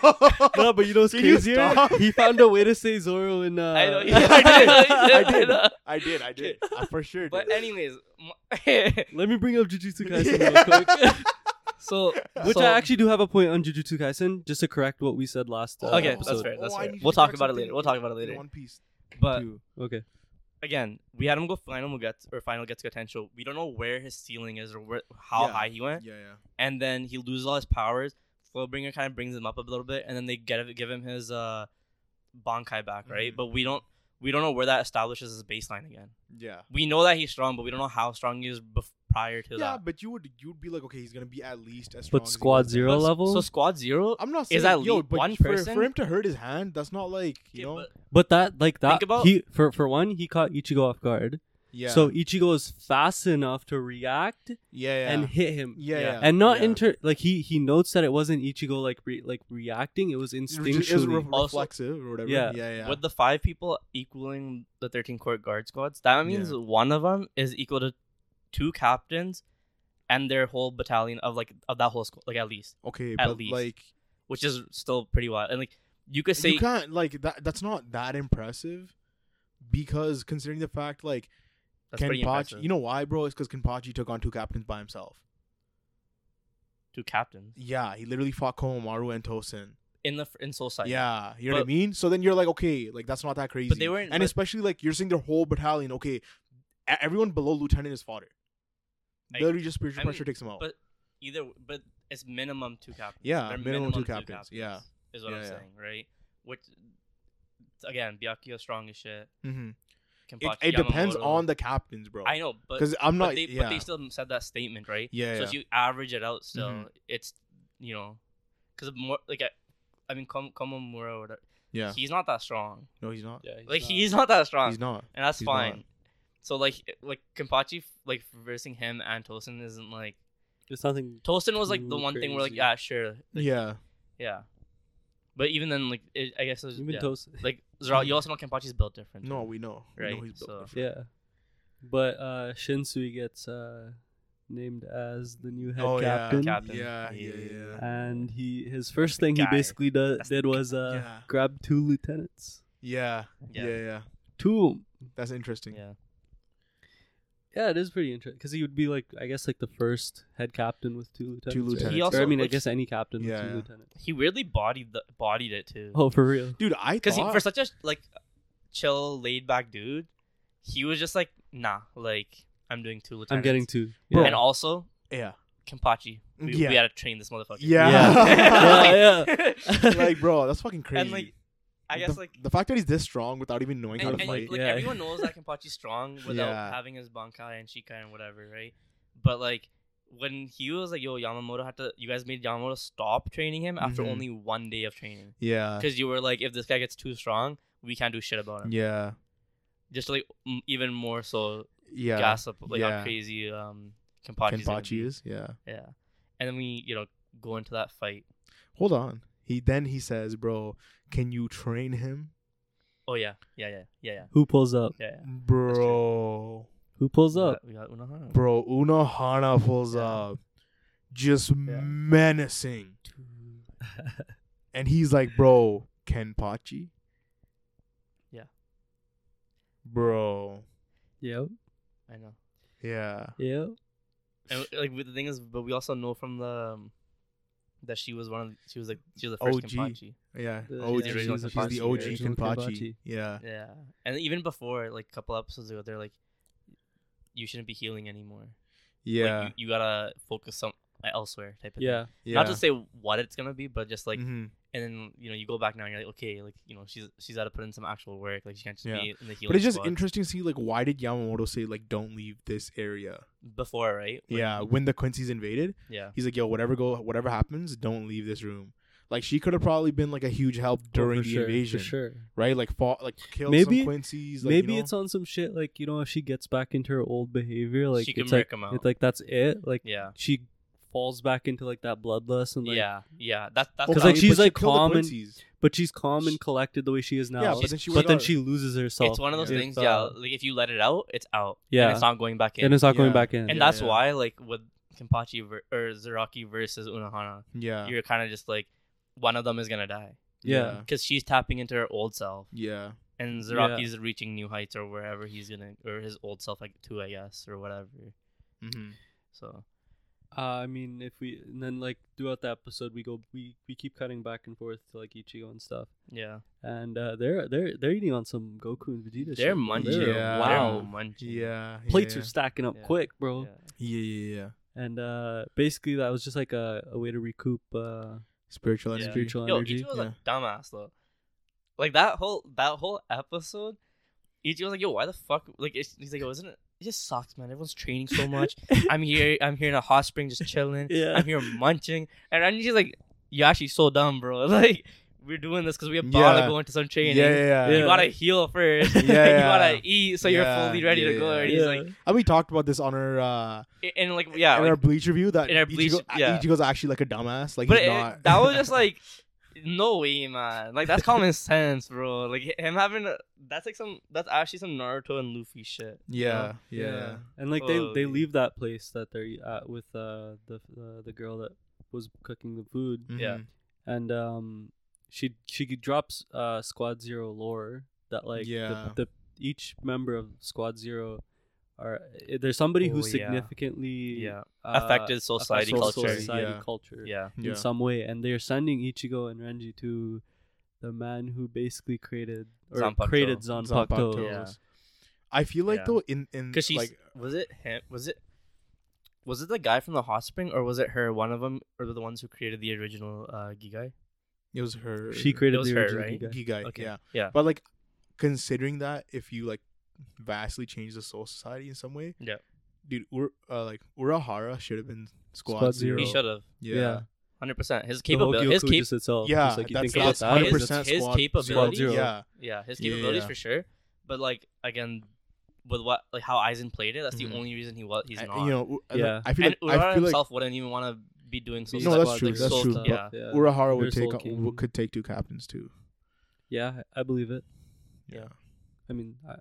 Speaker 3: no, but you know what's
Speaker 1: Can you
Speaker 3: crazier?
Speaker 1: stop?
Speaker 3: He found a way to say Zoro in. Uh,
Speaker 2: I know. he-
Speaker 1: I
Speaker 2: he
Speaker 1: did.
Speaker 2: did.
Speaker 1: I did. I did. I for sure did.
Speaker 2: But anyways, m-
Speaker 3: Let me bring up Jujutsu Kaisen
Speaker 1: Yeah.
Speaker 3: real quick.
Speaker 2: so
Speaker 3: Which
Speaker 2: so-
Speaker 3: I actually do have a point on Jujutsu Kaisen, just to correct what we said last. Uh,
Speaker 2: Okay, that's
Speaker 3: episode.
Speaker 2: fair, that's
Speaker 1: Oh, I
Speaker 2: fair.
Speaker 1: need to
Speaker 2: We'll talk
Speaker 1: correct
Speaker 2: about it later,
Speaker 1: something
Speaker 2: we'll talk about it
Speaker 1: in
Speaker 2: later.
Speaker 1: One Piece.
Speaker 2: but
Speaker 1: too.
Speaker 3: Okay.
Speaker 2: again, we had him go Final Mugetsu or Final Getsu potential. We don't know where his ceiling is or where, how
Speaker 1: Yeah.
Speaker 2: high he went,
Speaker 1: yeah,
Speaker 2: and then he loses all his powers. Fullbringer kind of brings him up a little bit, and then they get give him his uh, Bankai back, right?
Speaker 1: Mhm.
Speaker 2: But we don't we don't know where that establishes his baseline again.
Speaker 1: yeah,
Speaker 2: we know that he's strong, but we don't know how strong he is bef- prior to
Speaker 1: yeah, yeah.
Speaker 2: that.
Speaker 1: But you would youuld be like, okay, he's gonna be at least as strong.
Speaker 3: But
Speaker 1: as he
Speaker 3: Squad
Speaker 1: was.
Speaker 3: Zero
Speaker 2: But s-
Speaker 3: level.
Speaker 2: So Squad Zero.
Speaker 1: I'm not saying
Speaker 2: Is that
Speaker 1: yo,
Speaker 2: elite
Speaker 1: but
Speaker 2: one
Speaker 1: for,
Speaker 2: person?
Speaker 1: for him to hurt his hand, that's not like you
Speaker 2: Okay,
Speaker 1: know.
Speaker 2: but-
Speaker 3: but that, like that,
Speaker 2: Think about-
Speaker 3: he for for one, he caught Ichigo off guard.
Speaker 1: yeah.
Speaker 3: So Ichigo is fast enough to react
Speaker 1: yeah, yeah,
Speaker 3: and hit him.
Speaker 1: yeah,
Speaker 2: yeah.
Speaker 1: yeah,
Speaker 3: And not
Speaker 1: yeah.
Speaker 3: inter like he he notes that it wasn't Ichigo like re- like reacting it was
Speaker 1: It was just- it was
Speaker 3: instinctually
Speaker 1: re-
Speaker 2: Also-
Speaker 1: reflexive or whatever.
Speaker 3: Yeah.
Speaker 1: yeah, yeah.
Speaker 2: With the five people equaling the 13 court guard squads, that means
Speaker 1: Yeah.
Speaker 2: one of them is equal to two captains and their whole battalion of like of that whole squad, like at least,
Speaker 1: Okay,
Speaker 2: At
Speaker 1: but
Speaker 2: least.
Speaker 1: like
Speaker 2: which is still pretty wild. And like you could say,
Speaker 1: you can't like that. That's not that impressive because considering the fact like
Speaker 2: That's pretty
Speaker 1: Kenpachi,
Speaker 2: impressive.
Speaker 1: you know why, bro? It's because Kenpachi took on two captains by himself.
Speaker 2: two captains
Speaker 1: Yeah, he literally fought Komomaru and Tosin.
Speaker 2: in the in Soul Side.
Speaker 1: Yeah, you know what I
Speaker 2: But-
Speaker 1: mean. So then you're like, okay, like that's not that crazy.
Speaker 2: they weren't-
Speaker 1: and
Speaker 2: but-
Speaker 1: especially like you're seeing their whole battalion. Okay, e- everyone below lieutenant is fodder.
Speaker 2: I-
Speaker 1: literally, just spiritual
Speaker 2: I
Speaker 1: pressure
Speaker 2: mean,
Speaker 1: takes them out.
Speaker 2: but either but it's minimum two captains.
Speaker 1: Yeah,
Speaker 2: They're
Speaker 1: minimum two captains, yeah.
Speaker 2: is what I'm
Speaker 1: Yeah, yeah.
Speaker 2: saying, right? Which again, Byakuya strong as shit.
Speaker 1: Mhm. It,
Speaker 2: Kenpachi,
Speaker 1: it depends
Speaker 2: Yamamoto.
Speaker 1: on the captains, bro.
Speaker 2: I know, but
Speaker 1: Because I'm not.
Speaker 2: but, they,
Speaker 1: yeah.
Speaker 2: but they still said that statement, right?
Speaker 1: Yeah,
Speaker 2: So
Speaker 1: yeah.
Speaker 2: if you average it out, still
Speaker 1: Mhm.
Speaker 2: it's you know, because more like I, I mean, Kom- Komamura, or whatever,
Speaker 1: yeah.
Speaker 2: he's not that strong.
Speaker 1: no, he's not.
Speaker 3: Yeah, he's
Speaker 2: like
Speaker 3: not-
Speaker 2: he's not that strong,
Speaker 1: He's not.
Speaker 2: and that's
Speaker 1: he's
Speaker 2: fine.
Speaker 1: not.
Speaker 2: So like like Kenpachi like versing him and Tosin isn't like
Speaker 3: There's nothing.
Speaker 2: Tolson was like the
Speaker 3: Too
Speaker 2: one thing where like
Speaker 3: crazy.
Speaker 2: yeah sure like,
Speaker 1: yeah.
Speaker 2: yeah, but even then like it, I guess it was,
Speaker 3: Even
Speaker 2: yeah.
Speaker 3: Tosin-
Speaker 2: like Zara, you also know Kenpachi's built different.
Speaker 1: No, we know. We know
Speaker 2: Right,
Speaker 1: he's built
Speaker 2: so-
Speaker 1: different.
Speaker 3: Yeah. But uh Shinsui gets uh named as the new head
Speaker 1: Oh
Speaker 3: captain.
Speaker 2: Cap- Captain.
Speaker 1: yeah. Yeah. Yeah.
Speaker 2: Yeah.
Speaker 1: Yeah.
Speaker 3: And he his first thing
Speaker 2: Guy.
Speaker 3: he basically do,
Speaker 2: That's the
Speaker 3: did was uh
Speaker 1: Yeah.
Speaker 3: grab two lieutenants.
Speaker 1: Yeah.
Speaker 2: Yeah.
Speaker 1: Yeah. yeah.
Speaker 3: Two. of 'em.
Speaker 1: That's interesting.
Speaker 2: yeah,
Speaker 3: Yeah, it is pretty interesting because he would be like I guess like the first head captain with two lieutenants. right?
Speaker 1: lieutenants.
Speaker 2: He also-
Speaker 3: or, I mean, I
Speaker 2: which-
Speaker 3: guess any captain
Speaker 1: Yeah,
Speaker 3: with two
Speaker 1: yeah.
Speaker 3: lieutenants.
Speaker 2: he weirdly bodied the bodied it too.
Speaker 3: Oh, for real?
Speaker 1: Dude, I
Speaker 2: because
Speaker 1: thought
Speaker 2: for such a like chill, laid back dude, he was just like, nah, like I'm doing two lieutenants.
Speaker 3: I'm getting two.
Speaker 1: Bro.
Speaker 2: And also,
Speaker 1: yeah.
Speaker 2: Kenpachi, we,
Speaker 1: Yeah.
Speaker 2: we had to train this motherfucker.
Speaker 1: Yeah.
Speaker 3: Yeah,
Speaker 2: yeah.
Speaker 1: like, bro, that's fucking crazy.
Speaker 2: And, like, I guess
Speaker 1: the,
Speaker 2: like.
Speaker 1: the fact that he's this strong without even knowing how
Speaker 2: And,
Speaker 1: to
Speaker 2: and,
Speaker 1: fight.
Speaker 2: like
Speaker 3: Yeah.
Speaker 2: everyone knows that Kenpachi's strong without
Speaker 1: Yeah.
Speaker 2: having his Bankai and Shikai and whatever, right? But like when he was like, "Yo, Yamamoto had to," you guys made Yamamoto stop training him after
Speaker 1: Mhm.
Speaker 2: only one day of training
Speaker 1: yeah.
Speaker 2: because you were like, "If this guy gets too strong, we can't do shit about him."
Speaker 1: Yeah.
Speaker 2: Just like m- even more so
Speaker 1: Yeah.
Speaker 2: gossip like how
Speaker 1: Yeah.
Speaker 2: crazy um Kenpachi's gonna
Speaker 1: Kenpachi
Speaker 2: be.
Speaker 1: is. Yeah.
Speaker 2: Yeah, and then we you know go into that fight.
Speaker 1: Hold on. He then he says, "Bro, can you train him?"
Speaker 2: Oh yeah, yeah, yeah, yeah, yeah,
Speaker 3: Who pulls up?
Speaker 2: yeah. yeah.
Speaker 1: Bro.
Speaker 3: Who pulls
Speaker 2: We
Speaker 3: up?
Speaker 2: got- We got Unohana.
Speaker 1: Bro, Unohana pulls
Speaker 2: Yeah.
Speaker 1: up just menacing. And he's like, "Bro, Kenpachi?"
Speaker 2: Yeah.
Speaker 1: Bro.
Speaker 3: Yep.
Speaker 2: I know.
Speaker 1: Yeah.
Speaker 3: Yep.
Speaker 2: And like with the thing is, but we also know from the um, that she was one of the, she was like she was the first
Speaker 1: OG.
Speaker 2: Kenpachi.
Speaker 1: Yeah.
Speaker 3: The-
Speaker 1: OG.
Speaker 2: yeah,
Speaker 1: She's
Speaker 2: original
Speaker 1: the
Speaker 2: Kenpachi,
Speaker 1: OG
Speaker 3: original
Speaker 1: Kenpachi.
Speaker 3: Kenpachi.
Speaker 1: Yeah.
Speaker 2: Yeah, and even before like a couple episodes ago, they're like, you shouldn't be healing anymore.
Speaker 1: Yeah.
Speaker 2: like, you, you gotta focus some uh, elsewhere type of
Speaker 3: Yeah. Mm-hmm.
Speaker 2: thing.
Speaker 1: yeah.
Speaker 2: Not to say what it's gonna be, but just like
Speaker 1: Mhm.
Speaker 2: and then you know you go back now and you're like okay like you know she's she's got to put in some actual work like she can't just
Speaker 1: Yeah.
Speaker 2: be in the healing
Speaker 1: But it's just
Speaker 2: squad
Speaker 1: interesting to see like why did Yamamoto say like don't leave this area?
Speaker 2: before right When-
Speaker 1: yeah, when the Quincy's invaded,
Speaker 2: yeah
Speaker 1: he's like, yo, whatever go, whatever happens, don't leave this room. Like she could have probably been like a huge help during
Speaker 3: Oh, for
Speaker 1: the
Speaker 3: sure,
Speaker 1: invasion,
Speaker 3: For sure.
Speaker 1: right? Like fought, like killed
Speaker 3: Maybe-
Speaker 1: some Quincy's. Like,
Speaker 3: Maybe it's on some shit like you know if she gets back into her old behavior, like
Speaker 2: She can
Speaker 3: it's like,
Speaker 2: work 'em out.
Speaker 3: It's like that's it. Like
Speaker 2: yeah
Speaker 3: she falls back into like that bloodlust and like,
Speaker 2: yeah yeah that's
Speaker 1: Oh,
Speaker 2: that's
Speaker 3: 'Cause,
Speaker 2: how
Speaker 3: like,
Speaker 2: it-
Speaker 3: she's, like, calm and- but she's calm and collected the way she is now.
Speaker 1: Yeah,
Speaker 2: she's-
Speaker 1: but then she
Speaker 2: but
Speaker 1: was
Speaker 2: then
Speaker 1: out.
Speaker 3: she loses herself.
Speaker 2: it's one of those
Speaker 1: yeah,
Speaker 2: things
Speaker 3: it's,
Speaker 2: yeah
Speaker 3: uh,
Speaker 2: like if you let it out it's out
Speaker 3: Yeah.
Speaker 2: and it's not going back in
Speaker 3: and it's not going
Speaker 1: Yeah.
Speaker 3: back in.
Speaker 2: And
Speaker 1: Yeah,
Speaker 2: that's
Speaker 1: yeah.
Speaker 2: why like with Kenpachi ver- or Zeraki versus Unohana
Speaker 1: yeah,
Speaker 2: you're kind of just like one of them is gonna die
Speaker 1: yeah,
Speaker 2: because she's tapping into her old self
Speaker 1: yeah,
Speaker 2: and
Speaker 3: Yeah.
Speaker 2: Zeraki's reaching new heights or wherever he's gonna or his old self like too I guess or whatever
Speaker 1: Mhm.
Speaker 2: so
Speaker 3: uh, I mean, if we and then like throughout the episode, we go we we keep cutting back and forth to like Ichigo and stuff,
Speaker 2: yeah.
Speaker 3: and uh, they're they're they're eating on some Goku and Vegeta. shit,
Speaker 2: They're
Speaker 3: bro.
Speaker 2: munching.
Speaker 1: They're-
Speaker 2: Yeah.
Speaker 3: Wow.
Speaker 2: They're munching.
Speaker 1: yeah.
Speaker 3: Plates
Speaker 1: yeah.
Speaker 3: are stacking up
Speaker 2: Yeah.
Speaker 3: quick, bro.
Speaker 2: Yeah.
Speaker 1: yeah, yeah, yeah.
Speaker 3: And uh, basically, that was just like a, a way to recoup uh,
Speaker 1: Spiritual
Speaker 2: Yeah.
Speaker 1: energy.
Speaker 3: spiritual
Speaker 2: Yo,
Speaker 3: energy.
Speaker 2: Ichigo was a dumbass though. Like that whole that whole episode, Ichigo was like, "Yo, why the fuck?" Like it's, he's like, "Yo, isn't it? It just sucks, man. Everyone's training so much. I'm here. I'm here in a hot spring, just chilling.
Speaker 3: Yeah.
Speaker 2: I'm here munching." And I'm just like, "You're actually so dumb, bro. Like we're doing this because we about to
Speaker 1: Yeah.
Speaker 2: go into some
Speaker 1: Yeah,
Speaker 2: training.
Speaker 1: yeah, yeah.
Speaker 2: You gotta heal first.
Speaker 1: Yeah,
Speaker 2: you
Speaker 1: yeah.
Speaker 2: gotta eat so you're
Speaker 1: Yeah,
Speaker 2: fully ready
Speaker 1: yeah,
Speaker 2: to go."
Speaker 1: yeah.
Speaker 2: And he's like,
Speaker 1: And we talked about this on our uh,
Speaker 2: and like, yeah,
Speaker 1: in
Speaker 2: like,
Speaker 1: our bleach review that
Speaker 2: in our Bleach-
Speaker 1: Ichigo, uh,
Speaker 2: yeah.
Speaker 1: Ichigo's actually like a dumbass. Like
Speaker 2: But
Speaker 1: he's
Speaker 2: it-
Speaker 1: not.
Speaker 2: that was just like, no way, man. Like that's common sense, bro. Like him having a, that's like some that's actually some Naruto and Luffy shit. you
Speaker 1: yeah,
Speaker 2: know?
Speaker 1: yeah, yeah.
Speaker 3: And like they
Speaker 2: Holy.
Speaker 3: they leave that place that they're at with uh, the uh, the girl that was cooking the food,
Speaker 2: Yeah.
Speaker 1: Mhm.
Speaker 3: and um, she she drops uh Squad Zero lore that like
Speaker 1: Yeah.
Speaker 3: the, the each member of Squad Zero are there's somebody
Speaker 2: Oh,
Speaker 3: who
Speaker 2: yeah.
Speaker 3: significantly
Speaker 2: yeah
Speaker 3: uh,
Speaker 2: affected society
Speaker 3: affects
Speaker 2: culture
Speaker 1: soci-
Speaker 3: society
Speaker 1: Yeah.
Speaker 3: culture
Speaker 2: yeah
Speaker 3: in some way, and they're sending Ichigo and Renji to the man who basically created or
Speaker 2: Zanpakuto.
Speaker 3: created Zanpakuto.
Speaker 1: Zanpakuto.
Speaker 2: Yeah.
Speaker 1: I feel like
Speaker 2: Yeah.
Speaker 1: though in in
Speaker 2: because she's
Speaker 1: like
Speaker 2: was it him was it was it the guy from the hot spring or was it her one of them or the ones who created the original uh gigai
Speaker 1: it was her
Speaker 3: She created
Speaker 2: was
Speaker 3: the
Speaker 2: her,
Speaker 3: original
Speaker 2: right?
Speaker 3: Giga.
Speaker 1: Gigai,
Speaker 2: Okay.
Speaker 1: yeah.
Speaker 2: Yeah.
Speaker 1: But like considering that if you like vastly change the soul society in some way.
Speaker 2: Yeah.
Speaker 1: Dude, Ur- uh, like Urahara should have been squad,
Speaker 3: Squad
Speaker 1: zero.
Speaker 3: Zero.
Speaker 2: he should have
Speaker 1: Yeah.
Speaker 2: 100% his
Speaker 3: The whole
Speaker 2: capability his
Speaker 3: Gyoku
Speaker 2: cap-
Speaker 3: just itself.
Speaker 1: Yeah,
Speaker 3: just like you
Speaker 1: that's-
Speaker 3: think about
Speaker 1: that's
Speaker 3: that.
Speaker 1: 100%
Speaker 3: just-
Speaker 2: his, his
Speaker 1: squad-
Speaker 3: Squad
Speaker 2: capabilities
Speaker 3: Zero.
Speaker 1: Yeah.
Speaker 2: yeah his
Speaker 1: Yeah, yeah,
Speaker 2: capabilities
Speaker 1: yeah.
Speaker 2: for sure but like again with what like how Aizen played it that's
Speaker 1: Mhm.
Speaker 2: the only reason he was he's
Speaker 1: I-
Speaker 2: not
Speaker 1: you know, Ur-
Speaker 3: Yeah.
Speaker 1: I feel
Speaker 2: and
Speaker 1: like I
Speaker 2: Urahara
Speaker 1: feel like
Speaker 2: himself wouldn't even want to be doing so
Speaker 1: No,
Speaker 2: stuff,
Speaker 1: that's true,
Speaker 2: like,
Speaker 1: that's
Speaker 2: soul
Speaker 1: true,
Speaker 2: stuff.
Speaker 1: but-
Speaker 2: yeah
Speaker 1: Urahara would
Speaker 3: Ursul
Speaker 1: take on-
Speaker 3: King.
Speaker 1: could take two captains too.
Speaker 3: Yeah, I believe it.
Speaker 1: Yeah.
Speaker 3: I mean, I,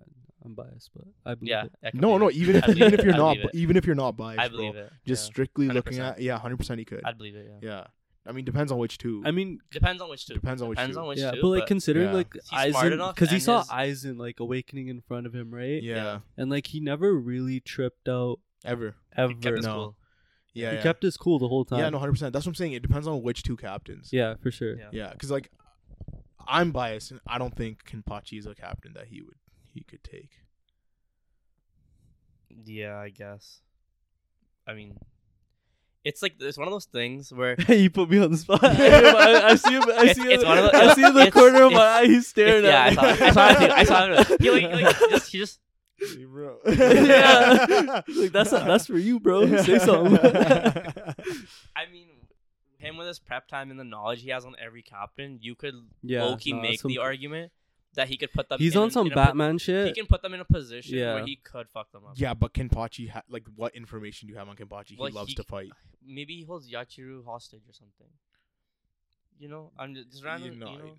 Speaker 3: I'm biased, but I believe
Speaker 2: yeah
Speaker 3: it.
Speaker 2: I can
Speaker 1: No,
Speaker 2: believe
Speaker 1: no,
Speaker 2: it.
Speaker 1: even if
Speaker 2: I believe
Speaker 1: even
Speaker 2: it,
Speaker 1: if you're
Speaker 2: I
Speaker 1: not
Speaker 2: believe
Speaker 1: bi-
Speaker 2: it.
Speaker 1: even if you're not biased,
Speaker 2: I
Speaker 1: bro,
Speaker 2: believe it
Speaker 1: just
Speaker 2: yeah.
Speaker 1: strictly looking
Speaker 2: 100%.
Speaker 1: at yeah, 100% he could.
Speaker 2: I believe it yeah
Speaker 1: yeah. I mean, depends on which two.
Speaker 3: I mean,
Speaker 2: depends on which two
Speaker 1: depends on which
Speaker 2: depends
Speaker 1: two.
Speaker 2: on which
Speaker 3: yeah,
Speaker 2: two
Speaker 3: but like considering
Speaker 1: Yeah.
Speaker 3: like
Speaker 2: He's smart
Speaker 3: Aizen,
Speaker 2: enough
Speaker 3: because he
Speaker 2: and
Speaker 3: saw
Speaker 2: his-
Speaker 3: Aizen like awakening in front of him, right?
Speaker 1: yeah.
Speaker 2: yeah.
Speaker 3: And like he never really tripped out
Speaker 1: Ever.
Speaker 3: ever.
Speaker 2: kept his
Speaker 1: No.
Speaker 2: cool.
Speaker 1: Yeah.
Speaker 3: he
Speaker 1: yeah.
Speaker 3: kept his cool the whole time.
Speaker 1: Yeah, no, hundred percent. That's what I'm saying. It depends on which two captains.
Speaker 3: Yeah, for sure.
Speaker 2: Yeah.
Speaker 1: yeah, because like I'm biased, and I don't think Kenpachi is a captain that he would he could take.
Speaker 2: Yeah, I guess. I mean, it's like it's one of those things where
Speaker 3: you put me on the spot. I, I see him. I
Speaker 2: It's-
Speaker 3: see
Speaker 2: it's
Speaker 3: him.
Speaker 2: one of the-
Speaker 3: I see in the
Speaker 2: it's-
Speaker 3: corner of my
Speaker 2: it's-
Speaker 3: eye. He's staring
Speaker 2: yeah, I
Speaker 3: at
Speaker 2: saw,
Speaker 3: me.
Speaker 2: it. I saw it too. I saw it. Too. He like, he like just he just
Speaker 3: Yeah. Like, that's that's for you, bro. Say something.
Speaker 2: I mean, him with his prep time and the knowledge he has on every captain, you could
Speaker 3: yeah,
Speaker 2: low-key
Speaker 3: no,
Speaker 2: make
Speaker 3: some-
Speaker 2: the argument that he could put them.
Speaker 3: He's
Speaker 2: in
Speaker 3: on
Speaker 2: an-
Speaker 3: some
Speaker 2: in a po-
Speaker 3: Batman
Speaker 2: He
Speaker 3: shit.
Speaker 2: can put them in a position
Speaker 3: Yeah.
Speaker 2: where he could fuck them up.
Speaker 1: yeah, but Kenpachi, ha- like, what information do you have on Kenpachi? He
Speaker 2: Well,
Speaker 1: loves
Speaker 2: he-
Speaker 1: to fight.
Speaker 2: Maybe he holds Yachiru hostage or something. You know, I'm just, just random.
Speaker 1: You
Speaker 2: You,
Speaker 1: know,
Speaker 2: know?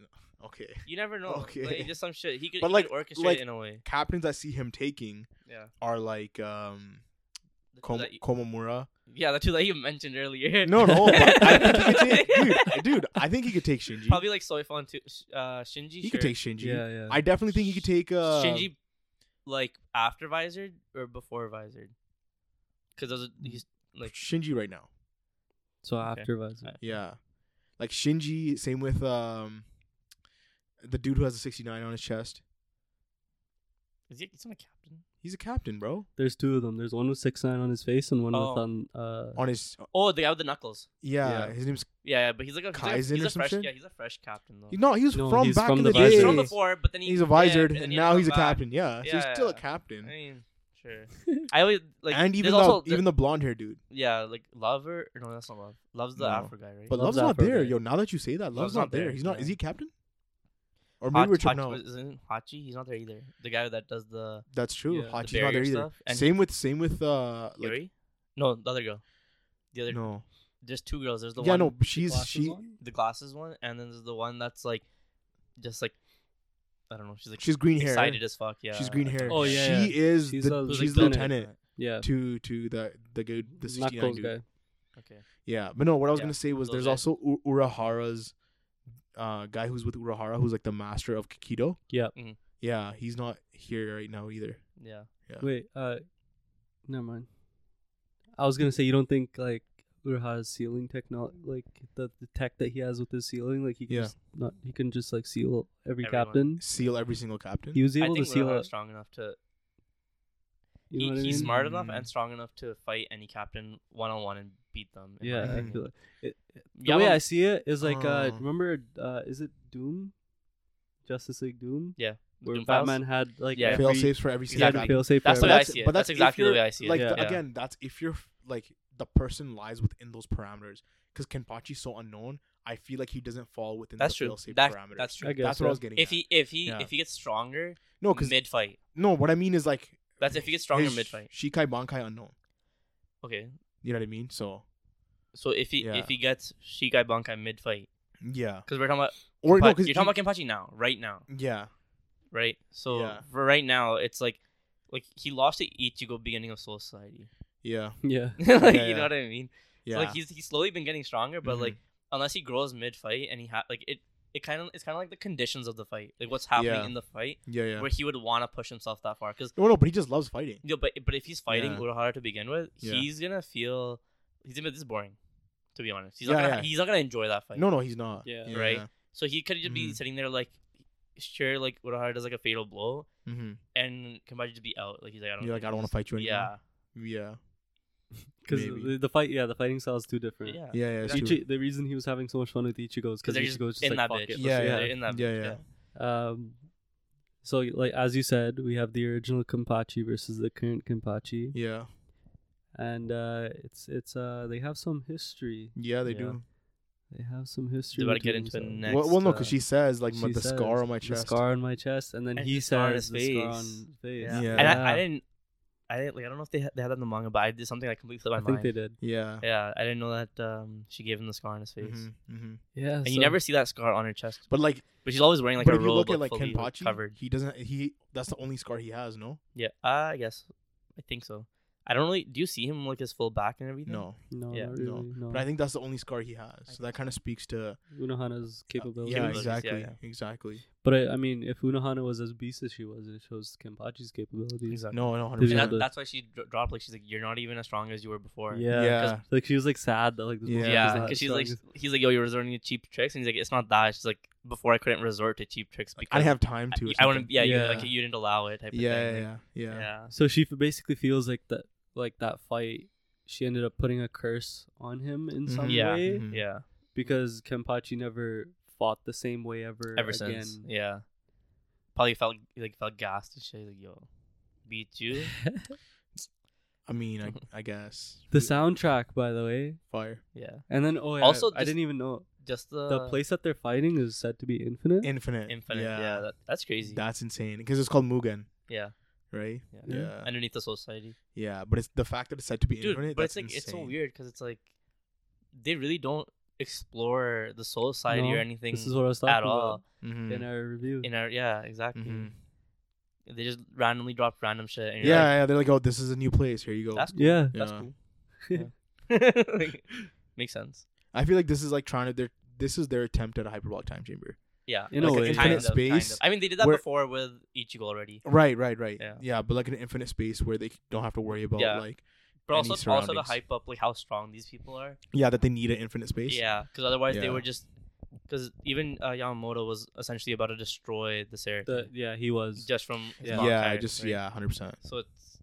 Speaker 1: okay.
Speaker 2: you never know.
Speaker 1: Okay.
Speaker 2: Like, just some shit. He could,
Speaker 1: But,
Speaker 2: he
Speaker 1: like-
Speaker 2: could orchestrate
Speaker 1: like-
Speaker 2: it in a way.
Speaker 1: Captains I see him taking
Speaker 2: Yeah.
Speaker 1: are like um
Speaker 2: The two
Speaker 1: Kom-
Speaker 2: that you-
Speaker 1: Komamura.
Speaker 2: Yeah, the two that you mentioned earlier.
Speaker 1: No, no, but I think he could take, dude, dude. I think he could take Shinji.
Speaker 2: Probably like Soifon too. Sh- Uh, Shinji.
Speaker 1: he
Speaker 2: sure.
Speaker 1: could take Shinji.
Speaker 3: Yeah, yeah.
Speaker 1: I definitely think he could take uh,
Speaker 2: Shinji, like after Visored or before Visored, because those are, he's like
Speaker 1: Shinji right now.
Speaker 3: so
Speaker 2: Okay.
Speaker 3: after Vice.
Speaker 1: Yeah. Like Shinji, same with um the dude who has a 69 on his chest.
Speaker 2: is he? He's not a captain.
Speaker 1: He's a captain, bro.
Speaker 3: There's two of them. There's one with six nine on his face and one
Speaker 2: Oh.
Speaker 3: with on. Uh,
Speaker 1: On his
Speaker 2: Oh, the guy with the knuckles.
Speaker 1: yeah,
Speaker 3: Yeah.
Speaker 1: his name's
Speaker 2: Yeah, yeah but he's like a he's a-
Speaker 1: Kaizen
Speaker 2: he's a,
Speaker 1: or some
Speaker 2: fresh.
Speaker 1: shit?
Speaker 2: Yeah, he's a fresh captain though.
Speaker 1: No, he was
Speaker 3: No,
Speaker 1: from
Speaker 3: he's
Speaker 1: back
Speaker 3: from
Speaker 1: in the
Speaker 3: the
Speaker 2: He was
Speaker 1: day.
Speaker 2: from
Speaker 3: Visored.
Speaker 2: before, but then he
Speaker 1: he's a
Speaker 2: dipped,
Speaker 1: visored
Speaker 2: and
Speaker 1: and
Speaker 2: then he
Speaker 1: now
Speaker 2: come
Speaker 1: he's a
Speaker 2: back.
Speaker 1: captain. Yeah, so he's still a
Speaker 2: Yeah.
Speaker 1: captain.
Speaker 2: I mean, sure. I always like
Speaker 1: and
Speaker 2: there's
Speaker 1: even the
Speaker 2: also,
Speaker 1: even the blonde hair dude.
Speaker 2: yeah, like lover. No, that's not love. Love's the
Speaker 1: No.
Speaker 2: Afro guy, right?
Speaker 1: But Love's,
Speaker 3: Love's
Speaker 1: not
Speaker 3: Afro
Speaker 1: there.
Speaker 3: guy.
Speaker 1: Yo, now that you say that, Love's, not there. He's not
Speaker 2: yeah.
Speaker 1: is he a captain? Or
Speaker 2: Hot-
Speaker 1: maybe we're
Speaker 2: Hot-
Speaker 1: tripping out.
Speaker 2: Isn't Hachi? He's not there either. The guy that does the,
Speaker 1: That's true.
Speaker 3: Yeah. The
Speaker 1: Hachi's
Speaker 2: the
Speaker 1: not
Speaker 2: barrier
Speaker 1: there either.
Speaker 2: stuff. And
Speaker 1: Same with same with uh like
Speaker 2: Yuri? No, the other girl. The other.
Speaker 1: no.
Speaker 2: There's two girls. There's the
Speaker 1: Yeah,
Speaker 2: one.
Speaker 1: no, she's
Speaker 3: glasses
Speaker 1: she
Speaker 3: on?
Speaker 2: The glasses one, and then there's the one that's like, just like, I don't know. She's like
Speaker 1: she's green hair.
Speaker 2: excited as fuck. Yeah.
Speaker 1: She's green hair.
Speaker 3: Oh, yeah,
Speaker 1: She is
Speaker 3: She's
Speaker 1: the
Speaker 3: a
Speaker 1: she's the
Speaker 3: lieutenant.
Speaker 1: lieutenant.
Speaker 3: Yeah.
Speaker 1: to to the the good the 69
Speaker 3: Knuckles
Speaker 1: dude.
Speaker 3: guy.
Speaker 2: Okay.
Speaker 1: Yeah, but no, what I was
Speaker 2: Yeah,
Speaker 1: gonna say was there's
Speaker 2: Knuckles guy.
Speaker 1: also U- Urahara's uh guy who's with Urahara who's like the master of Kikido.
Speaker 3: Yeah.
Speaker 2: Mhm.
Speaker 1: Yeah, he's not here right now either.
Speaker 2: Yeah.
Speaker 3: Wait, uh, never mind. I was gonna say you don't think like Urha's sealing technology, like the, the tech that he has with his sealing, like he can
Speaker 1: Yeah.
Speaker 3: just not he can just like seal every
Speaker 2: Everyone.
Speaker 3: captain.
Speaker 1: Seal every single captain.
Speaker 3: He was
Speaker 2: I
Speaker 3: able to
Speaker 2: think
Speaker 3: seal
Speaker 2: Rohan
Speaker 3: it.
Speaker 2: strong enough to.
Speaker 3: You know
Speaker 2: he-
Speaker 3: what I
Speaker 2: he's
Speaker 3: mean?
Speaker 2: smart enough
Speaker 1: Mm.
Speaker 2: and strong enough to fight any captain one on one and beat them. in my
Speaker 3: Yeah, I
Speaker 2: opinion.
Speaker 3: feel it. The
Speaker 2: Yeah,
Speaker 3: way
Speaker 2: well,
Speaker 3: I see it is like, uh,
Speaker 1: Oh.
Speaker 3: remember, uh, is it Doom? Justice League Doom, where
Speaker 2: Doom files.
Speaker 3: Batman had like
Speaker 2: Yeah.
Speaker 1: fail
Speaker 3: every,
Speaker 1: saves for every
Speaker 3: he had
Speaker 1: single
Speaker 3: a
Speaker 2: Exactly.
Speaker 1: captain.
Speaker 3: failsafe
Speaker 2: That's
Speaker 3: for
Speaker 2: the way I
Speaker 3: every-
Speaker 2: see it. That's
Speaker 1: if
Speaker 2: exactly the
Speaker 1: you're-
Speaker 2: way I see it,
Speaker 1: Like
Speaker 3: yeah.
Speaker 1: the-
Speaker 2: Yeah.
Speaker 1: again, that's if you're f- like the person lies within those parameters. Because Kenpachi's so unknown, I feel like he doesn't fall within
Speaker 2: That's
Speaker 1: the
Speaker 2: true.
Speaker 1: fail safe
Speaker 2: That-
Speaker 1: parameters.
Speaker 2: that's true.
Speaker 3: I guess,
Speaker 1: That's what
Speaker 3: yeah.
Speaker 1: I was getting.
Speaker 2: If
Speaker 1: at.
Speaker 2: he if he
Speaker 1: Yeah.
Speaker 2: if he gets stronger
Speaker 3: Oh,
Speaker 1: no, because
Speaker 2: mid fight.
Speaker 1: no, what I mean is like
Speaker 2: That's if he gets stronger
Speaker 1: his
Speaker 2: mid fight.
Speaker 1: Shikai Bankai unknown.
Speaker 2: Okay.
Speaker 1: You know what I mean? So
Speaker 2: So if he
Speaker 1: Yeah.
Speaker 2: if he gets Shikai Bankai mid fight,
Speaker 1: yeah,
Speaker 2: because we're talking about
Speaker 1: or no,
Speaker 2: Kenpa-
Speaker 1: because
Speaker 2: you're talking about Kenpachi now, right now,
Speaker 1: yeah,
Speaker 2: right? So
Speaker 1: Yeah.
Speaker 2: for right now, it's like like he lost to Ichigo beginning of Soul Society.
Speaker 1: yeah,
Speaker 3: yeah, Mm-hmm.
Speaker 2: like
Speaker 1: Yeah,
Speaker 2: you
Speaker 1: yeah.
Speaker 2: know what I mean?
Speaker 1: yeah.
Speaker 2: Like he's he's slowly been getting stronger, but
Speaker 1: Mhm.
Speaker 2: like unless he grows mid fight and he ha like it it kind of it's kind of like the conditions of the fight, like what's happening
Speaker 1: Yeah.
Speaker 2: in the fight,
Speaker 1: Yeah, yeah.
Speaker 2: where he would want to push himself that far. Because
Speaker 1: No, no, but he just loves fighting.
Speaker 2: you know, but but if he's fighting
Speaker 1: Yeah.
Speaker 2: Urahara to begin with,
Speaker 1: Yeah.
Speaker 2: he's gonna feel he's gonna be like, this is boring. To be honest, he's
Speaker 1: Yeah,
Speaker 2: not gonna
Speaker 1: yeah.
Speaker 2: he's not gonna enjoy that fight.
Speaker 1: No, no, he's not.
Speaker 3: Yeah.
Speaker 2: Right. So he could just be
Speaker 1: Mhm.
Speaker 2: sitting there like, sure, like Urahara does like a fatal blow,
Speaker 1: Mm-hmm.
Speaker 2: and Kenpachi just be out. Like he's like, I don't.
Speaker 1: You're like, I don't want to fight you anymore.
Speaker 2: Yeah.
Speaker 1: Yeah.
Speaker 3: because
Speaker 1: Maybe.
Speaker 3: the, the fight, yeah, the fighting style is too different.
Speaker 2: Yeah.
Speaker 1: Yeah, yeah. it's
Speaker 2: Exactly.
Speaker 1: true.
Speaker 3: Ichi, the reason he was having so much fun with Ichigo is because
Speaker 2: Because they're
Speaker 3: Ichigo's
Speaker 2: just
Speaker 3: just
Speaker 2: in
Speaker 3: like,
Speaker 2: that
Speaker 3: fuck
Speaker 2: bitch.
Speaker 3: it, let's
Speaker 1: Yeah,
Speaker 3: do
Speaker 1: yeah.
Speaker 2: They're
Speaker 3: it.
Speaker 2: in that
Speaker 1: Yeah,
Speaker 2: bitch,
Speaker 1: yeah.
Speaker 3: Um, so like as you said, we have the original Kenpachi versus the current Kenpachi,
Speaker 1: Yeah.
Speaker 3: and uh, it's it's uh they have some history.
Speaker 1: Yeah, they
Speaker 3: Yeah.
Speaker 1: do.
Speaker 3: They have some history.
Speaker 2: They're about to get
Speaker 3: between
Speaker 2: into it
Speaker 3: themselves.
Speaker 2: next.
Speaker 1: Well, well, no,
Speaker 2: uh,
Speaker 1: because she says like my
Speaker 3: She
Speaker 1: the
Speaker 3: says,
Speaker 1: scar on my chest.
Speaker 3: The scar on my chest, and then
Speaker 2: And
Speaker 3: he
Speaker 2: the scar on
Speaker 3: says
Speaker 2: his
Speaker 3: the scar
Speaker 2: face.
Speaker 3: on his face.
Speaker 1: Yeah. Yeah.
Speaker 2: And I,
Speaker 3: Yeah.
Speaker 2: I didn't, I didn't like. I don't know if they had, they had that in the manga, but I did something like completely slipped my
Speaker 3: I
Speaker 2: mind.
Speaker 3: think they did.
Speaker 1: Yeah.
Speaker 2: Yeah, I didn't know that um, she gave him the scar on his face,
Speaker 1: Mhm, mhm.
Speaker 3: Yeah,
Speaker 2: and you never see that scar on her chest.
Speaker 1: But like,
Speaker 2: But she's always wearing like
Speaker 1: but
Speaker 2: a
Speaker 1: if you
Speaker 2: robe
Speaker 1: look at
Speaker 2: like,
Speaker 1: like
Speaker 2: fully like,
Speaker 1: Kenpachi,
Speaker 2: covered.
Speaker 1: he doesn't. He that's the only scar he has. No.
Speaker 2: Yeah, uh, I guess, I think so. I don't really. Do you see him like his full back and everything?
Speaker 1: No.
Speaker 3: no,
Speaker 2: Yeah.
Speaker 3: not
Speaker 1: No.
Speaker 3: really, no.
Speaker 1: But I think that's the only scar he has.
Speaker 2: I
Speaker 1: So that kind of speaks to. uh,
Speaker 3: Unohana's capability.
Speaker 1: yeah,
Speaker 2: Capabilities,
Speaker 1: exactly.
Speaker 2: yeah,
Speaker 1: Exactly.
Speaker 3: But I, I mean, if Unohana was as beast as she was, it shows Kenpachi's capabilities.
Speaker 2: exactly.
Speaker 1: No, no, hundred
Speaker 3: Did you
Speaker 2: And
Speaker 3: Yeah,
Speaker 2: that,
Speaker 1: percent.
Speaker 3: but-
Speaker 2: that's why she dro- dropped. Like she's like, you're not even as strong as you were before.
Speaker 3: Yeah,
Speaker 1: Yeah.
Speaker 3: 'cause, like she was like sad that like this
Speaker 1: Yeah.
Speaker 3: woman was
Speaker 2: Yeah,
Speaker 3: not
Speaker 2: because she's like,
Speaker 3: strong as-
Speaker 2: he's like, yo, you're resorting to cheap tricks, and he's like, it's not that. She's like, before I couldn't resort to cheap tricks because
Speaker 1: I didn't have time to. or
Speaker 2: I, want
Speaker 1: something.
Speaker 2: to. Yeah, You,
Speaker 3: Yeah.
Speaker 2: like you didn't allow it. Type of
Speaker 1: Yeah,
Speaker 2: thing.
Speaker 1: yeah, yeah, yeah.
Speaker 3: So she f- basically feels like that, like that fight. She ended up putting a curse on him in some
Speaker 1: Mhm.
Speaker 2: Yeah. Mm-hmm.
Speaker 3: way
Speaker 1: Mhm.
Speaker 2: yeah,
Speaker 3: because Kenpachi never fought the same way ever.
Speaker 2: Ever
Speaker 3: again.
Speaker 2: since, yeah. Probably felt like felt gassed and shit. He's like, yo, beat you.
Speaker 1: I mean, I, I guess
Speaker 3: the soundtrack, by the way,
Speaker 1: fire
Speaker 2: Yeah.
Speaker 3: and then oh, yeah,
Speaker 2: Also,
Speaker 3: I,
Speaker 2: just-
Speaker 3: didn't even know
Speaker 2: Just the,
Speaker 3: the place that they're fighting is said to be infinite.
Speaker 1: infinite.
Speaker 2: infinite. Yeah, that, that's crazy.
Speaker 1: that's insane because it's called Mugen,
Speaker 2: yeah,
Speaker 1: right?
Speaker 2: yeah,
Speaker 1: Yeah,
Speaker 3: Yeah.
Speaker 1: yeah.
Speaker 2: Underneath the society,
Speaker 1: But it's the fact that it's said to be
Speaker 2: dude.
Speaker 1: infinite.
Speaker 2: but
Speaker 1: that's
Speaker 2: it's like it's so
Speaker 1: insane.
Speaker 2: weird because it's like they really don't explore the soul society or
Speaker 3: No,
Speaker 2: anything
Speaker 3: This is what I was talking
Speaker 2: at all Mm.
Speaker 3: about
Speaker 1: Mhm.
Speaker 3: in our review.
Speaker 2: in our yeah exactly.
Speaker 1: Mhm.
Speaker 2: They just randomly drop random shit. And
Speaker 1: Yeah,
Speaker 2: you're like,
Speaker 1: yeah. They're like, oh, this is a new place. Here you go.
Speaker 2: That's cool.
Speaker 3: yeah,
Speaker 2: That's
Speaker 1: Yeah.
Speaker 2: cool. Yeah. Like, makes sense.
Speaker 1: I feel like this is like trying to. They're, this is their attempt at a hyperbolic time chamber.
Speaker 2: Yeah.
Speaker 3: In a
Speaker 2: like
Speaker 3: way.
Speaker 2: kind
Speaker 1: Infinite
Speaker 2: of, kind
Speaker 1: space
Speaker 2: of. I mean, they did that
Speaker 1: where-
Speaker 2: before with Ichigo already.
Speaker 1: Right, right, right.
Speaker 2: Yeah.
Speaker 1: but like an infinite space where they don't have to worry about
Speaker 2: Yeah.
Speaker 1: like
Speaker 2: But
Speaker 1: Any
Speaker 2: also, also to
Speaker 1: surroundings.
Speaker 2: hype up like how strong these people are.
Speaker 1: yeah that they need an infinite space.
Speaker 2: Yeah, because otherwise they
Speaker 1: Yeah.
Speaker 2: were just because even uh, Yamamoto was essentially about to destroy the Seraph
Speaker 3: The- yeah, he was.
Speaker 2: just from his
Speaker 3: Yeah.
Speaker 2: long
Speaker 1: yeah, I
Speaker 2: time,
Speaker 1: just
Speaker 2: right?
Speaker 1: yeah, hundred percent.
Speaker 2: So it's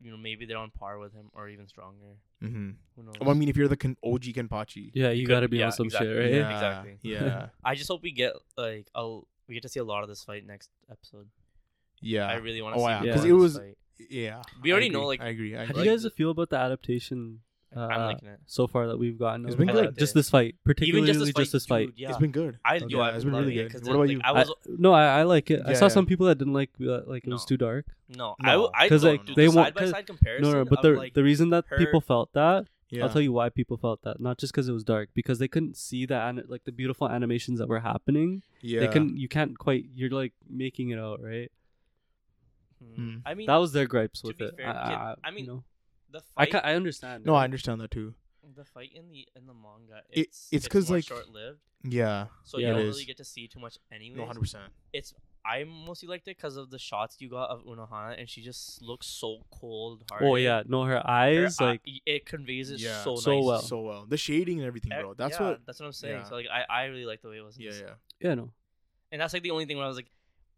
Speaker 2: you know maybe they're on par with him or even stronger.
Speaker 1: Mm-hmm.
Speaker 2: Who knows?
Speaker 1: Well, I mean, if you're the Ken- OG Kenpachi,
Speaker 3: yeah, you
Speaker 2: could-
Speaker 3: gotta be
Speaker 2: yeah,
Speaker 3: on some
Speaker 2: exactly.
Speaker 3: shit, right?
Speaker 1: yeah,
Speaker 2: Exactly.
Speaker 1: yeah,
Speaker 2: I just hope we get like a we get to see a lot of this fight next episode.
Speaker 1: yeah.
Speaker 2: I really want
Speaker 1: Oh,
Speaker 2: to see.
Speaker 1: yeah,
Speaker 2: more
Speaker 3: 'cause
Speaker 2: of
Speaker 3: it
Speaker 2: this
Speaker 1: was-
Speaker 2: fight.
Speaker 1: Yeah.
Speaker 2: We
Speaker 1: I
Speaker 2: already
Speaker 1: agree.
Speaker 2: know, like-
Speaker 1: I agree. I
Speaker 3: How
Speaker 1: agree.
Speaker 3: do you guys feel about the adaptation?
Speaker 2: I'm
Speaker 3: uh,
Speaker 2: liking it.
Speaker 3: so far that we've gotten.
Speaker 1: It's
Speaker 3: over
Speaker 1: been
Speaker 3: there?
Speaker 1: good.
Speaker 3: Just this fight,
Speaker 2: Even
Speaker 3: particularly
Speaker 2: just this fight,
Speaker 3: fight.
Speaker 2: dude, yeah.
Speaker 1: It's been good.
Speaker 2: I
Speaker 1: Okay,
Speaker 2: yo, I
Speaker 1: it's been
Speaker 2: love
Speaker 1: really
Speaker 2: it,
Speaker 1: good.
Speaker 2: 'cause
Speaker 1: What
Speaker 2: it-
Speaker 1: about
Speaker 2: like,
Speaker 1: you?
Speaker 2: I
Speaker 3: I-
Speaker 2: was
Speaker 3: no, I, I like it. I
Speaker 1: Yeah,
Speaker 3: saw
Speaker 1: yeah.
Speaker 3: some people that didn't like uh, like it was
Speaker 2: No.
Speaker 3: too dark.
Speaker 2: no,
Speaker 1: No.
Speaker 2: I
Speaker 3: 'Cause, like,
Speaker 2: dude,
Speaker 3: they
Speaker 2: the
Speaker 3: want-
Speaker 2: side by
Speaker 3: 'cause-
Speaker 2: side comparison.
Speaker 3: No, no, but
Speaker 2: of,
Speaker 3: the
Speaker 2: like,
Speaker 3: the reason that
Speaker 2: her-
Speaker 3: people felt that,
Speaker 1: Yeah.
Speaker 3: I'll tell you why people felt that. Not just because it was dark, because they couldn't see the an- like the beautiful animations that were happening.
Speaker 1: yeah.
Speaker 3: They couldn't. You can't quite. You're like making it out, right?
Speaker 1: Mm.
Speaker 2: Hmm. I mean,
Speaker 3: That was their gripes
Speaker 2: to
Speaker 3: with
Speaker 2: be
Speaker 3: it.
Speaker 2: fair,
Speaker 3: I,
Speaker 2: kid,
Speaker 3: I,
Speaker 2: I mean,
Speaker 3: you know.
Speaker 2: the
Speaker 3: I,
Speaker 2: fight,
Speaker 3: ca- I understand.
Speaker 1: No, I understand that too.
Speaker 2: the fight in the in the manga,
Speaker 1: It-
Speaker 2: it's
Speaker 1: it's 'cause, like-
Speaker 2: short lived,
Speaker 1: Yeah.
Speaker 2: so
Speaker 3: Yeah,
Speaker 2: you
Speaker 3: it
Speaker 2: don't
Speaker 1: is.
Speaker 2: really get to see too much anyway.
Speaker 1: No, hundred percent.
Speaker 2: I mostly liked it because of the shots you got of Unohana, and she just looks so cold. Hearted.
Speaker 3: Oh yeah, no, her
Speaker 2: Her
Speaker 3: eyes
Speaker 2: eye-
Speaker 3: like
Speaker 2: it conveys it
Speaker 1: Yeah,
Speaker 2: so
Speaker 3: so
Speaker 2: nicely.
Speaker 3: well.
Speaker 1: So well, the shading and everything,
Speaker 2: Eh,
Speaker 1: bro. That's
Speaker 2: yeah,
Speaker 1: what.
Speaker 2: that's what I'm saying.
Speaker 1: yeah.
Speaker 2: So like I, I really like the way it was. in
Speaker 1: Yeah,
Speaker 2: this.
Speaker 1: yeah.
Speaker 3: yeah, no.
Speaker 2: And that's like the only thing where I was like,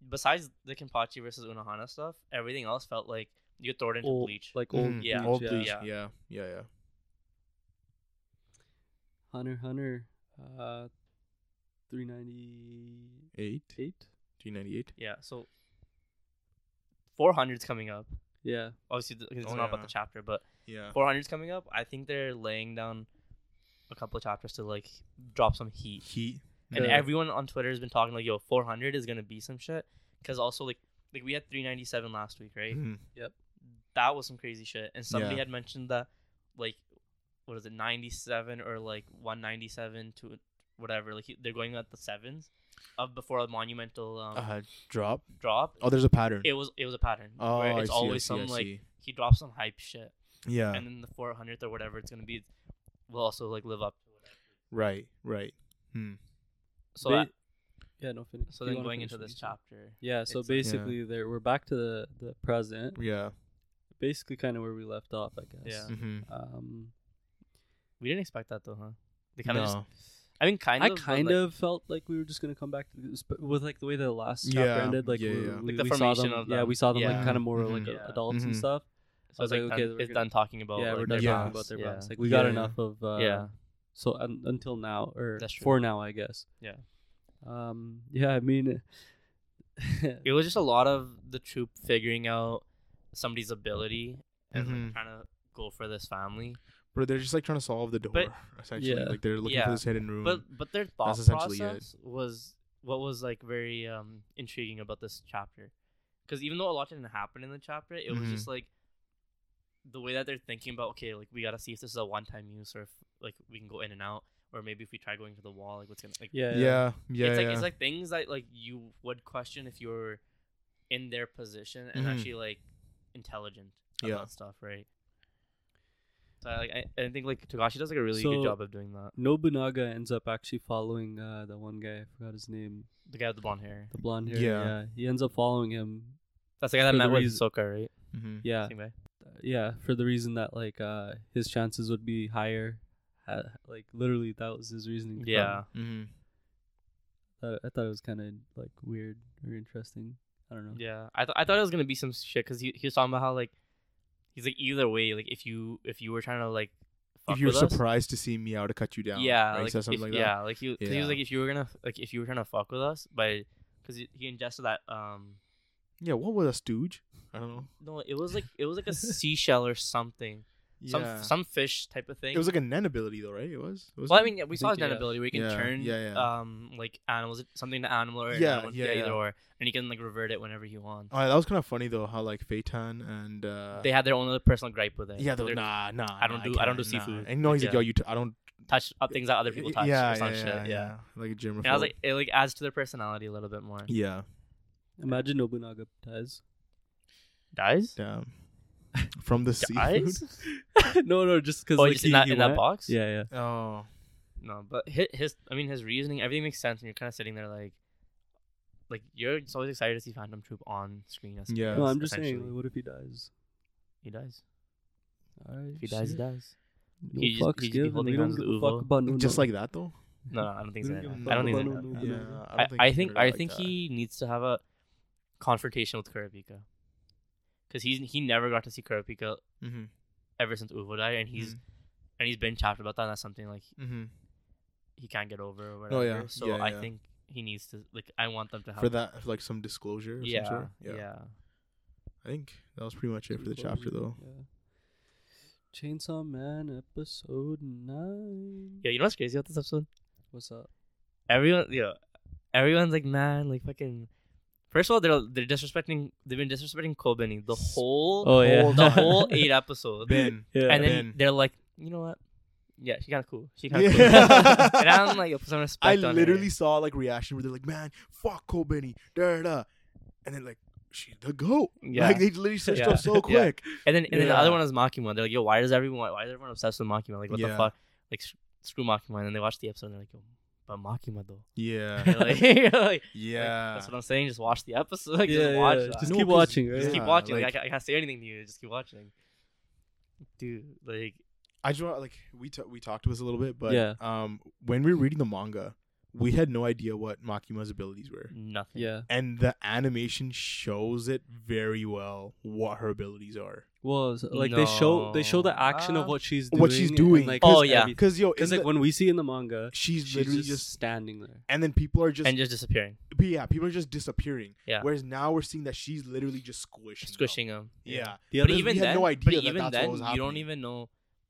Speaker 2: besides the Kenpachi versus Unohana stuff, everything else felt like you could throw it into
Speaker 3: old,
Speaker 2: bleach.
Speaker 3: like old,
Speaker 1: Mhm.
Speaker 2: yeah,
Speaker 1: Old
Speaker 3: yeah.
Speaker 1: bleach.
Speaker 2: yeah.
Speaker 1: Yeah, yeah, yeah.
Speaker 3: Hunter Hunter, uh, three ninety
Speaker 1: Eight.
Speaker 3: eight.
Speaker 1: Three ninety eight.
Speaker 2: yeah. So 400's coming up.
Speaker 3: Yeah,
Speaker 2: Obviously, th- 'cause it's
Speaker 1: Oh,
Speaker 2: not about
Speaker 1: yeah.
Speaker 2: the chapter, but
Speaker 1: Yeah.
Speaker 2: 400's coming up. I think they're laying down a couple of chapters to like drop some heat.
Speaker 1: Heat.
Speaker 2: and
Speaker 3: Yeah.
Speaker 2: everyone on Twitter has been talking like, "Yo, 400 is gonna be some shit," because also like, like we had 397 last week, right?
Speaker 1: Mhm.
Speaker 2: That was some crazy shit. And somebody
Speaker 1: Yeah.
Speaker 2: had mentioned that, like, what is it, 97 or like 197 to whatever? Like they're going at the sevens of before a monumental um,
Speaker 1: Uh, drop.
Speaker 2: drop.
Speaker 1: Oh, there's a pattern.
Speaker 2: It was it was a pattern
Speaker 1: Oh,
Speaker 2: where
Speaker 1: I
Speaker 2: it's
Speaker 1: see, I
Speaker 2: always
Speaker 1: see, I
Speaker 2: some like
Speaker 1: see.
Speaker 2: he drops some hype shit,
Speaker 1: Yeah.
Speaker 2: and then the 400th or whatever it's gonna be will also like live up to whatever.
Speaker 1: right. Right.
Speaker 2: So
Speaker 3: Ba-
Speaker 2: I,
Speaker 3: Yeah, no finish.
Speaker 2: So
Speaker 3: Do
Speaker 2: then
Speaker 3: you wanna
Speaker 2: going
Speaker 3: finish
Speaker 2: into
Speaker 3: what
Speaker 2: this
Speaker 3: you said?
Speaker 2: chapter.
Speaker 3: Yeah, so
Speaker 2: it's like- Yeah.
Speaker 3: basically there we're back to the the present.
Speaker 1: Yeah.
Speaker 3: Basically kind of where we left off, I guess.
Speaker 2: Yeah.
Speaker 1: Mm-hmm.
Speaker 3: Um
Speaker 2: We didn't expect that though, huh? They kind of just.
Speaker 1: No.
Speaker 2: I mean, kind
Speaker 3: I
Speaker 2: of. but,
Speaker 3: kind
Speaker 2: like,
Speaker 3: of felt like we were just gonna come back to this, but with like the way the last chapter
Speaker 1: Yeah,
Speaker 3: ended, like,
Speaker 1: yeah,
Speaker 3: we,
Speaker 1: yeah.
Speaker 3: we-
Speaker 2: Like the
Speaker 3: we saw
Speaker 2: formation
Speaker 3: them,
Speaker 2: of
Speaker 3: yeah,
Speaker 2: them. Mm-hmm.
Speaker 3: we saw them like
Speaker 1: Yeah.
Speaker 3: kind of more like
Speaker 1: Mhm.
Speaker 3: a-
Speaker 2: Yeah.
Speaker 3: adults and
Speaker 1: Mhm.
Speaker 3: stuff.
Speaker 2: So it's like,
Speaker 3: okay,
Speaker 2: done,
Speaker 3: we're
Speaker 2: it's
Speaker 3: gonna-
Speaker 2: done talking about.
Speaker 3: yeah,
Speaker 2: like,
Speaker 3: we're
Speaker 2: their
Speaker 3: done
Speaker 1: Yeah.
Speaker 3: talking
Speaker 2: past,
Speaker 3: about their
Speaker 2: yeah.
Speaker 3: past. Like we
Speaker 1: Yeah,
Speaker 3: got
Speaker 1: yeah.
Speaker 3: enough of uh,
Speaker 2: yeah.
Speaker 3: So un- until now, or
Speaker 2: That's true.
Speaker 3: for now, I guess.
Speaker 2: Yeah.
Speaker 3: Um. Yeah. I mean.
Speaker 2: It was just a lot of the troop figuring out somebody's ability and like,
Speaker 1: Mhm.
Speaker 2: trying to go for this family.
Speaker 1: But they're just like trying to solve the door,
Speaker 2: But-
Speaker 1: essentially.
Speaker 3: Yeah.
Speaker 1: Like they're looking
Speaker 2: Yeah.
Speaker 1: for this hidden room.
Speaker 2: But but their thought
Speaker 1: essentially it.
Speaker 2: process was what was like very um intriguing about this chapter, because even though a lot didn't happen in the chapter, it was
Speaker 1: Mhm.
Speaker 2: just like the way that they're thinking about. Okay, like we gotta see if this is a one-time use or if like we can go in and out, or maybe if we try going to the wall, like what's gonna like
Speaker 3: yeah.
Speaker 1: yeah, yeah,
Speaker 2: it's like
Speaker 1: yeah.
Speaker 2: it's like things that like you would question if you were in their position and
Speaker 1: Mhm.
Speaker 2: actually like intelligent
Speaker 1: Yeah.
Speaker 2: about stuff, right? So I, like I, I think like Togashi does like a really good
Speaker 3: So-
Speaker 2: job of doing that.
Speaker 3: Nobunaga ends up actually following uh, the one guy. I forgot his name.
Speaker 2: The guy with the blonde hair.
Speaker 3: The blonde hair.
Speaker 1: Yeah.
Speaker 3: He ends up following him.
Speaker 2: That's the guy that
Speaker 3: For the
Speaker 2: met with
Speaker 3: reason-
Speaker 2: Soka, right?
Speaker 1: Mhm.
Speaker 3: Yeah.
Speaker 2: Same guy.
Speaker 3: yeah for the reason that like uh his chances would be higher uh, like literally that was his reasoning to
Speaker 2: Yeah.
Speaker 3: come.
Speaker 1: Mhm.
Speaker 3: Thought- i thought it was kind of like weird or interesting i don't know
Speaker 2: Yeah. I, th- I thought it was gonna be some shit because he, he was talking about how like he's like either way like if you if you were trying to like fuck
Speaker 1: If you're
Speaker 2: with us-
Speaker 1: surprised to see me, I would cut you down.
Speaker 2: Yeah,
Speaker 1: right? He
Speaker 2: like,
Speaker 1: said something
Speaker 2: if-
Speaker 1: like that.
Speaker 2: yeah, like he, 'cause he
Speaker 1: Yeah.
Speaker 2: was like, if you were gonna like if you were trying to fuck with us, by because he, he ingested that um
Speaker 1: Yeah, what was a stooge? I don't know.
Speaker 2: no, it was like it was like a seashell or something, some some fish type of thing.
Speaker 1: it was like a nen ability though, right? It was. It was
Speaker 2: well, I mean, yeah, we
Speaker 3: I
Speaker 2: saw his
Speaker 3: think,
Speaker 2: net
Speaker 3: yeah.
Speaker 2: ability where you can
Speaker 1: Yeah,
Speaker 2: turn
Speaker 1: yeah, yeah.
Speaker 2: um like animals something to animal or an
Speaker 1: Yeah,
Speaker 2: animal to
Speaker 1: yeah,
Speaker 2: either
Speaker 1: yeah.
Speaker 2: or, and he can like revert it whenever he wants.
Speaker 1: Oh, yeah, that was kind of funny though. How like Phaeton and uh,
Speaker 2: they had their own little personal gripe with it.
Speaker 1: yeah, they
Speaker 2: Their-
Speaker 1: nah, nah.
Speaker 2: I don't
Speaker 1: nah,
Speaker 2: do- I don't
Speaker 1: can't,
Speaker 2: do
Speaker 1: nah.
Speaker 2: seafood.
Speaker 1: And no, he's like,
Speaker 2: Yeah.
Speaker 1: yo, you. T- I don't.
Speaker 2: touch uh, things that other people touch.
Speaker 1: Yeah,
Speaker 2: or some
Speaker 1: yeah,
Speaker 2: shit.
Speaker 1: yeah, yeah. Like a gym.
Speaker 2: And I was like, it like adds to their personality a little bit more.
Speaker 1: yeah,
Speaker 3: imagine nobunaga dies
Speaker 2: Dies.
Speaker 1: damn. From the seafood.
Speaker 2: Dies.
Speaker 3: no no just because
Speaker 2: Oh,
Speaker 3: like,
Speaker 2: just
Speaker 3: he-
Speaker 2: in that
Speaker 3: he
Speaker 2: in that
Speaker 3: went-
Speaker 2: box.
Speaker 3: yeah yeah
Speaker 1: Oh,
Speaker 2: No, but his, his I mean his reasoning, everything makes sense, and you're kind of sitting there like, like you're just always excited to see Phantom Troop on screen. As
Speaker 1: Yeah.
Speaker 3: no
Speaker 2: as-
Speaker 3: i'm just saying
Speaker 2: essentially.
Speaker 3: like, what if he dies
Speaker 2: he dies.
Speaker 3: all right
Speaker 2: If he dies, he dies.
Speaker 3: no
Speaker 2: He just-
Speaker 3: fucks
Speaker 2: he just be
Speaker 3: given.
Speaker 2: holding
Speaker 3: we
Speaker 2: on
Speaker 3: don't
Speaker 2: to
Speaker 3: give
Speaker 2: the
Speaker 3: a fuck
Speaker 2: Uvo.
Speaker 3: about no,
Speaker 1: just
Speaker 3: no.
Speaker 1: like that though. Mm,
Speaker 2: No, no, I don't think
Speaker 3: We
Speaker 2: so.
Speaker 3: don't give
Speaker 2: I
Speaker 3: a fuck
Speaker 2: don't think
Speaker 3: about
Speaker 2: so.
Speaker 3: no
Speaker 1: Yeah,
Speaker 3: Nobunaga.
Speaker 1: I
Speaker 2: I,
Speaker 1: don't think.
Speaker 2: I
Speaker 1: he
Speaker 2: think
Speaker 1: would
Speaker 2: I
Speaker 1: like
Speaker 2: think
Speaker 1: that.
Speaker 2: he needs to have a confrontation with Kurapika, because he's he never got to see Kurapika
Speaker 1: Mhm,
Speaker 2: ever since Uvo died, and he's
Speaker 1: mhm,
Speaker 2: and he's been chapped about that. And that's something like
Speaker 1: mhm.
Speaker 2: he can't get over or whatever.
Speaker 1: Oh, yeah.
Speaker 2: So
Speaker 1: Yeah,
Speaker 2: I
Speaker 1: yeah.
Speaker 2: think he needs to like I want them to have
Speaker 1: for that like some disclosure. Of
Speaker 2: Yeah,
Speaker 1: some sort.
Speaker 2: yeah, yeah.
Speaker 1: I think that was pretty much it for the chapter though.
Speaker 3: yeah. chainsaw man episode nine
Speaker 2: You know what's crazy about this episode?
Speaker 3: what's up
Speaker 2: everyone you know, everyone's like man like fucking first of all they're they're disrespecting they've been disrespecting Kobeni the whole
Speaker 3: Oh, yeah.
Speaker 2: whole- the whole eight episodes
Speaker 1: Ben.
Speaker 3: yeah
Speaker 2: and then
Speaker 1: Ben.
Speaker 2: they're like you know what yeah she kind of cool she kind of
Speaker 1: Yeah.
Speaker 2: cool and I'm like put some respect
Speaker 1: I
Speaker 2: on
Speaker 1: literally
Speaker 2: her.
Speaker 1: saw like reaction where they're like, "Man, fuck Kobeni, da da,", da," and then like, "She's the goat."
Speaker 2: yeah
Speaker 1: Like they literally switched
Speaker 2: Yeah.
Speaker 1: up so
Speaker 2: Yeah.
Speaker 1: quick.
Speaker 2: and then and then the
Speaker 1: Yeah.
Speaker 2: other one is Makima they're like yo why does everyone why is everyone obsessed with Makima like what the
Speaker 1: Yeah.
Speaker 2: fuck like s- screw Makima and then they watch the episode and they're like yo but Makima though
Speaker 1: Yeah,
Speaker 2: You're like, you're like-
Speaker 1: yeah.
Speaker 2: that's what I'm saying just watch the episode like just watch that.
Speaker 3: just
Speaker 1: No,
Speaker 3: keep
Speaker 1: 'cause-
Speaker 3: watching right?
Speaker 2: Just keep
Speaker 1: Yeah,
Speaker 2: watching. Like,
Speaker 1: like-
Speaker 2: I, ca- I can't say anything to you. Just keep watching. Dude, like,
Speaker 1: I just want like we ta- we talked to this a little bit, but
Speaker 3: Yeah.
Speaker 1: um, when we were reading the manga, we had no idea what Makima's abilities were,
Speaker 2: nothing.
Speaker 3: yeah
Speaker 1: and the animation shows it very well what her abilities are.
Speaker 3: Was like they show they show the
Speaker 2: No.
Speaker 3: action of what she's doing
Speaker 1: What she's doing.
Speaker 3: and, like
Speaker 2: Oh, yeah.
Speaker 1: Because yo,
Speaker 3: because
Speaker 1: in
Speaker 3: like
Speaker 1: the-
Speaker 3: when we see in the manga
Speaker 1: she's,
Speaker 3: she's
Speaker 1: literally
Speaker 3: just,
Speaker 1: just,
Speaker 3: standing there
Speaker 1: and then people are just
Speaker 2: And just disappearing,
Speaker 1: But yeah, people are just disappearing.
Speaker 2: Yeah.
Speaker 1: Whereas now we're seeing that she's literally just squishing. them.
Speaker 2: squishing them.
Speaker 1: Yeah.
Speaker 3: the
Speaker 2: But
Speaker 1: Because
Speaker 2: even
Speaker 1: we had
Speaker 2: then,
Speaker 1: no
Speaker 2: but
Speaker 1: idea that
Speaker 2: even
Speaker 1: that's what
Speaker 2: then,
Speaker 1: was
Speaker 2: you don't
Speaker 1: happening.
Speaker 2: even know.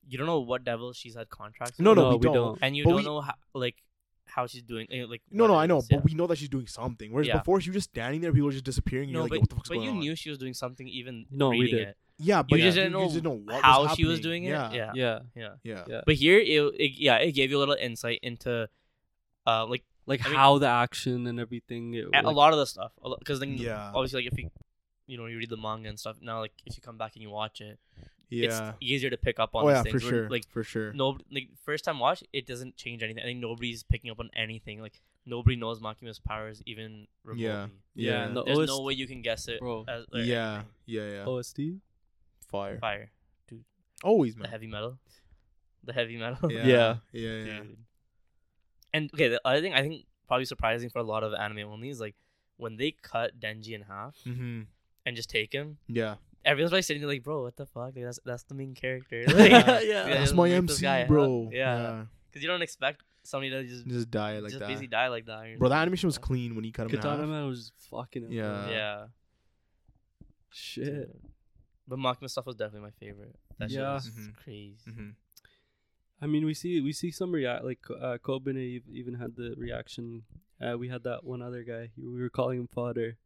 Speaker 2: You don't know what devil she's had contracts.
Speaker 1: No,
Speaker 2: with.
Speaker 1: no,
Speaker 3: No,
Speaker 1: we,
Speaker 3: we
Speaker 1: don't.
Speaker 3: don't.
Speaker 2: And you
Speaker 1: but
Speaker 2: don't
Speaker 1: we-
Speaker 2: know how, like how she's doing. eh, Like
Speaker 1: No, no,
Speaker 2: what it
Speaker 1: I know,
Speaker 2: is, yeah.
Speaker 1: but we know that she's doing something. Whereas
Speaker 2: Yeah.
Speaker 1: before, she was just standing there, people were just disappearing. And
Speaker 2: no,
Speaker 1: you're like,
Speaker 2: but,
Speaker 1: yo, what the fuck's
Speaker 2: but
Speaker 1: going
Speaker 2: you
Speaker 1: on?
Speaker 2: knew she was doing something. Even
Speaker 3: No, we
Speaker 2: reading
Speaker 3: did.
Speaker 2: it.
Speaker 1: yeah, but
Speaker 2: you
Speaker 1: yeah,
Speaker 2: just didn't
Speaker 1: you
Speaker 2: know
Speaker 1: just didn't know what
Speaker 2: how
Speaker 1: was
Speaker 2: she was
Speaker 1: happening.
Speaker 2: doing it.
Speaker 1: Yeah,
Speaker 2: yeah.
Speaker 3: yeah
Speaker 2: yeah.
Speaker 1: yeah.
Speaker 3: Yeah.
Speaker 2: But here, it, it yeah, it gave you a little insight into, uh, like
Speaker 3: like
Speaker 2: I mean-
Speaker 3: how the action and everything it,
Speaker 2: a- a
Speaker 3: like-
Speaker 2: lot of the stuff because then
Speaker 1: Yeah.
Speaker 2: obviously like if you you know you read the manga and stuff now like if you come back and you watch it
Speaker 1: Yeah.
Speaker 2: it's easier to pick up on
Speaker 1: Oh
Speaker 2: these
Speaker 1: yeah, for
Speaker 2: things. We're,
Speaker 1: sure.
Speaker 2: Like
Speaker 1: for sure.
Speaker 2: no, like first time watch, it doesn't change anything. I think nobody's picking up on anything. Like nobody knows Makima's powers even remotely.
Speaker 1: Yeah.
Speaker 3: Yeah,
Speaker 1: Yeah.
Speaker 3: and the
Speaker 2: There's
Speaker 3: OST,
Speaker 2: no way you can guess it.
Speaker 3: bro.
Speaker 2: As, or
Speaker 1: yeah. Yeah. Yeah.
Speaker 3: OST.
Speaker 1: Fire.
Speaker 2: anything. Fire,
Speaker 1: Always,
Speaker 2: the
Speaker 1: man.
Speaker 2: heavy metal, the heavy metal.
Speaker 1: Yeah.
Speaker 3: Yeah.
Speaker 1: Yeah. yeah.
Speaker 2: Dude. And okay, the other thing I think probably surprising for a lot of anime only is like when they cut Denji in half
Speaker 1: Mm-hmm.
Speaker 2: and just take him.
Speaker 1: Yeah.
Speaker 2: Everyone's like sitting there like, bro, what the fuck? Like, that's that's the main character. Like,
Speaker 1: Yeah. That's
Speaker 2: just
Speaker 1: my
Speaker 2: rip this
Speaker 1: MC,
Speaker 2: guy up.
Speaker 1: bro.
Speaker 2: Yeah. because you don't expect somebody to just
Speaker 1: Yeah. Just die like
Speaker 2: just
Speaker 1: that.
Speaker 2: basically die like that. You're
Speaker 1: Bro, that
Speaker 2: like,
Speaker 1: animation was
Speaker 2: "Huh?"
Speaker 1: clean when he cut him in
Speaker 3: Katana
Speaker 1: half.
Speaker 3: Man was just fucking. up, bro.
Speaker 1: Yeah.
Speaker 2: yeah,
Speaker 3: Shit.
Speaker 2: But Makima stuff was definitely my favorite. That shit
Speaker 3: Yeah.
Speaker 2: was
Speaker 1: Mhm.
Speaker 2: crazy.
Speaker 1: Mhm.
Speaker 3: I mean, we see we see some react like uh, Coben e- even had the reaction. Uh, we had that one other guy. We were calling him fodder.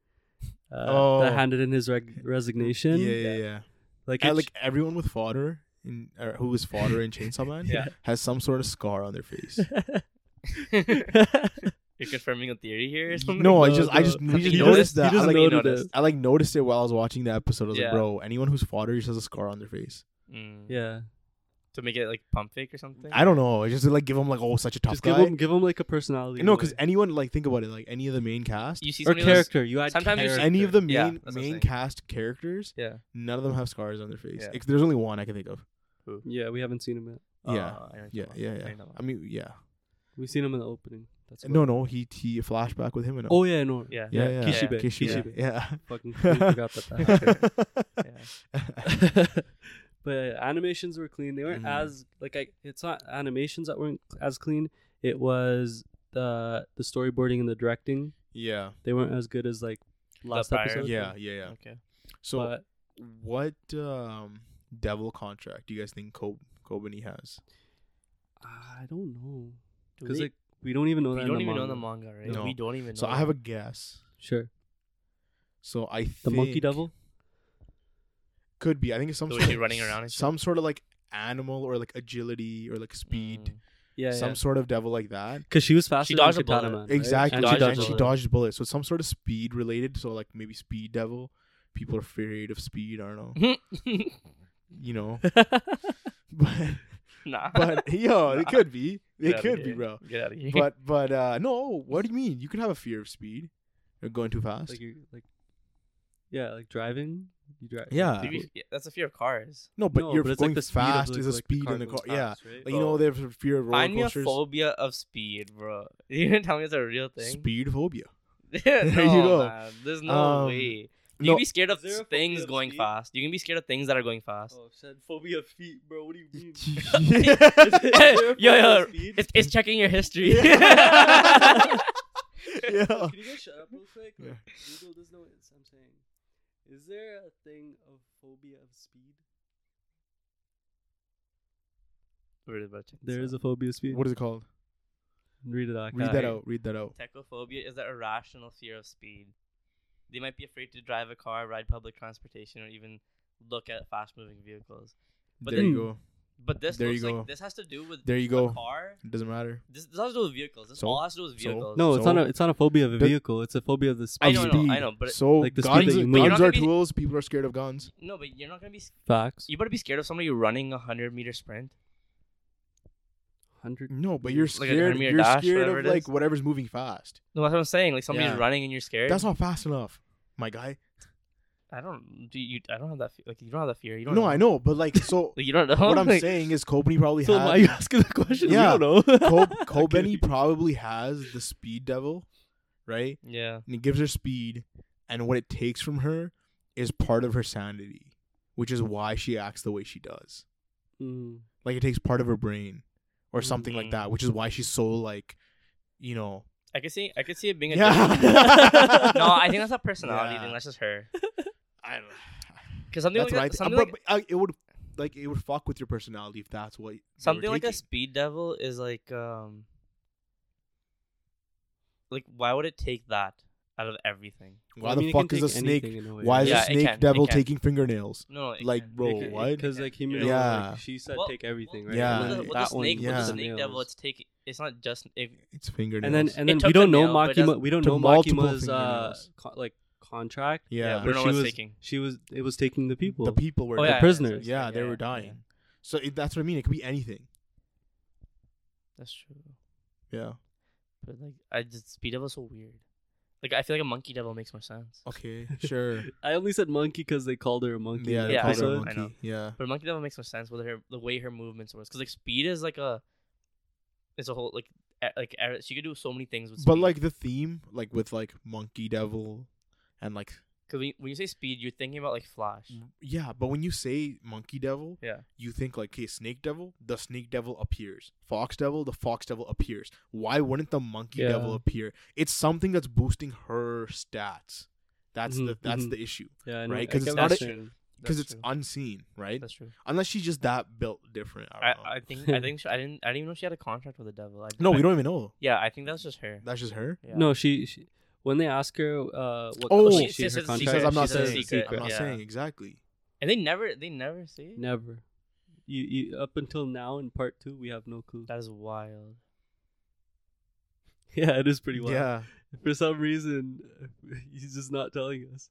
Speaker 3: Uh,
Speaker 1: Oh.
Speaker 3: That handed in his reg-
Speaker 1: Yeah,
Speaker 3: resignation.
Speaker 1: yeah, yeah.
Speaker 3: Like,
Speaker 1: And,
Speaker 3: it-
Speaker 1: like everyone with fodder, in, or who was fodder in Chainsaw Man,
Speaker 2: Yeah.
Speaker 1: has some sort of scar on their face.
Speaker 2: You're confirming a theory here or something?
Speaker 1: Mm-hmm. no, I
Speaker 3: No,
Speaker 1: just, I
Speaker 3: no.
Speaker 1: just, we
Speaker 2: He
Speaker 1: just
Speaker 2: noticed-
Speaker 1: noticed
Speaker 3: he
Speaker 1: that. I
Speaker 3: just
Speaker 1: like,
Speaker 3: noted
Speaker 2: noticed.
Speaker 3: it.
Speaker 1: I like noticed it while I was watching the episode. I was
Speaker 2: Yeah.
Speaker 1: like, bro, anyone who's fodder just has a scar on their face.
Speaker 2: Mm.
Speaker 3: Yeah.
Speaker 2: To make it like pump fake or something?
Speaker 1: I don't know. I just like give them like, oh, such a tough
Speaker 3: Just
Speaker 1: guy.
Speaker 3: give him give him like a personality.
Speaker 1: no,
Speaker 3: away.
Speaker 1: because anyone like think about it, like any of the main cast,
Speaker 2: You see
Speaker 3: or
Speaker 2: somebody that's-
Speaker 3: character. You add
Speaker 2: sometimes you see-
Speaker 3: character.
Speaker 1: any of the
Speaker 2: Yeah,
Speaker 1: main
Speaker 2: that's what I'm
Speaker 1: main
Speaker 2: saying.
Speaker 1: cast characters,
Speaker 2: Yeah.
Speaker 1: none of them have scars on their face.
Speaker 2: Yeah.
Speaker 1: Ex- There's only one I can think of.
Speaker 3: yeah, we haven't seen him yet.
Speaker 1: Yeah.
Speaker 2: Oh, I know
Speaker 1: Yeah,
Speaker 2: what you're talking
Speaker 1: yeah,
Speaker 2: about.
Speaker 1: yeah.
Speaker 2: I know.
Speaker 1: I mean, yeah.
Speaker 3: We've seen him in the opening. That's
Speaker 1: No,
Speaker 3: what-
Speaker 1: no, he he flashback with him and
Speaker 3: Oh yeah, no.
Speaker 2: Yeah.
Speaker 1: yeah, yeah,
Speaker 3: Kishibe.
Speaker 1: Kishibe.
Speaker 3: Kishibe.
Speaker 1: yeah.
Speaker 3: Fucking forgot that. that happened.
Speaker 2: Yeah.
Speaker 3: but animations were clean. They weren't
Speaker 1: Mhm.
Speaker 3: as like I, it's not animations that weren't as clean. It was the the storyboarding and the directing.
Speaker 1: yeah,
Speaker 3: They weren't as good as like last
Speaker 2: prior-
Speaker 3: episode.
Speaker 1: yeah, yeah, yeah.
Speaker 2: Okay.
Speaker 1: So,
Speaker 3: But
Speaker 1: what um devil contract do you guys think Cob- Kobani has?
Speaker 3: I don't know
Speaker 2: Do
Speaker 3: because
Speaker 2: they-
Speaker 3: like we don't even know
Speaker 2: we
Speaker 3: that.
Speaker 2: don't
Speaker 3: in
Speaker 2: even
Speaker 3: the
Speaker 2: know the
Speaker 3: manga.
Speaker 2: manga, right?
Speaker 1: No.
Speaker 2: We don't even know.
Speaker 1: So I have a guess.
Speaker 3: Sure,
Speaker 1: So I think
Speaker 3: the monkey devil.
Speaker 1: could be. I think it's some
Speaker 2: So
Speaker 1: sort
Speaker 2: is he
Speaker 1: of-
Speaker 2: running around and shit?
Speaker 1: some sort of like animal or like agility or like speed,
Speaker 2: Mm.
Speaker 3: Yeah,
Speaker 1: some
Speaker 3: some
Speaker 1: sort of devil like that.
Speaker 3: because she was faster.
Speaker 2: She
Speaker 3: than
Speaker 2: dodged a
Speaker 3: Katana
Speaker 2: bullet.
Speaker 3: Man, right?
Speaker 1: Exactly.
Speaker 2: And
Speaker 1: And she, dodged,
Speaker 2: a
Speaker 1: she
Speaker 2: bullet.
Speaker 1: dodged bullets. So it's some sort of speed related. So like maybe speed devil. People are afraid of speed. I don't know. You know. but
Speaker 2: nah.
Speaker 1: but yo, it could be. It
Speaker 2: Get outta
Speaker 1: could be,
Speaker 2: here.
Speaker 1: bro.
Speaker 2: Get out of here.
Speaker 1: But but uh no, what do you mean? You could have a fear of speed. Or going too fast.
Speaker 3: Like you like. Yeah, like driving. You drive.
Speaker 1: Yeah.
Speaker 2: Maybe- yeah, that's a fear of cars.
Speaker 1: no, but
Speaker 3: No,
Speaker 1: you're
Speaker 3: it's, like,
Speaker 1: going
Speaker 3: the speed of,
Speaker 1: fast
Speaker 3: like-
Speaker 1: is a
Speaker 3: like,
Speaker 1: speed in the car.
Speaker 3: goes
Speaker 1: Yeah.
Speaker 3: fast, right? Oh.
Speaker 1: Like you know they have a fear of roller
Speaker 2: Find me a
Speaker 1: coasters.
Speaker 2: phobia of speed, bro. You didn't tell me it's a real thing.
Speaker 1: Speed phobia.
Speaker 2: there
Speaker 1: you go.
Speaker 2: There's no
Speaker 1: Um,
Speaker 2: way. You
Speaker 1: no.
Speaker 2: can be scared of
Speaker 3: Is there a phobia
Speaker 2: things
Speaker 3: of
Speaker 2: going
Speaker 3: speed?
Speaker 2: fast. You can be scared of things that are going fast.
Speaker 3: Oh, said phobia of feet, bro. What do you mean?
Speaker 2: yo, yo, it's, it's checking your history.
Speaker 1: Yeah. yeah.
Speaker 3: Can you guys shut up real quick?
Speaker 1: Yeah.
Speaker 3: Like, Google doesn't know what it's- I'm saying. Is there a thing of phobia of speed?
Speaker 2: We're about to check this
Speaker 3: There is
Speaker 2: out.
Speaker 3: a phobia of speed.
Speaker 1: What is it called?
Speaker 3: Read it out.
Speaker 1: Read
Speaker 2: Okay.
Speaker 1: that out. Read that out.
Speaker 2: Techophobia is the irrational fear of speed. They might be afraid to drive a car, ride public transportation, or even look at fast-moving vehicles. But
Speaker 1: there
Speaker 3: then-
Speaker 1: you go.
Speaker 2: But this
Speaker 1: There you
Speaker 2: looks like
Speaker 1: go.
Speaker 2: this has to do with
Speaker 1: There you
Speaker 2: a
Speaker 1: go.
Speaker 2: car.
Speaker 1: It doesn't matter.
Speaker 2: This, this has to do with vehicles. This
Speaker 1: So?
Speaker 2: all has to do with
Speaker 1: So?
Speaker 2: vehicles.
Speaker 3: No, it's not
Speaker 1: So-
Speaker 3: a. It's not a phobia of a
Speaker 1: The-
Speaker 3: vehicle. It's a phobia of the speed.
Speaker 2: I
Speaker 1: of
Speaker 2: know, I know,
Speaker 1: speed.
Speaker 2: I know, but it-
Speaker 1: so
Speaker 3: Like the speed
Speaker 1: guns,
Speaker 3: that you
Speaker 1: guns
Speaker 3: move. You're
Speaker 2: not
Speaker 1: are
Speaker 2: gonna be-
Speaker 1: tools. People are scared of guns.
Speaker 2: No, but you're not gonna be. s-
Speaker 3: Facts.
Speaker 2: You better be scared of somebody running a hundred meter sprint.
Speaker 3: Hundred.
Speaker 1: No, but you're
Speaker 2: Like a
Speaker 1: scared.
Speaker 2: Hermia
Speaker 1: you're
Speaker 2: Dash,
Speaker 1: scared
Speaker 2: whatever
Speaker 1: of
Speaker 2: it
Speaker 1: like
Speaker 2: is.
Speaker 1: whatever's moving fast.
Speaker 2: No, that's what I'm saying. Like somebody's
Speaker 1: Yeah.
Speaker 2: running and you're scared.
Speaker 1: That's not fast enough, my guy.
Speaker 2: I don't. Do you? I don't have that. fe- Like you don't have that fear. You don't.
Speaker 1: No, I know, but like so.
Speaker 2: Like, you don't know.
Speaker 1: what I'm
Speaker 2: Like,
Speaker 1: saying is, Kobani probably
Speaker 3: So why are
Speaker 1: has.
Speaker 3: you asking the question?
Speaker 1: Yeah.
Speaker 3: We don't know.
Speaker 1: Kob, Kobani probably has the speed devil, right?
Speaker 2: Yeah.
Speaker 1: And it gives her speed, and what it takes from her is part of her sanity, which is why she acts the way she does.
Speaker 3: Mm.
Speaker 1: Like it takes part of her brain, or something
Speaker 2: Mm.
Speaker 1: like that, which is why she's so like, you know.
Speaker 2: I could see. I could see it being a. different-
Speaker 1: Yeah.
Speaker 2: no, I think that's a personality
Speaker 1: Yeah.
Speaker 2: thing. That's just her.
Speaker 1: I don't.
Speaker 2: Because something
Speaker 1: That's what I
Speaker 2: like that,
Speaker 1: think.
Speaker 2: something
Speaker 1: but,
Speaker 2: like,
Speaker 1: but, uh, it would like it would fuck with your personality if that's what they were
Speaker 2: something like a
Speaker 1: taking.
Speaker 2: speed devil is like um. Like why would it take that out of everything?
Speaker 1: Why
Speaker 3: I mean,
Speaker 1: the
Speaker 3: it
Speaker 1: fuck
Speaker 3: can
Speaker 1: is a
Speaker 3: take
Speaker 1: snake?
Speaker 3: anything in way,
Speaker 1: Why is
Speaker 3: right?
Speaker 2: Yeah,
Speaker 1: a
Speaker 2: it
Speaker 1: snake
Speaker 2: can, it
Speaker 1: devil
Speaker 2: can.
Speaker 1: taking fingernails?
Speaker 2: No, it
Speaker 1: Like,
Speaker 2: can't.
Speaker 1: bro,
Speaker 2: It can't.
Speaker 1: what?
Speaker 3: Because like he,
Speaker 2: You
Speaker 3: yeah.
Speaker 2: know,
Speaker 1: like,
Speaker 3: she said
Speaker 2: Well,
Speaker 3: take everything,
Speaker 2: well,
Speaker 3: right?
Speaker 1: Yeah.
Speaker 2: With the,
Speaker 1: And
Speaker 2: with the
Speaker 3: that one
Speaker 2: snake, with
Speaker 1: yeah.
Speaker 2: the
Speaker 3: uses
Speaker 2: snake devil,
Speaker 3: nails.
Speaker 2: it's taking. It's not just. It,
Speaker 1: It's fingernails.
Speaker 3: and then and then
Speaker 2: It
Speaker 3: we
Speaker 2: took a
Speaker 3: don't know
Speaker 2: nail, but it
Speaker 3: Makima.
Speaker 2: doesn't-
Speaker 3: We don't
Speaker 1: to
Speaker 3: know
Speaker 1: multiple
Speaker 3: Makima's uh,
Speaker 1: fingernails.
Speaker 3: co- like contract.
Speaker 1: Yeah.
Speaker 2: Bruno
Speaker 3: she
Speaker 2: was,
Speaker 3: was-
Speaker 2: taking.
Speaker 3: She was it was taking the people.
Speaker 1: The people were
Speaker 2: Oh,
Speaker 3: the
Speaker 2: yeah, yeah,
Speaker 3: prisoners.
Speaker 2: that's what I
Speaker 1: Yeah,
Speaker 2: said,
Speaker 1: they were dying.
Speaker 2: yeah.
Speaker 1: So it, that's what I mean. It could be anything.
Speaker 2: That's true.
Speaker 1: Yeah.
Speaker 2: But like, I just speed devil's so weird. Like, I feel like a monkey devil makes more sense.
Speaker 1: Okay. Sure.
Speaker 3: I only said monkey because they called her a monkey.
Speaker 1: yeah.
Speaker 3: in
Speaker 1: They
Speaker 3: the
Speaker 2: Yeah, I
Speaker 1: called her
Speaker 2: know,
Speaker 1: a
Speaker 2: I
Speaker 1: monkey.
Speaker 2: know.
Speaker 1: Yeah.
Speaker 2: But monkey devil makes more sense with her the way her movements works. Cause like speed is like a, it's a whole like e- like e- she could do so many things with. Speed.
Speaker 1: But like the theme, like with like monkey devil, and like
Speaker 2: cause when you, when you say speed, you're thinking about like Flash.
Speaker 1: Mm, yeah. But when you say monkey devil,
Speaker 2: Yeah.
Speaker 1: you think like okay, snake devil. The snake devil appears. Fox devil. The fox devil appears. Why wouldn't the monkey
Speaker 3: Yeah.
Speaker 1: devil appear? It's something that's boosting her stats. That's
Speaker 3: Mhm,
Speaker 1: the that's
Speaker 3: mhm.
Speaker 1: the issue
Speaker 3: Yeah, I
Speaker 1: Right,
Speaker 3: know. I
Speaker 1: 'cause
Speaker 3: get
Speaker 1: it's
Speaker 3: what
Speaker 1: not
Speaker 3: you're
Speaker 2: a-
Speaker 3: saying.
Speaker 1: because
Speaker 2: Mm-hmm, That's
Speaker 1: it's
Speaker 2: true.
Speaker 1: unseen, right?
Speaker 2: That's true.
Speaker 1: Unless she's just that built different. I,
Speaker 2: I,
Speaker 1: don't know.
Speaker 2: I think I think she, I didn't I didn't even know she had a contract with the devil. I,
Speaker 1: no,
Speaker 2: I,
Speaker 1: we don't even know.
Speaker 2: Yeah, I think that was just her.
Speaker 1: That's just her.
Speaker 2: yeah.
Speaker 3: No, she, she when they ask her uh what
Speaker 1: Oh,
Speaker 3: what
Speaker 1: she-
Speaker 2: she
Speaker 3: her
Speaker 2: says it's
Speaker 1: She says
Speaker 3: contract,
Speaker 2: Secret.
Speaker 1: I'm not
Speaker 2: She says
Speaker 1: saying.
Speaker 2: it's secret.
Speaker 1: I'm not
Speaker 2: Yeah.
Speaker 1: saying exactly.
Speaker 2: and they never they never say it?
Speaker 3: never. You you up until now in part two we have no clue.
Speaker 2: That is wild.
Speaker 3: Yeah, it is pretty wild.
Speaker 1: Yeah,
Speaker 3: For some reason, he's just not telling us.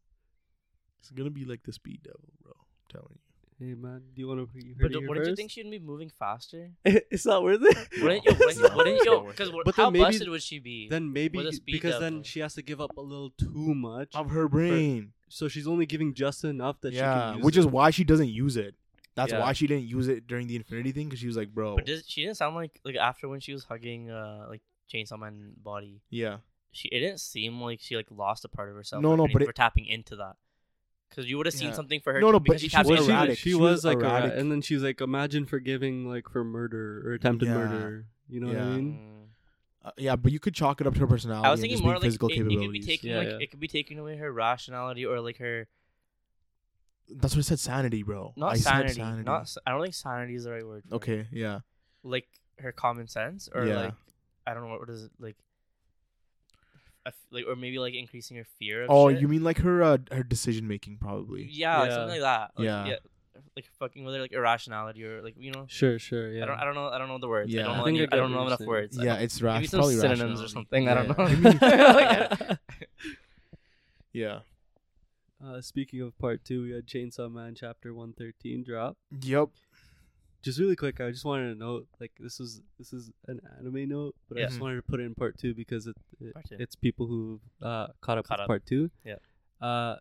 Speaker 1: it's gonna be like the speed devil, bro. I'm telling you.
Speaker 3: Hey man, do you want to hear
Speaker 2: But
Speaker 3: it here
Speaker 2: do- wouldn't you
Speaker 3: first?
Speaker 2: think she'd be moving faster?
Speaker 3: it's not worth it.
Speaker 2: Wouldn't you? Wouldn't you?
Speaker 1: No,
Speaker 2: Wouldn't
Speaker 1: it's not
Speaker 2: you?
Speaker 1: worth
Speaker 2: Because
Speaker 1: it.
Speaker 3: But
Speaker 2: how
Speaker 3: then maybe-
Speaker 2: busted would she be?
Speaker 3: then maybe
Speaker 2: With a speed
Speaker 3: because
Speaker 2: up,
Speaker 3: then
Speaker 2: though.
Speaker 3: she has to give up a little too much.
Speaker 1: Of her brain.
Speaker 3: so she's only giving just enough that she
Speaker 1: yeah,
Speaker 3: can use
Speaker 1: which
Speaker 3: is
Speaker 1: is why she doesn't use it. That's
Speaker 2: Yeah.
Speaker 1: why she didn't use it during the Infinity thing because she was like, bro.
Speaker 2: but does, she didn't sound like like after when she was hugging uh like Chainsaw Man body.
Speaker 1: yeah,
Speaker 2: She it didn't seem like she like lost a part of herself.
Speaker 1: No,
Speaker 2: or
Speaker 1: no,
Speaker 2: anything
Speaker 1: but it-
Speaker 2: for tapping into that. Because you would have seen
Speaker 1: Yeah.
Speaker 2: something for her.
Speaker 1: No,
Speaker 2: to-
Speaker 1: no,
Speaker 2: because
Speaker 1: but
Speaker 2: she
Speaker 1: she
Speaker 2: taps
Speaker 1: was
Speaker 2: into
Speaker 3: she,
Speaker 2: that.
Speaker 1: erratic.
Speaker 3: She,
Speaker 1: She
Speaker 3: was
Speaker 1: was
Speaker 3: like erratic.
Speaker 1: erratic.
Speaker 3: and then she's like, imagine forgiving like for murder or attempted
Speaker 1: Yeah.
Speaker 3: murder. You know what I
Speaker 1: Yeah.
Speaker 3: mean?
Speaker 2: Mm.
Speaker 1: Uh, yeah, but you could chalk it up to her personality.
Speaker 2: I was
Speaker 1: and
Speaker 2: thinking
Speaker 1: Oh, just
Speaker 2: more
Speaker 1: being
Speaker 2: like
Speaker 1: physical
Speaker 2: it, it could be
Speaker 1: capabilities.
Speaker 2: taking
Speaker 3: Yeah,
Speaker 2: like
Speaker 3: yeah.
Speaker 2: it could be taking away her rationality or like her
Speaker 1: That's what I said. Sanity, bro.
Speaker 2: not
Speaker 1: I said
Speaker 2: sanity, Not s- I don't think sanity is the right word. For it.
Speaker 1: okay. Yeah.
Speaker 2: like her common sense or
Speaker 1: Yeah.
Speaker 2: like I don't know what, what is it like. I f- Like or maybe like increasing her fear. Of
Speaker 1: Oh,
Speaker 2: shit.
Speaker 1: you mean like her uh, her decision making probably?
Speaker 2: Yeah, like
Speaker 3: Yeah.
Speaker 2: something like that. Like,
Speaker 1: Yeah.
Speaker 2: yeah. Like fucking whether like irrationality or like you know.
Speaker 3: Sure, sure. Yeah.
Speaker 2: I don't. I don't know. I don't know the words.
Speaker 1: Yeah.
Speaker 2: I don't
Speaker 1: I
Speaker 2: know.
Speaker 3: think
Speaker 2: any-
Speaker 3: I
Speaker 2: I,
Speaker 3: get
Speaker 2: don't
Speaker 3: what
Speaker 2: know
Speaker 3: you're
Speaker 2: enough
Speaker 3: saying.
Speaker 2: words. I
Speaker 1: Yeah,
Speaker 2: don't-
Speaker 1: it's ra-
Speaker 2: uh, Maybe some
Speaker 1: probably
Speaker 2: synonyms or
Speaker 1: rationality.
Speaker 2: something. I
Speaker 1: Yeah.
Speaker 2: don't know.
Speaker 1: Give me-
Speaker 2: Yeah.
Speaker 1: yeah.
Speaker 3: uh, speaking of part two, we had Chainsaw Man chapter one thirteen drop.
Speaker 1: Yep.
Speaker 3: Just really quick, I just wanted to note like this is this is an anime note, but I
Speaker 1: Yeah.
Speaker 3: just wanted to put it in part two because it, it
Speaker 2: Part two.
Speaker 3: it's people who uh, caught up
Speaker 2: Caught
Speaker 3: with
Speaker 2: up.
Speaker 3: part two.
Speaker 2: Yeah.
Speaker 3: Uh,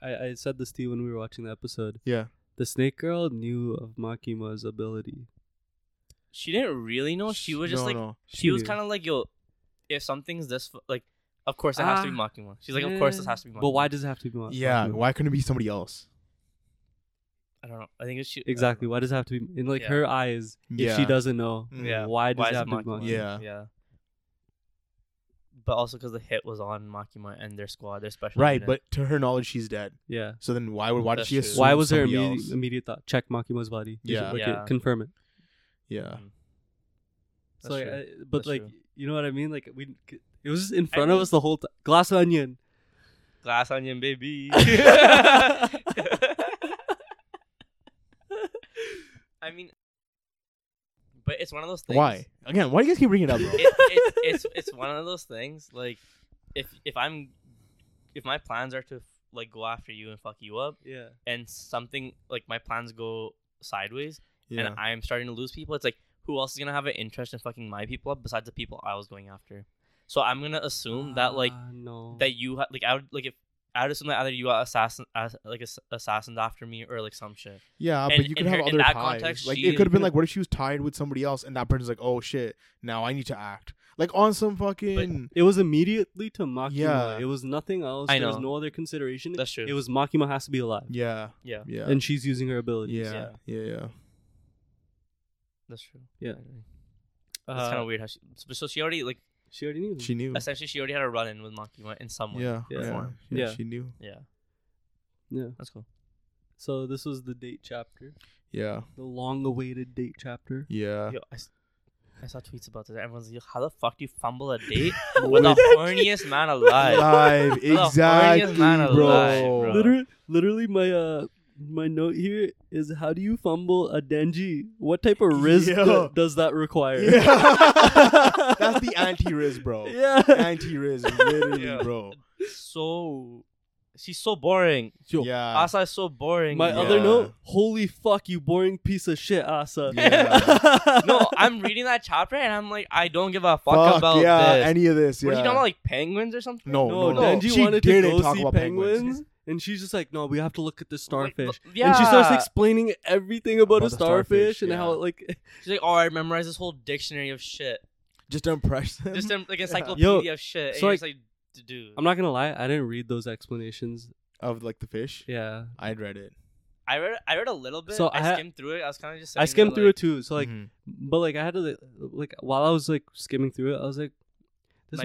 Speaker 3: I, I said this to you when we were watching the episode.
Speaker 1: Yeah.
Speaker 3: The snake girl knew of Makima's ability.
Speaker 2: She didn't really know. She was just
Speaker 1: No,
Speaker 2: like
Speaker 1: no.
Speaker 2: she was
Speaker 3: knew.
Speaker 2: kind of like yo, if something's this fu- like, of course it has to be
Speaker 3: Ah,
Speaker 2: Makima. She's like, of course this
Speaker 3: Yeah.
Speaker 2: has to be. Makima.
Speaker 3: But why does it have to be Ma-
Speaker 1: Yeah.
Speaker 3: Makima?
Speaker 1: Why couldn't it be somebody else?
Speaker 2: I don't know. I think it's she I don't
Speaker 3: Exactly.
Speaker 2: know.
Speaker 3: Why does it have to be in like
Speaker 2: Yeah.
Speaker 3: her eyes? If she
Speaker 1: Yeah.
Speaker 3: doesn't know,
Speaker 1: Mm.
Speaker 2: Yeah.
Speaker 3: why does it
Speaker 2: is
Speaker 3: have to be
Speaker 2: Makima?
Speaker 3: Makima?
Speaker 1: Yeah.
Speaker 2: Yeah. But also because the hit was on Makima and their squad, their special.
Speaker 1: Right.
Speaker 2: unit.
Speaker 1: But to her knowledge, she's dead.
Speaker 3: Yeah.
Speaker 1: So then why would why did
Speaker 2: That's
Speaker 1: she
Speaker 2: true.
Speaker 1: assume?
Speaker 3: Why was her
Speaker 1: somebody
Speaker 3: immediate,
Speaker 1: else?
Speaker 3: immediate thought? Check Makima's body. You should,
Speaker 1: Yeah.
Speaker 3: like,
Speaker 2: Yeah.
Speaker 3: confirm it.
Speaker 1: Yeah.
Speaker 3: So,
Speaker 2: That's
Speaker 3: like,
Speaker 2: true.
Speaker 3: I- but
Speaker 2: That's
Speaker 3: like,
Speaker 2: true.
Speaker 3: you know what I mean? Like we, it was just in
Speaker 2: I
Speaker 3: front of
Speaker 2: mean-
Speaker 3: us the whole time. Glass onion.
Speaker 2: glass onion baby. I mean, but it's one of those things.
Speaker 1: Why again? Why do you guys keep bringing it up, bro?
Speaker 2: It, it's it's it's one of those things. Like, if if I'm, if my plans are to like go after you and fuck you up,
Speaker 3: Yeah.
Speaker 2: and something like my plans go sideways,
Speaker 1: yeah.
Speaker 2: and I'm starting to lose people, it's like who else is gonna have an interest in fucking my people up besides the people I was going after? So I'm gonna assume that like
Speaker 3: Ah, no.
Speaker 2: that you ha- like I would like if I would assume that either you got assassin ass- like ass- assassined after me or like some shit.
Speaker 1: yeah,
Speaker 2: and-
Speaker 1: but you could
Speaker 2: in
Speaker 1: have
Speaker 2: her- in
Speaker 1: other
Speaker 2: that
Speaker 1: ties.
Speaker 2: context,
Speaker 1: like
Speaker 2: she-
Speaker 1: it could have been like, what if she was tied with somebody else, and that person's like, oh shit, now I need to act like on some fucking.
Speaker 3: it was immediately to Makima.
Speaker 1: Yeah.
Speaker 3: It was nothing else.
Speaker 2: I
Speaker 3: There was
Speaker 2: know.
Speaker 3: no other consideration.
Speaker 2: That's true.
Speaker 3: It was Makima has to be alive,
Speaker 1: yeah.
Speaker 2: Yeah.
Speaker 1: Yeah.
Speaker 3: and she's using her abilities.
Speaker 1: yeah. Yeah. Yeah.
Speaker 2: That's true. I
Speaker 3: Yeah.
Speaker 2: agree.
Speaker 3: Uh,
Speaker 2: It's kind of weird how she. so- So she already like
Speaker 3: She already knew.
Speaker 1: She knew.
Speaker 2: essentially she already had a run in with Makima in some way.
Speaker 1: Yeah.
Speaker 3: Yeah.
Speaker 1: Yeah.
Speaker 2: Form.
Speaker 1: Yeah,
Speaker 3: Yeah.
Speaker 1: She knew.
Speaker 2: Yeah.
Speaker 3: yeah.
Speaker 2: That's cool.
Speaker 3: So this was the date chapter,
Speaker 1: Yeah.
Speaker 3: the long-awaited date chapter.
Speaker 1: Yeah.
Speaker 2: Yo, I, s- I saw tweets about this. Everyone's like, "How the fuck do you fumble a date with the horniest man alive?"
Speaker 1: Live.
Speaker 2: horniest
Speaker 1: Exactly,
Speaker 2: man alive,
Speaker 1: bro.
Speaker 2: bro.
Speaker 3: Literally, literally, my uh, my note here is: How do you fumble a denji? What type of risk
Speaker 1: Yeah.
Speaker 3: do- does that require?
Speaker 1: Yeah. That's the anti-riz, bro.
Speaker 3: Yeah.
Speaker 1: Anti-riz, literally,
Speaker 2: Yeah.
Speaker 1: bro.
Speaker 2: So she's so boring.
Speaker 3: Yo,
Speaker 1: yeah.
Speaker 2: Asa is so boring.
Speaker 3: My
Speaker 2: bro.
Speaker 3: other
Speaker 1: Yeah.
Speaker 3: note, holy fuck, you boring piece of shit, Asa.
Speaker 1: Yeah.
Speaker 2: no, I'm reading that chapter and I'm like, I don't give a fuck,
Speaker 1: Fuck,
Speaker 2: about
Speaker 1: yeah,
Speaker 2: this.
Speaker 1: any of this.
Speaker 2: What are you
Speaker 1: Yeah.
Speaker 2: talking about, like penguins or something?
Speaker 1: no,
Speaker 3: no,
Speaker 1: no, no.
Speaker 3: Denji
Speaker 1: She
Speaker 3: wanted to
Speaker 1: didn't
Speaker 3: go
Speaker 1: talk
Speaker 3: see
Speaker 1: about
Speaker 3: penguins,
Speaker 1: penguins.
Speaker 3: and she's just like, no, we have to look at the
Speaker 2: Like,
Speaker 3: starfish.
Speaker 2: l- yeah.
Speaker 3: And she starts explaining everything about,
Speaker 1: About
Speaker 3: a
Speaker 1: the starfish,
Speaker 3: starfish, and how
Speaker 1: yeah.
Speaker 3: it like,
Speaker 2: She's like, oh, I memorized this whole dictionary of shit,
Speaker 1: Just to impress them.
Speaker 2: just um, like encyclopedia of shit. And
Speaker 3: Mm-hmm. so,
Speaker 2: you're just like, "D- dude,
Speaker 3: I'm not gonna lie, I didn't read those explanations.
Speaker 1: of like the fish.
Speaker 3: Yeah,
Speaker 1: I'd read it.
Speaker 2: I read, I read a little bit.
Speaker 3: So
Speaker 2: I,
Speaker 3: I ha-
Speaker 2: skimmed through it. I was kind of just.
Speaker 3: I
Speaker 2: sitting there,
Speaker 3: skimmed through
Speaker 2: like,
Speaker 3: it too. So like,
Speaker 2: Mm-hmm.
Speaker 1: Mhm.
Speaker 3: but like, I had to like, like while I was like skimming through it, I was like, this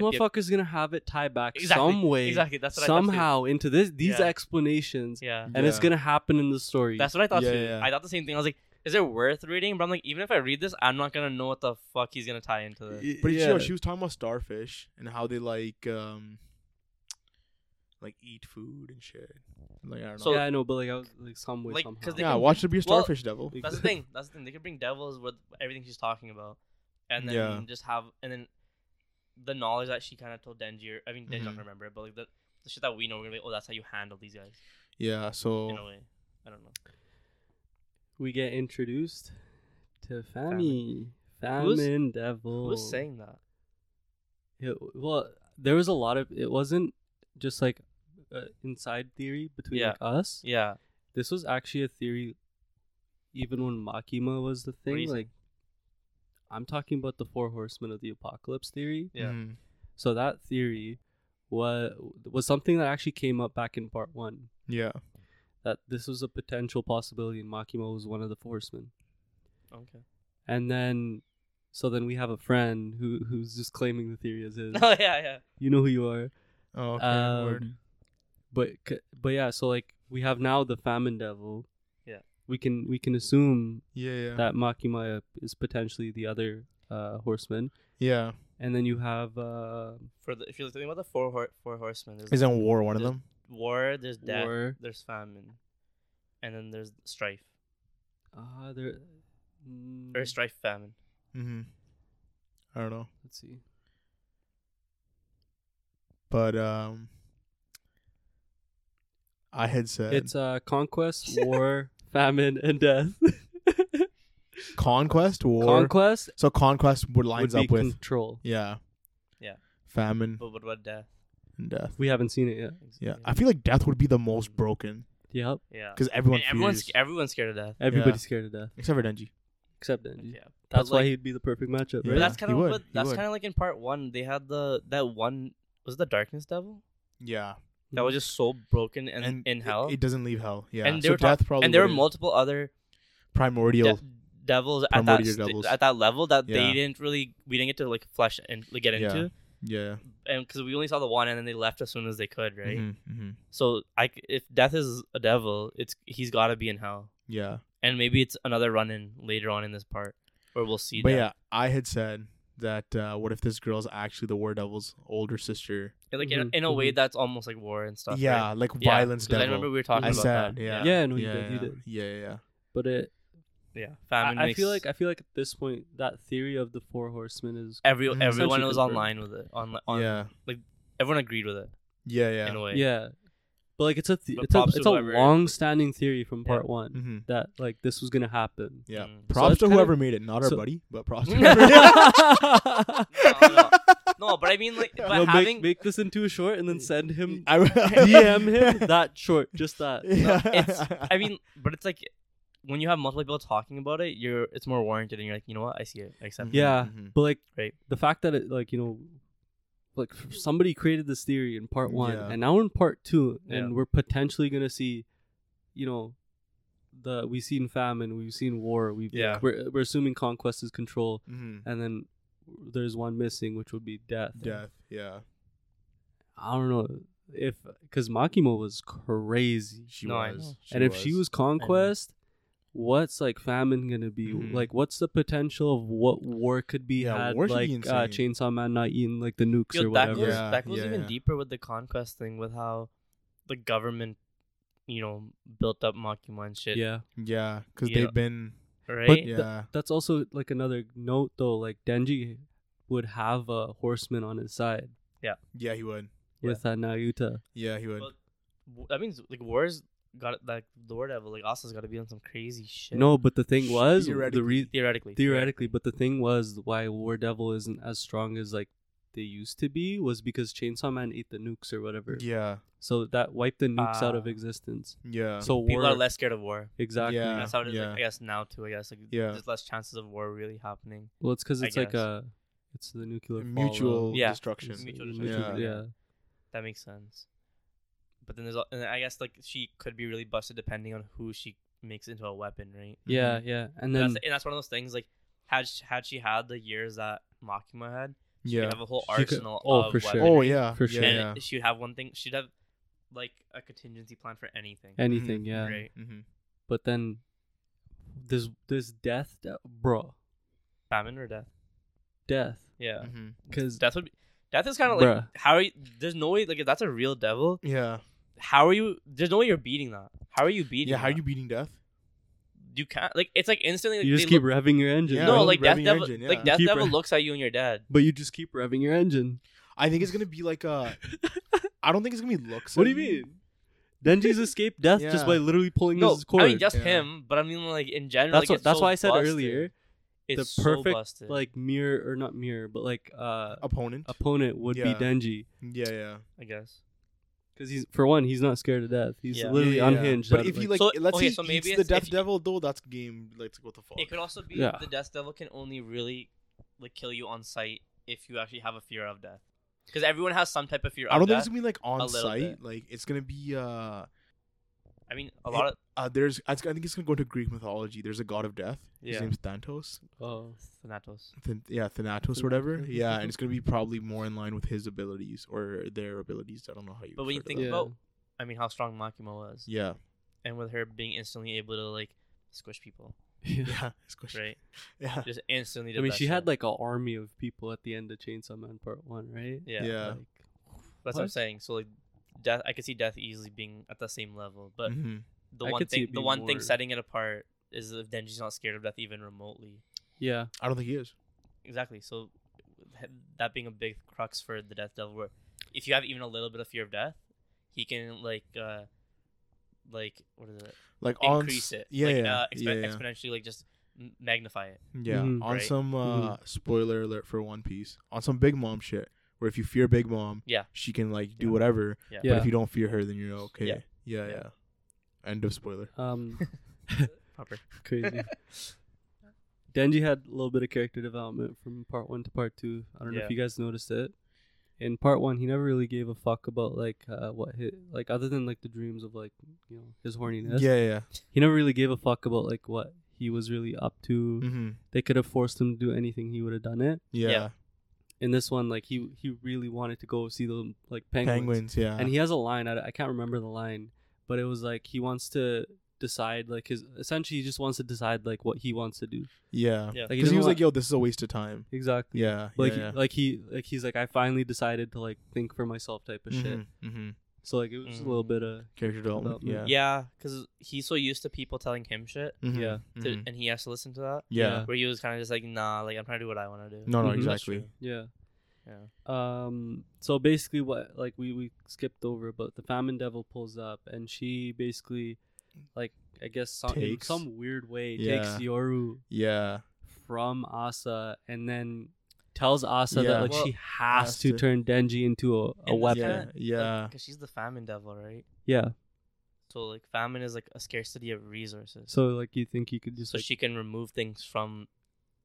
Speaker 2: Might be a-
Speaker 3: motherfucker's gonna have it tie back
Speaker 2: Exactly,
Speaker 3: some way,
Speaker 2: Exactly. That's what I
Speaker 3: somehow into this these
Speaker 2: Yeah.
Speaker 3: explanations,
Speaker 2: thought. too. Yeah.
Speaker 3: and it's
Speaker 1: Yeah.
Speaker 3: gonna happen in the story.
Speaker 2: That's what I thought
Speaker 1: Yeah,
Speaker 2: too.
Speaker 1: yeah.
Speaker 2: I thought the same thing. I was like, is it worth reading? But I'm like, even if I read this, I'm not gonna know what the fuck he's gonna tie into this.
Speaker 1: But
Speaker 3: yeah.
Speaker 1: she, she was talking about starfish and how they like um like eat food and shit. Like I don't know.
Speaker 2: So-
Speaker 3: yeah, I know, but like I was like some way
Speaker 2: Like,
Speaker 3: somehow.
Speaker 2: 'cause they
Speaker 1: yeah,
Speaker 2: can-
Speaker 1: watch there be a
Speaker 2: well,
Speaker 1: starfish devil.
Speaker 2: That's the thing. That's the thing. They could bring devils with everything she's talking about, and then
Speaker 1: Yeah.
Speaker 2: just have and then the knowledge that she kind of told Denji. Or, I mean, Denji's not
Speaker 1: Mhm.
Speaker 2: gonna remember, it, but like the, the shit that we know, we're gonna be like, oh, that's how you handle these guys
Speaker 1: Yeah, so
Speaker 2: in a way. I don't know.
Speaker 3: we get introduced to Fami.
Speaker 2: Famine. Who's-
Speaker 3: Famine Devil.
Speaker 1: Oh.
Speaker 2: Who's saying that?
Speaker 3: Yeah, well, there was a lot of. It wasn't just like uh, inside theory between
Speaker 2: Yeah.
Speaker 3: like, us.
Speaker 2: Yeah.
Speaker 3: This was actually a theory, even when Makima was the
Speaker 2: do
Speaker 3: thing.
Speaker 2: you
Speaker 3: Like, I'm talking about the Four Horsemen of the Apocalypse theory.
Speaker 2: Yeah.
Speaker 1: mhm.
Speaker 3: So that theory was was something that actually came up back in part one.
Speaker 1: yeah.
Speaker 3: That this was a potential possibility, and Makima was one of the horsemen.
Speaker 2: Okay.
Speaker 3: And then, so then we have a friend who who's just claiming the theory as his.
Speaker 2: Oh yeah, yeah.
Speaker 3: you know who you are.
Speaker 1: Oh, okay.
Speaker 3: Um,
Speaker 1: word.
Speaker 3: But c- but yeah, so like we have now the famine devil.
Speaker 2: Yeah.
Speaker 3: We can we can assume
Speaker 1: Yeah, yeah.
Speaker 3: that Makima is potentially the other uh, horseman,
Speaker 1: yeah.
Speaker 3: and then you have uh,
Speaker 2: For the if you're thinking about the four hor- four horsemen, there's
Speaker 1: Isn't war one of
Speaker 2: there's-
Speaker 1: them?
Speaker 2: war, there's death,
Speaker 3: war.
Speaker 2: there's famine, and then there's strife
Speaker 3: Uh, there. Mm,
Speaker 2: or strife famine.
Speaker 1: Mhm. I don't know.
Speaker 3: let's see.
Speaker 1: But um I had said
Speaker 3: It's uh, conquest, war, famine, and death.
Speaker 1: conquest war.
Speaker 3: conquest
Speaker 1: so conquest would lines
Speaker 3: lines would be
Speaker 1: up with
Speaker 3: control.
Speaker 1: yeah.
Speaker 2: Yeah.
Speaker 1: Famine
Speaker 2: But what about death?
Speaker 1: and death.
Speaker 3: We haven't seen it yet.
Speaker 1: Yeah, I feel like death would be the most broken
Speaker 3: Yep.
Speaker 2: yeah.
Speaker 1: because everyone
Speaker 2: And everyone's
Speaker 1: fears-
Speaker 2: everyone's scared of death.
Speaker 3: Everybody's scared of death
Speaker 1: except for Denji.
Speaker 3: except Denji.
Speaker 2: Yeah.
Speaker 3: That's why
Speaker 2: like-
Speaker 3: he'd be the perfect
Speaker 1: Yeah.
Speaker 3: matchup,
Speaker 2: But
Speaker 3: right?
Speaker 2: that's
Speaker 1: he
Speaker 2: kind
Speaker 1: would,
Speaker 2: of but
Speaker 1: he
Speaker 2: that's
Speaker 1: would.
Speaker 2: kind of like in part one they had the that one was it the darkness devil
Speaker 1: Yeah,
Speaker 2: that
Speaker 1: Mm-hmm.
Speaker 2: was just so broken and, in
Speaker 1: it-
Speaker 2: hell
Speaker 1: it, doesn't leave hell. Yeah,
Speaker 2: And they
Speaker 1: so
Speaker 2: were talk-
Speaker 1: death probably
Speaker 2: and there were
Speaker 1: would've-
Speaker 2: multiple other
Speaker 1: primordial.
Speaker 2: de- devils at that
Speaker 1: Primordial
Speaker 2: st-
Speaker 1: devils.
Speaker 2: at that level that
Speaker 1: Yeah.
Speaker 2: they didn't really we didn't get to like flesh and like, get
Speaker 1: Yeah.
Speaker 2: into
Speaker 1: yeah,
Speaker 2: and because we only saw the one and then they left as soon as they could right
Speaker 1: Mm-hmm, hmm
Speaker 2: so I c if death is a devil it's he's got to be in hell
Speaker 1: yeah.
Speaker 2: and maybe it's another run in later on in this part where we'll see
Speaker 1: But
Speaker 2: that.
Speaker 1: yeah, I had said that uh, what if this girl's actually the War Devil's older sister?
Speaker 2: And, like in,
Speaker 3: Mhm,
Speaker 2: in a way
Speaker 3: mhm.
Speaker 2: that's almost like war and stuff
Speaker 1: yeah,
Speaker 2: right?
Speaker 1: like
Speaker 2: Yeah,
Speaker 1: violence
Speaker 2: 'cause
Speaker 1: devil.
Speaker 2: I remember we were talking
Speaker 1: I
Speaker 2: about
Speaker 1: said,
Speaker 2: that.
Speaker 1: yeah,
Speaker 3: Yeah, no, you
Speaker 1: yeah,
Speaker 3: did, you
Speaker 1: yeah,
Speaker 3: did.
Speaker 1: yeah, yeah, yeah.
Speaker 3: but it
Speaker 2: yeah
Speaker 3: I,
Speaker 2: famine
Speaker 3: I
Speaker 2: makes-
Speaker 3: feel like I feel like at this point that theory of the four horsemen is
Speaker 2: Every
Speaker 1: Mhm.
Speaker 2: everyone
Speaker 3: Mm-hmm. Essentially
Speaker 2: was
Speaker 3: confirmed.
Speaker 2: online with it. On, on
Speaker 1: yeah,
Speaker 2: everyone agreed with it
Speaker 1: yeah,
Speaker 2: in a
Speaker 1: yeah.
Speaker 2: way.
Speaker 3: yeah. But like it's a th-
Speaker 2: But
Speaker 3: it's a
Speaker 2: props to
Speaker 3: it's a
Speaker 2: whoever-
Speaker 3: long standing theory from
Speaker 2: Yeah.
Speaker 3: part one
Speaker 1: Mm-hmm.
Speaker 3: that like this was gonna happen.
Speaker 1: Yeah.
Speaker 2: Mm. So
Speaker 1: Props
Speaker 3: it's
Speaker 1: to
Speaker 3: kind
Speaker 1: whoever
Speaker 3: of-
Speaker 1: made it, not our
Speaker 3: so-
Speaker 1: buddy, but props to whoever.
Speaker 3: no,
Speaker 2: No, no, no, but I mean like, but
Speaker 3: make,
Speaker 2: having Mm.
Speaker 3: make this into a short and then send him
Speaker 1: I,
Speaker 3: DM him that short, just that.
Speaker 1: Yeah.
Speaker 2: it's, I mean, but it's like when you have multiple people talking about it, you're it's more warranted, and you're like, you know what, I see it. I accept. it.
Speaker 3: Yeah,
Speaker 2: Mm-hmm.
Speaker 1: Mhm.
Speaker 3: but like
Speaker 2: Right.
Speaker 3: the fact that it like you know, like f- somebody created this theory in part one,
Speaker 1: Yeah.
Speaker 3: and now we're in part two, and
Speaker 2: Yeah.
Speaker 3: we're potentially gonna see, you know, the we've seen famine, we've seen war, we've
Speaker 2: Yeah.
Speaker 3: we're, we're assuming conquest is control,
Speaker 2: Mm-hmm.
Speaker 1: Mhm.
Speaker 3: and then there's one missing, which would be death.
Speaker 1: Death. Yeah.
Speaker 3: I don't know if because Makima was crazy,
Speaker 1: She
Speaker 2: No, I
Speaker 1: was.
Speaker 2: know.
Speaker 3: and if she was conquest. What's like famine gonna be
Speaker 1: Mhm.
Speaker 3: like? What's the potential of what war could be
Speaker 1: Yeah,
Speaker 3: had
Speaker 1: war should
Speaker 3: like
Speaker 1: be
Speaker 3: uh,
Speaker 1: insane.
Speaker 3: Chainsaw Man not eating like the nukes
Speaker 2: Yo,
Speaker 3: or
Speaker 2: that
Speaker 3: whatever?
Speaker 2: goes
Speaker 1: Yeah,
Speaker 2: that goes
Speaker 1: yeah,
Speaker 2: even
Speaker 1: yeah.
Speaker 2: deeper with the conquest thing, with how the government, you know, built up Makima and shit.
Speaker 3: Yeah.
Speaker 1: Yeah, because
Speaker 2: You know,
Speaker 1: they've been.
Speaker 2: Right.
Speaker 3: But th-
Speaker 1: Yeah.
Speaker 3: that's also like another note though. Like Denji would have a horseman on his side
Speaker 1: Yeah, he would.
Speaker 3: with uh, Nayuta.
Speaker 1: Yeah, he would.
Speaker 2: But- w- that means like war's got like the war devil like Asa's got to be on some crazy shit.
Speaker 3: No, but the thing was the
Speaker 1: Theoretically.
Speaker 3: re-
Speaker 2: theoretically,
Speaker 3: theoretically, but the thing was why War Devil isn't as strong as like they used to be was because Chainsaw Man ate the nukes or whatever.
Speaker 1: Yeah,
Speaker 3: So that wiped the nukes out of
Speaker 2: Ah.
Speaker 3: existence.
Speaker 1: yeah,
Speaker 3: So
Speaker 2: people
Speaker 3: war
Speaker 2: are less scared of war.
Speaker 3: exactly.
Speaker 1: Yeah.
Speaker 2: That's how it is.
Speaker 1: yeah.
Speaker 2: Like, I guess now too. I guess like
Speaker 1: Yeah.
Speaker 2: there's less chances of war really happening.
Speaker 3: Well, it's because
Speaker 2: I
Speaker 3: it's like
Speaker 2: guess.
Speaker 3: a it's the nuclear
Speaker 1: mutual
Speaker 3: fallout.
Speaker 2: Yeah.
Speaker 1: destruction.
Speaker 3: It's
Speaker 2: Mutual
Speaker 3: the
Speaker 1: destruction,
Speaker 3: mutual-
Speaker 2: yeah.
Speaker 3: yeah.
Speaker 2: That makes sense. But then there's al- and I guess like she could be really busted depending on who she makes into a weapon, right?
Speaker 3: Yeah,
Speaker 1: Mm-hmm.
Speaker 3: yeah, and
Speaker 2: And
Speaker 3: then
Speaker 2: that's, and that's one of those things like had sh had she had the years that Makima had, she
Speaker 1: Yeah.
Speaker 2: could have a whole
Speaker 3: She could-
Speaker 2: arsenal.
Speaker 3: oh,
Speaker 2: of
Speaker 3: for sure.
Speaker 2: weaponry.
Speaker 1: Oh yeah,
Speaker 3: For
Speaker 1: yeah,
Speaker 3: sure.
Speaker 2: and
Speaker 1: Yeah.
Speaker 2: she would have one thing. She'd have like a contingency plan for anything.
Speaker 3: anything, yeah.
Speaker 2: Right.
Speaker 1: Mhm.
Speaker 3: But then there's there's death, that- bro,
Speaker 2: Famine or death.
Speaker 3: death,
Speaker 2: Yeah.
Speaker 1: Mhm.
Speaker 3: because
Speaker 2: Death would be. Death is kind of like
Speaker 3: Mm-hmm. Bruh.
Speaker 2: how are you? There's no way like if that's a real devil.
Speaker 1: Yeah.
Speaker 2: How are you? There's no way you're beating that. How are you beating?
Speaker 1: Yeah. How are
Speaker 2: that?
Speaker 1: you beating death?
Speaker 2: You can't like it's like instantly. Like,
Speaker 3: you just
Speaker 2: they
Speaker 3: keep
Speaker 2: look-
Speaker 3: revving your engine.
Speaker 1: Yeah,
Speaker 2: no
Speaker 1: right?
Speaker 2: like
Speaker 1: Revving
Speaker 2: death
Speaker 1: your
Speaker 2: devil.
Speaker 1: engine, yeah.
Speaker 2: Like death
Speaker 3: Keep
Speaker 2: devil
Speaker 3: re-
Speaker 2: looks at you and you're dead.
Speaker 3: but you just keep revving your engine.
Speaker 1: I think it's gonna be like a. I don't think it's gonna be looks.
Speaker 3: what do
Speaker 1: at
Speaker 3: you mean? Denji's escaped death just by
Speaker 1: Yeah.
Speaker 3: literally pulling
Speaker 2: No,
Speaker 3: his cord.
Speaker 2: I mean just
Speaker 1: Yeah.
Speaker 2: him, but I mean like in general.
Speaker 3: that's
Speaker 2: like,
Speaker 3: what
Speaker 2: it's
Speaker 3: that's
Speaker 2: so
Speaker 3: why I said
Speaker 2: busted.
Speaker 3: earlier,
Speaker 2: It's
Speaker 3: the
Speaker 2: so
Speaker 3: perfect
Speaker 2: busted.
Speaker 3: like mirror or not mirror, but like uh
Speaker 1: Opponent.
Speaker 3: opponent would
Speaker 1: Yeah.
Speaker 3: be Denji.
Speaker 1: yeah, yeah.
Speaker 2: I guess.
Speaker 3: Because he's for one, he's not scared of death. He's
Speaker 2: Yeah.
Speaker 3: literally
Speaker 1: Yeah, yeah, yeah.
Speaker 3: unhinged. out
Speaker 1: But
Speaker 3: of,
Speaker 1: if he
Speaker 3: like-
Speaker 1: like,
Speaker 2: So-
Speaker 1: let's
Speaker 2: okay,
Speaker 1: say
Speaker 2: so
Speaker 1: he
Speaker 2: maybe
Speaker 1: eats the
Speaker 2: it's- if
Speaker 1: death
Speaker 2: he-
Speaker 1: devil though, that's game. Let's go to fuck.
Speaker 2: It could also be
Speaker 3: Yeah.
Speaker 2: the death devil can only really like kill you on sight if you actually have a fear of death. Because everyone has some type of fear.
Speaker 1: I
Speaker 2: of
Speaker 1: don't think
Speaker 2: death.
Speaker 1: it's gonna be like
Speaker 2: a
Speaker 1: on
Speaker 2: little
Speaker 1: site.
Speaker 2: bit.
Speaker 1: Like it's gonna be uh,
Speaker 2: I mean, a lot of
Speaker 1: uh there's I think it's gonna go into Greek mythology. There's a god of death.
Speaker 2: Yeah.
Speaker 1: His name's Thantos.
Speaker 3: oh,
Speaker 2: Thanatos.
Speaker 1: Th- yeah, Thanatos, or whatever.
Speaker 3: Thanatos.
Speaker 1: Yeah, and it's gonna be probably more in line with his abilities or their abilities. I don't know how you.
Speaker 2: But when you
Speaker 1: refer to
Speaker 2: think
Speaker 1: that.
Speaker 3: Yeah.
Speaker 2: about, I mean, how strong Makima was,
Speaker 1: yeah,
Speaker 2: and with her being instantly able to like squish people,
Speaker 1: yeah, it's question.
Speaker 2: right?
Speaker 1: Yeah,
Speaker 2: Just instantly.
Speaker 3: I
Speaker 2: Did
Speaker 3: mean,
Speaker 2: that
Speaker 3: she
Speaker 2: shit.
Speaker 3: had like an army of people at the end of Chainsaw Man Part One, right?
Speaker 2: Yeah,
Speaker 1: Yeah.
Speaker 3: Like,
Speaker 2: that's what I'm
Speaker 3: What?
Speaker 2: saying. So like, death. I could see death easily being at the same level, but
Speaker 1: Mhm.
Speaker 2: the
Speaker 3: Mm-hmm. I
Speaker 2: one
Speaker 3: could see
Speaker 2: thing,
Speaker 3: it
Speaker 2: the
Speaker 3: being
Speaker 2: one thing
Speaker 3: more-
Speaker 2: setting it apart is if Denji's not scared of death even remotely.
Speaker 3: yeah.
Speaker 1: I don't think he is.
Speaker 2: Exactly. So th- that being a big crux for the Death Devil, where if you have even a little bit of fear of death, he can like, uh like what is it?
Speaker 1: Like on
Speaker 2: Increase
Speaker 1: s-
Speaker 2: it.
Speaker 1: Yeah,
Speaker 2: like,
Speaker 1: yeah,
Speaker 2: uh,
Speaker 1: yeah,
Speaker 2: expo-
Speaker 1: yeah.
Speaker 2: Exponentially, like just m- magnify it.
Speaker 1: Yeah,
Speaker 3: Mhm.
Speaker 1: on
Speaker 2: Right.
Speaker 1: some uh, spoiler alert for One Piece, on some Big Mom shit, where if you fear Big Mom,
Speaker 2: Yeah.
Speaker 1: she can like do
Speaker 2: Yeah.
Speaker 1: whatever.
Speaker 2: Yeah.
Speaker 1: But
Speaker 3: Yeah.
Speaker 1: if you don't fear her, then you're okay. Yeah,
Speaker 2: Yeah.
Speaker 1: yeah.
Speaker 2: Yeah.
Speaker 1: End of spoiler.
Speaker 3: Um,
Speaker 2: Proper.
Speaker 3: crazy. Denji had a little bit of character development from Part One to Part Two. I don't know
Speaker 2: Yeah.
Speaker 3: if you guys noticed it. In Part One, he never really gave a fuck about like uh, what hit like other than like the dreams of like you know his horniness.
Speaker 1: Yeah, yeah.
Speaker 3: He never really gave a fuck about like what he was really up to.
Speaker 1: hmm
Speaker 3: They could have forced him to do anything. He would have done it.
Speaker 1: Yeah.
Speaker 2: Yeah.
Speaker 3: in this one, like he he really wanted to go see the like penguins,
Speaker 1: Penguins. Yeah.
Speaker 3: and he has a line. I, I can't remember the line, but it was like he wants to decide like his essentially he just wants to decide like what he wants to do
Speaker 1: yeah.
Speaker 2: Yeah.
Speaker 3: Like, he
Speaker 1: Because he,
Speaker 3: doesn't
Speaker 1: was like,
Speaker 3: want-
Speaker 1: "Yo, this is a waste of time."
Speaker 3: exactly
Speaker 1: Yeah.
Speaker 3: like
Speaker 1: yeah, yeah.
Speaker 3: He, like he like he's like I finally decided to like think for myself type of shit.
Speaker 1: Mhm, mhm.
Speaker 3: So like it was just a
Speaker 1: Mm-hmm.
Speaker 3: little
Speaker 2: Mm.
Speaker 3: bit of
Speaker 1: Character development. Yeah.
Speaker 3: Development.
Speaker 2: Yeah, because he's so used to people telling him shit,
Speaker 1: Mhm,
Speaker 3: Yeah.
Speaker 1: mhm.
Speaker 2: to, and he has to listen to that.
Speaker 1: yeah.
Speaker 3: Yeah.
Speaker 2: Where he was kind of just like, nah, like I'm trying to do what I want to do.
Speaker 1: No, no,
Speaker 3: Mhm.
Speaker 2: That's
Speaker 1: exactly.
Speaker 2: true.
Speaker 3: yeah.
Speaker 2: Yeah.
Speaker 3: Um. So basically, what like we we skipped over, but the famine devil pulls up, and she basically, like I guess some, in
Speaker 1: Takes-
Speaker 3: some weird way takes
Speaker 1: Yeah.
Speaker 3: Yoru
Speaker 1: Yeah.
Speaker 3: from Asa and then tells Asa
Speaker 1: Yeah.
Speaker 3: that like
Speaker 2: Well,
Speaker 3: she has
Speaker 1: has
Speaker 3: to,
Speaker 1: to.
Speaker 3: turn Denji into a, a
Speaker 2: And
Speaker 3: weapon.
Speaker 1: Yeah. Yeah.
Speaker 2: Because she's the famine devil, right?
Speaker 3: Yeah.
Speaker 2: So like famine is like a scarcity of resources.
Speaker 3: So like you think you could just
Speaker 2: so
Speaker 3: like
Speaker 2: she can remove things from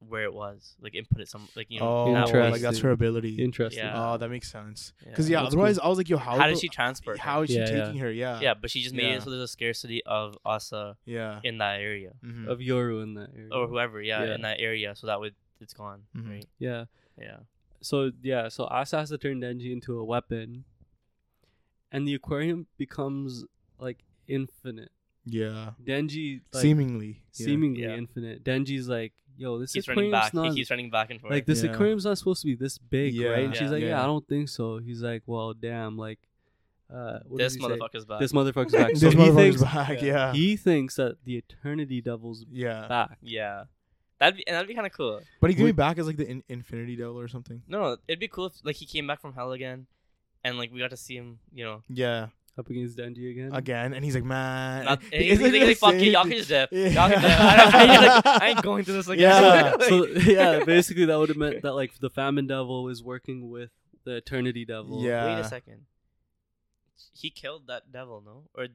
Speaker 2: where it was, like input it some, like you know.
Speaker 1: oh,
Speaker 2: that
Speaker 1: like
Speaker 2: way.
Speaker 1: that's her ability.
Speaker 3: interesting.
Speaker 2: Yeah.
Speaker 1: Oh, that makes sense. Because yeah,
Speaker 3: That's
Speaker 1: otherwise I was like, "Yo, how?
Speaker 2: how,
Speaker 1: the-
Speaker 2: did she transport?
Speaker 1: How is she
Speaker 3: Yeah,
Speaker 1: taking her? Yeah.
Speaker 2: Her? Yeah, but she just made
Speaker 1: Yeah.
Speaker 2: it so there's a scarcity of Asa
Speaker 1: Yeah.
Speaker 2: in that area
Speaker 1: Mhm.
Speaker 3: of Yoru in that area.
Speaker 2: or whoever, yeah,
Speaker 3: Yeah. Mm-hmm.
Speaker 2: in that area. So that way it's gone,
Speaker 1: Mhm.
Speaker 2: right?
Speaker 3: yeah.
Speaker 2: Yeah.
Speaker 3: So yeah, so Asa has to turn Denji into a weapon. And the aquarium becomes like infinite.
Speaker 1: Yeah.
Speaker 3: Denji like
Speaker 1: Seemingly. yeah.
Speaker 3: seemingly
Speaker 2: Yeah.
Speaker 3: infinite. Denji's like, yo, this
Speaker 2: Keeps running
Speaker 3: aquarium's
Speaker 2: back.
Speaker 3: not
Speaker 2: He keeps running back and forth.
Speaker 3: like this
Speaker 1: Yeah.
Speaker 3: aquarium's not supposed to be this big,
Speaker 1: Yeah.
Speaker 3: right? And she's
Speaker 2: Yeah.
Speaker 3: like, yeah.
Speaker 1: Yeah.
Speaker 3: I don't think so. He's like, well, damn, like, uh, what
Speaker 2: this
Speaker 3: does he say?
Speaker 2: motherfucker's back.
Speaker 3: This motherfucker's back.
Speaker 1: This
Speaker 3: so he
Speaker 1: motherfucker's
Speaker 3: thinks
Speaker 1: back. Yeah.
Speaker 3: he thinks that the Eternity Devil's
Speaker 1: yeah.
Speaker 3: back.
Speaker 2: yeah. That'd be and that'd be kind of cool.
Speaker 1: But he could
Speaker 3: We-
Speaker 1: be back as like the in- Infinity Devil or something.
Speaker 2: No, no, it'd be cool if like he came back from hell again, and like we got to see him, you know,
Speaker 1: Yeah.
Speaker 3: up against Denji again.
Speaker 1: again, and he's like, man,
Speaker 2: Not,
Speaker 1: He-
Speaker 2: he's,
Speaker 1: he's
Speaker 2: he's like,
Speaker 1: the
Speaker 2: fuck
Speaker 1: same
Speaker 2: you, y'all
Speaker 1: thing."
Speaker 2: can just dip.
Speaker 1: Yeah.
Speaker 2: Y'all can dip. I, don't, he's like, I ain't going through this again.
Speaker 1: Yeah.
Speaker 2: Like-
Speaker 3: so yeah, basically that would have meant that like the famine devil is working with the eternity devil.
Speaker 2: Wait a
Speaker 1: Yeah,
Speaker 2: second. He killed that devil, no? Or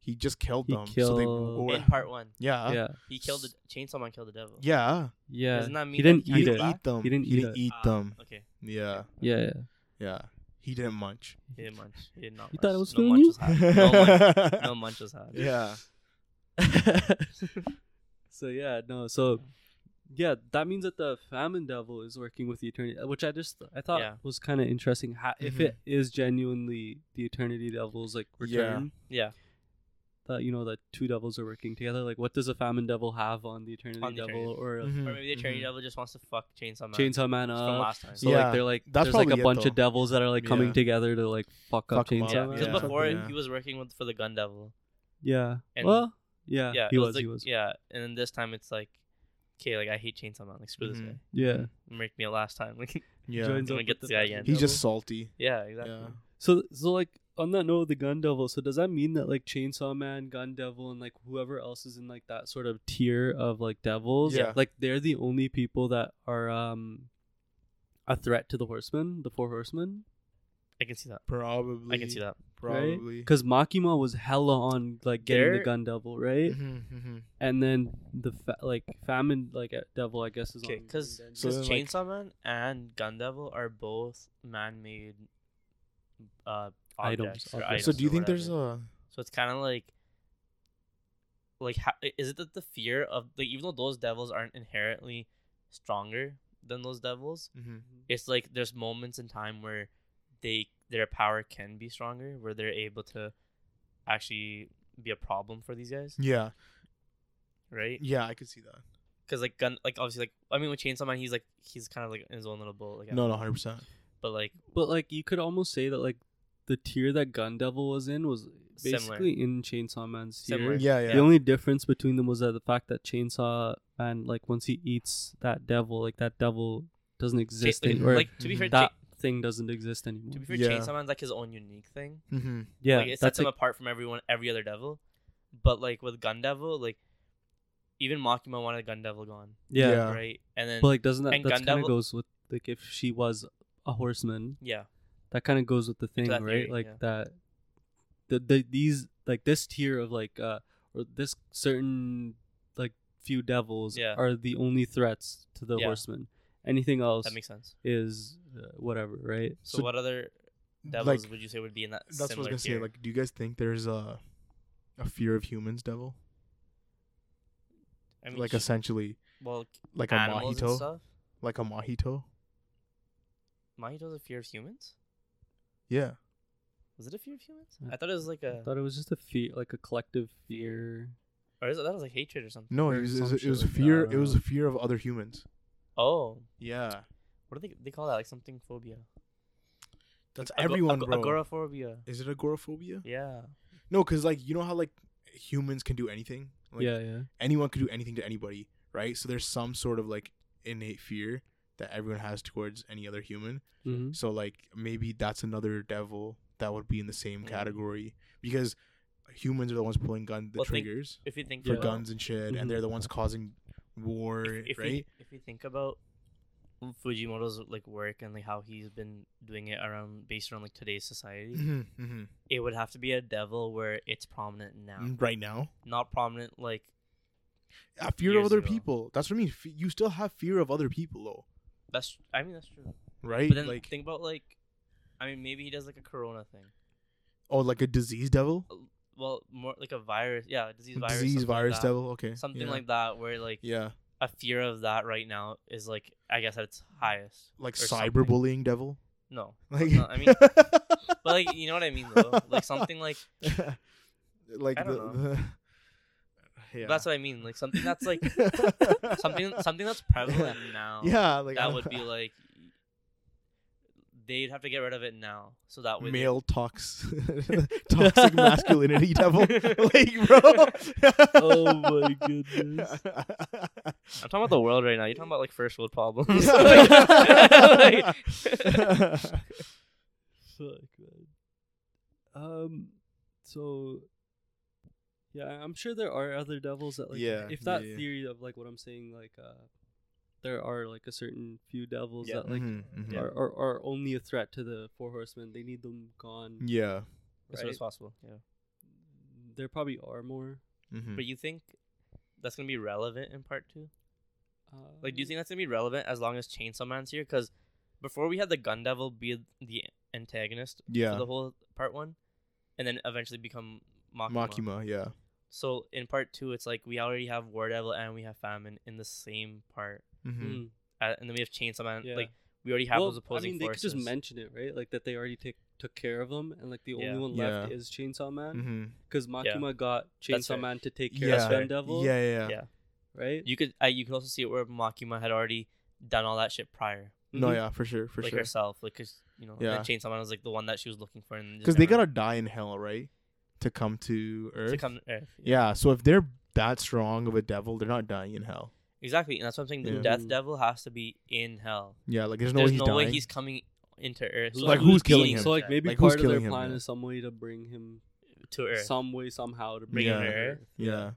Speaker 1: he just killed
Speaker 3: He
Speaker 1: them. So they
Speaker 3: killed-
Speaker 1: go
Speaker 2: in part one,
Speaker 1: Yeah, yeah,
Speaker 3: yeah,
Speaker 2: he killed the chainsaw man. Killed the devil.
Speaker 1: yeah.
Speaker 3: yeah.
Speaker 2: Doesn't that mean
Speaker 3: he didn't
Speaker 2: that he
Speaker 1: He
Speaker 3: eat
Speaker 2: did
Speaker 3: it.
Speaker 1: didn't
Speaker 2: that?
Speaker 1: eat them.
Speaker 3: He didn't eat it.
Speaker 2: Ah,
Speaker 1: them.
Speaker 2: Okay.
Speaker 1: Yeah,
Speaker 3: Yeah, yeah.
Speaker 1: yeah. He didn't munch.
Speaker 2: He didn't munch. He did not.
Speaker 3: You
Speaker 2: munch.
Speaker 3: thought it was
Speaker 2: no
Speaker 3: feeling
Speaker 2: munch
Speaker 3: you?
Speaker 2: Was had. no, munch, no munch was had.
Speaker 1: yeah.
Speaker 3: so yeah, no, so yeah, that means that the famine devil is working with the eternity, which I just I thought
Speaker 2: Yeah.
Speaker 3: was kind of interesting. How, If
Speaker 1: Mhm.
Speaker 3: it is genuinely the eternity devil's like
Speaker 1: Yeah.
Speaker 3: return,
Speaker 2: Yeah.
Speaker 3: that you know that two devils are working together. Like, what does a famine devil have on the eternity
Speaker 2: On the
Speaker 3: devil
Speaker 2: Eternity.
Speaker 3: or a
Speaker 1: Mhm,
Speaker 2: Or maybe the attorney
Speaker 1: mhm.
Speaker 2: devil just wants to fuck chainsaw man.
Speaker 3: Mm-hmm. chainsaw man
Speaker 2: Just
Speaker 3: up?
Speaker 2: from last time.
Speaker 3: So
Speaker 1: Yeah.
Speaker 3: like they're like
Speaker 1: That's
Speaker 3: there's like a
Speaker 1: probably it,
Speaker 3: bunch
Speaker 1: though.
Speaker 3: of devils that are like coming
Speaker 1: Yeah.
Speaker 3: together to like fuck,
Speaker 1: Fuck
Speaker 3: up
Speaker 1: 'em up,
Speaker 3: chainsaw
Speaker 2: yeah,
Speaker 3: man.
Speaker 2: because
Speaker 1: Yeah.
Speaker 2: before
Speaker 1: Yeah.
Speaker 2: he was working with for the gun devil.
Speaker 3: yeah.
Speaker 2: And-
Speaker 3: well, yeah,
Speaker 2: Yeah,
Speaker 3: he
Speaker 2: it
Speaker 3: was,
Speaker 2: like,
Speaker 3: he was,
Speaker 2: Yeah, and then this time it's like, okay, like I hate chainsaw man. Like screw this
Speaker 1: Mhm.
Speaker 2: guy.
Speaker 3: yeah.
Speaker 2: Make me a last time. Like
Speaker 1: Yeah.
Speaker 3: Joins
Speaker 2: Then we
Speaker 3: up with
Speaker 2: get
Speaker 3: the
Speaker 2: this guy
Speaker 3: famine
Speaker 2: again.
Speaker 1: He's
Speaker 3: devil.
Speaker 1: just salty.
Speaker 2: yeah, exactly.
Speaker 1: Yeah.
Speaker 3: So so like on that note of the gun devil, so does that mean that like Chainsaw Man, Gun Devil, and like whoever else is in like that sort of tier of like devils,
Speaker 1: Yeah.
Speaker 3: like they're the only people that are um a threat to the horsemen, the four horsemen?
Speaker 2: I can see that.
Speaker 1: Probably.
Speaker 2: I can see that.
Speaker 1: Probably.
Speaker 3: Because Makima was hella on like getting
Speaker 2: They're-
Speaker 3: the gun devil, right?
Speaker 1: Mhm, mhm.
Speaker 3: And then the fa- like famine like uh, devil, I guess is on.
Speaker 2: because
Speaker 3: Gun
Speaker 1: so
Speaker 3: Devil.
Speaker 1: then, like-
Speaker 2: Chainsaw Man and Gun Devil are both man-made uh,
Speaker 3: Items,
Speaker 2: objects. or
Speaker 3: objects.
Speaker 1: So
Speaker 2: items
Speaker 1: do you
Speaker 2: or
Speaker 1: think there's
Speaker 2: whatever.
Speaker 1: a
Speaker 2: So it's kind of like, like, how, is it that the fear of like even though those devils aren't inherently stronger than those devils,
Speaker 1: Mhm.
Speaker 2: it's like there's moments in time where they their power can be stronger, where they're able to actually be a problem for these guys,
Speaker 1: Yeah.
Speaker 2: right?
Speaker 1: Yeah, I could see that.
Speaker 2: Because like gun, like obviously, like I mean with Chainsaw Man, he's like he's kind of like in his own little boat, like
Speaker 1: No, no, 100%.
Speaker 2: but like
Speaker 3: but like you could almost say that like the tier that Gun Devil was in was
Speaker 2: Similar.
Speaker 3: basically in Chainsaw Man's tier.
Speaker 2: Similar.
Speaker 1: Yeah,
Speaker 3: The
Speaker 1: yeah.
Speaker 3: only difference between them was that the fact that Chainsaw Man, like once he eats that devil, like that devil doesn't
Speaker 2: Cha-
Speaker 3: exist
Speaker 2: like,
Speaker 3: anymore.
Speaker 2: like, to be
Speaker 1: Mhm.
Speaker 2: fair,
Speaker 3: that
Speaker 2: Cha-
Speaker 3: thing doesn't exist anymore.
Speaker 2: to be fair,
Speaker 1: Yeah.
Speaker 2: Chainsaw Man's like his own unique thing.
Speaker 1: Mm-hmm.
Speaker 3: yeah,
Speaker 2: like, it sets
Speaker 3: that's
Speaker 2: him
Speaker 3: like,
Speaker 2: apart from everyone, every other devil. But like with Gun Devil, like even Makima wanted Gun Devil gone,
Speaker 3: yeah.
Speaker 1: Yeah.
Speaker 2: right? And then
Speaker 3: But like, doesn't that
Speaker 2: And
Speaker 3: that
Speaker 2: Gun
Speaker 3: kind of
Speaker 2: Devil-
Speaker 3: goes with like if she was a horseman,
Speaker 2: yeah,
Speaker 3: that kind of goes with the thing,
Speaker 2: that
Speaker 3: right?
Speaker 2: theory,
Speaker 3: like
Speaker 2: yeah.
Speaker 3: that, the, the these like this tier of like uh or this certain like few devils
Speaker 2: Yeah.
Speaker 3: are the only threats to the
Speaker 2: Yeah.
Speaker 3: horseman. Anything else
Speaker 2: that makes sense.
Speaker 3: is uh, whatever, right?
Speaker 2: So,
Speaker 1: So,
Speaker 2: what other devils
Speaker 1: Like
Speaker 2: would you say would be in that?
Speaker 1: that's what I was
Speaker 2: similar
Speaker 1: gonna say.
Speaker 2: tier?
Speaker 1: Like, do you guys think there's a a fear of humans, devil?
Speaker 2: I mean,
Speaker 1: Like
Speaker 2: sh-
Speaker 1: essentially,
Speaker 2: well,
Speaker 1: like a
Speaker 2: animals and
Speaker 1: mojito,
Speaker 2: stuff.
Speaker 1: like a mojito.
Speaker 2: Mojito's a fear of humans.
Speaker 1: Yeah,
Speaker 2: Was it a fear of humans?
Speaker 3: I-
Speaker 1: Mm.
Speaker 2: I thought it was like
Speaker 3: I
Speaker 2: a,
Speaker 3: thought it was just a fear, like a collective fear.
Speaker 2: or is it, that was like hatred or something.
Speaker 1: no,
Speaker 3: Or
Speaker 1: it was, it was,
Speaker 3: some
Speaker 1: it was
Speaker 3: shit like
Speaker 1: fear.
Speaker 3: that. uh,
Speaker 1: It was a fear of other humans.
Speaker 2: Oh,
Speaker 1: Yeah,
Speaker 2: what do they they call that? Like something phobia.
Speaker 1: that's
Speaker 2: Ago-
Speaker 1: everyone,
Speaker 2: ago-
Speaker 1: bro.
Speaker 2: Agoraphobia.
Speaker 1: Is it agoraphobia?
Speaker 2: Yeah.
Speaker 1: No, because like you know how like humans can do anything. Like,
Speaker 3: yeah, yeah.
Speaker 1: anyone can do anything to anybody, right? So there's some sort of like innate fear that everyone has towards any other human.
Speaker 3: Mhm.
Speaker 1: So like maybe that's another devil that would be in the same
Speaker 2: Mm.
Speaker 1: category because humans are the ones pulling gun the
Speaker 2: Well, think-
Speaker 1: triggers
Speaker 2: If you think
Speaker 1: for
Speaker 2: about-
Speaker 1: guns and shit,
Speaker 3: Mhm.
Speaker 1: and they're the ones causing war,
Speaker 2: if, if
Speaker 1: right?
Speaker 2: You, if you think about Fujimoto's like work and like how he's been doing it around based around like today's society,
Speaker 1: Mhm, mhm.
Speaker 2: it would have to be a devil where it's prominent now,
Speaker 1: Mm, Right now,
Speaker 2: not prominent like
Speaker 1: a fear of
Speaker 2: Years
Speaker 1: other
Speaker 2: ago.
Speaker 1: people. That's what I mean. F- you still have fear of other people, though,
Speaker 2: that's. I mean that's true.
Speaker 1: right?
Speaker 2: But then
Speaker 1: like
Speaker 2: think about like, I mean maybe he does like a corona thing.
Speaker 1: oh, like a disease devil,
Speaker 2: Well, more like a virus. Yeah, a disease virus.
Speaker 1: disease
Speaker 2: something like
Speaker 1: virus
Speaker 2: that.
Speaker 1: devil. Okay,
Speaker 2: Something
Speaker 1: yeah.
Speaker 2: like that, where like
Speaker 1: yeah,
Speaker 2: a fear of that right now is like I guess at its highest.
Speaker 1: like
Speaker 2: or something.
Speaker 1: cyberbullying devil.
Speaker 2: No,
Speaker 1: Like
Speaker 2: no, I mean, but like you know what I mean though. Like something like
Speaker 1: like
Speaker 2: I
Speaker 1: the,
Speaker 2: don't
Speaker 1: the yeah.
Speaker 2: that's what I mean. Like something that's like something something that's prevalent now.
Speaker 1: yeah, like I
Speaker 2: that
Speaker 1: don't-
Speaker 2: would be like they'd have to get rid of it now, so that way they-
Speaker 1: male tox toxic masculinity devil. Like, bro.
Speaker 3: Oh my goodness.
Speaker 2: I'm talking about the world right now. You're talking about like first world problems. Like-
Speaker 1: Yeah.
Speaker 3: Fuck, man. Um, so yeah, I- I'm sure there are other devils that like
Speaker 1: Yeah,
Speaker 3: if
Speaker 1: yeah,
Speaker 3: that
Speaker 1: yeah.
Speaker 3: theory of like what I'm saying, like uh there are like a certain few devils
Speaker 2: Yeah.
Speaker 3: that like
Speaker 1: Mhm, mhm.
Speaker 3: are, are are only a threat to the four horsemen. They need them gone.
Speaker 1: Yeah.
Speaker 2: as soon as
Speaker 3: Right.
Speaker 2: possible. Yeah.
Speaker 3: There probably are more.
Speaker 1: Mhm.
Speaker 2: But you think that's gonna be relevant in part two?
Speaker 3: Uh,
Speaker 2: Like,
Speaker 1: Mm.
Speaker 2: do you think that's gonna be relevant as long as Chainsaw Man's here? Because before we had the Gun Devil be the antagonist
Speaker 1: yeah.
Speaker 2: for the whole part one, and then eventually become Makima.
Speaker 1: Makima. Yeah.
Speaker 2: So in part two, it's like we already have War Devil and we have Famine in the same part,
Speaker 1: Mm-hmm.
Speaker 3: Mm,
Speaker 2: uh, and then we have Chainsaw Man.
Speaker 3: Yeah.
Speaker 2: Like we already have
Speaker 3: well,
Speaker 2: those opposing
Speaker 3: I mean, they
Speaker 2: forces.
Speaker 3: could just mention it, right? Like that they already take took care of them, and like the
Speaker 2: Yeah.
Speaker 3: only one left is Chainsaw
Speaker 2: Hmm.
Speaker 3: Man
Speaker 1: Mm-hmm.
Speaker 3: because Makima got
Speaker 2: That's
Speaker 3: Chainsaw
Speaker 2: fair.
Speaker 3: Man to take care
Speaker 1: Yeah.
Speaker 3: of Gun Devil,
Speaker 1: Yeah. Yeah.
Speaker 2: Yeah.
Speaker 1: yeah.
Speaker 3: right?
Speaker 2: you could uh, you could also see it where Makima had already done all that shit prior,
Speaker 1: No.
Speaker 3: Mhm.
Speaker 1: Yeah. For sure. For
Speaker 2: Mm-hmm. like
Speaker 1: sure.
Speaker 2: herself, like because you know,
Speaker 1: Yeah.
Speaker 2: and then Chainsaw Man was like the one that she was looking for, and just
Speaker 1: Because they
Speaker 2: never-
Speaker 1: gotta die in hell, right? To come to Earth.
Speaker 2: to come to Earth.
Speaker 1: yeah. So if they're that strong of a devil, they're not dying in hell.
Speaker 2: Exactly, and that's what I'm saying. The
Speaker 1: Yeah.
Speaker 2: Death
Speaker 3: Mhm.
Speaker 2: Devil has to be in hell.
Speaker 1: Yeah. Like there's no
Speaker 2: There's
Speaker 1: way he's
Speaker 2: no
Speaker 1: dying.
Speaker 2: way he's coming into Earth.
Speaker 3: So, like,
Speaker 2: who's
Speaker 1: who's killing
Speaker 2: beating
Speaker 1: him?
Speaker 3: So like
Speaker 2: that
Speaker 3: maybe
Speaker 1: Like, who's
Speaker 3: part of their
Speaker 1: killing him,
Speaker 3: plan
Speaker 1: yeah.
Speaker 3: is some way to bring him
Speaker 2: to Earth?
Speaker 3: some way somehow to bring
Speaker 2: Bring
Speaker 1: Yeah.
Speaker 2: him to Earth.
Speaker 1: yeah.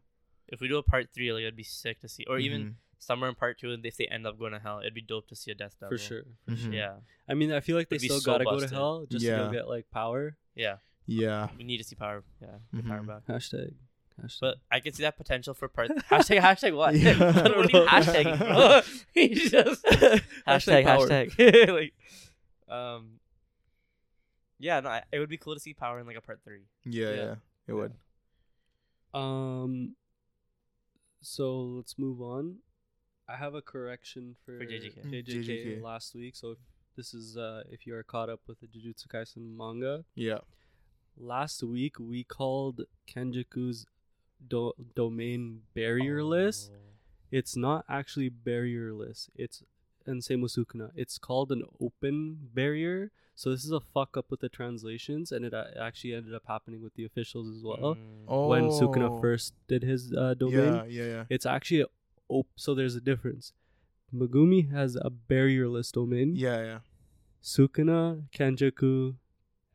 Speaker 2: If we do a part three, like it'd be sick to see, or even
Speaker 1: Mhm.
Speaker 2: somewhere in part two, and if they end up going to hell, it'd be dope to see a Death Devil.
Speaker 3: for sure.
Speaker 1: Mhm.
Speaker 2: Yeah,
Speaker 3: I mean, I feel like they
Speaker 2: Would be
Speaker 3: still
Speaker 2: so
Speaker 3: gotta go
Speaker 2: busted.
Speaker 3: to hell just to
Speaker 1: Yeah.
Speaker 3: go get like power.
Speaker 2: yeah.
Speaker 1: Yeah.
Speaker 2: We need to see power. Yeah, get power
Speaker 3: Mm-hmm.
Speaker 1: Mhm.
Speaker 2: back.
Speaker 3: Hashtag. Hashtag.
Speaker 2: But I can see that potential for part. hashtag hashtag what?
Speaker 1: Yeah.
Speaker 2: what do you mean hashtag? bro? He's just hashtag
Speaker 3: Hashtag power.
Speaker 2: hashtag. like, um, yeah, no, I, it would be cool to see power in like a part three.
Speaker 1: Yeah.
Speaker 3: Yeah.
Speaker 1: Yeah. It would.
Speaker 3: um. So let's move on. I have a correction for,
Speaker 2: For JJK.
Speaker 1: Mm,
Speaker 3: JJK
Speaker 1: JJK.
Speaker 3: last week. So if this is uh, if you are caught up with the Jujutsu Kaisen manga.
Speaker 1: Yeah.
Speaker 3: Last week we called Kenjaku's do- domain
Speaker 2: Oh.
Speaker 3: barrierless. It's not actually barrierless. It's and same with Sukuna. It's called an open barrier. So this is a fuck up with the translations, and it uh, actually ended up happening with the officials as well.
Speaker 2: Mm.
Speaker 1: Oh.
Speaker 3: When Sukuna first did his uh, domain,
Speaker 1: Yeah. Yeah. Yeah.
Speaker 3: it's actually a op- so there's a difference. Megumi has a barrierless domain.
Speaker 1: Yeah. Yeah.
Speaker 3: Sukuna, Kenjaku,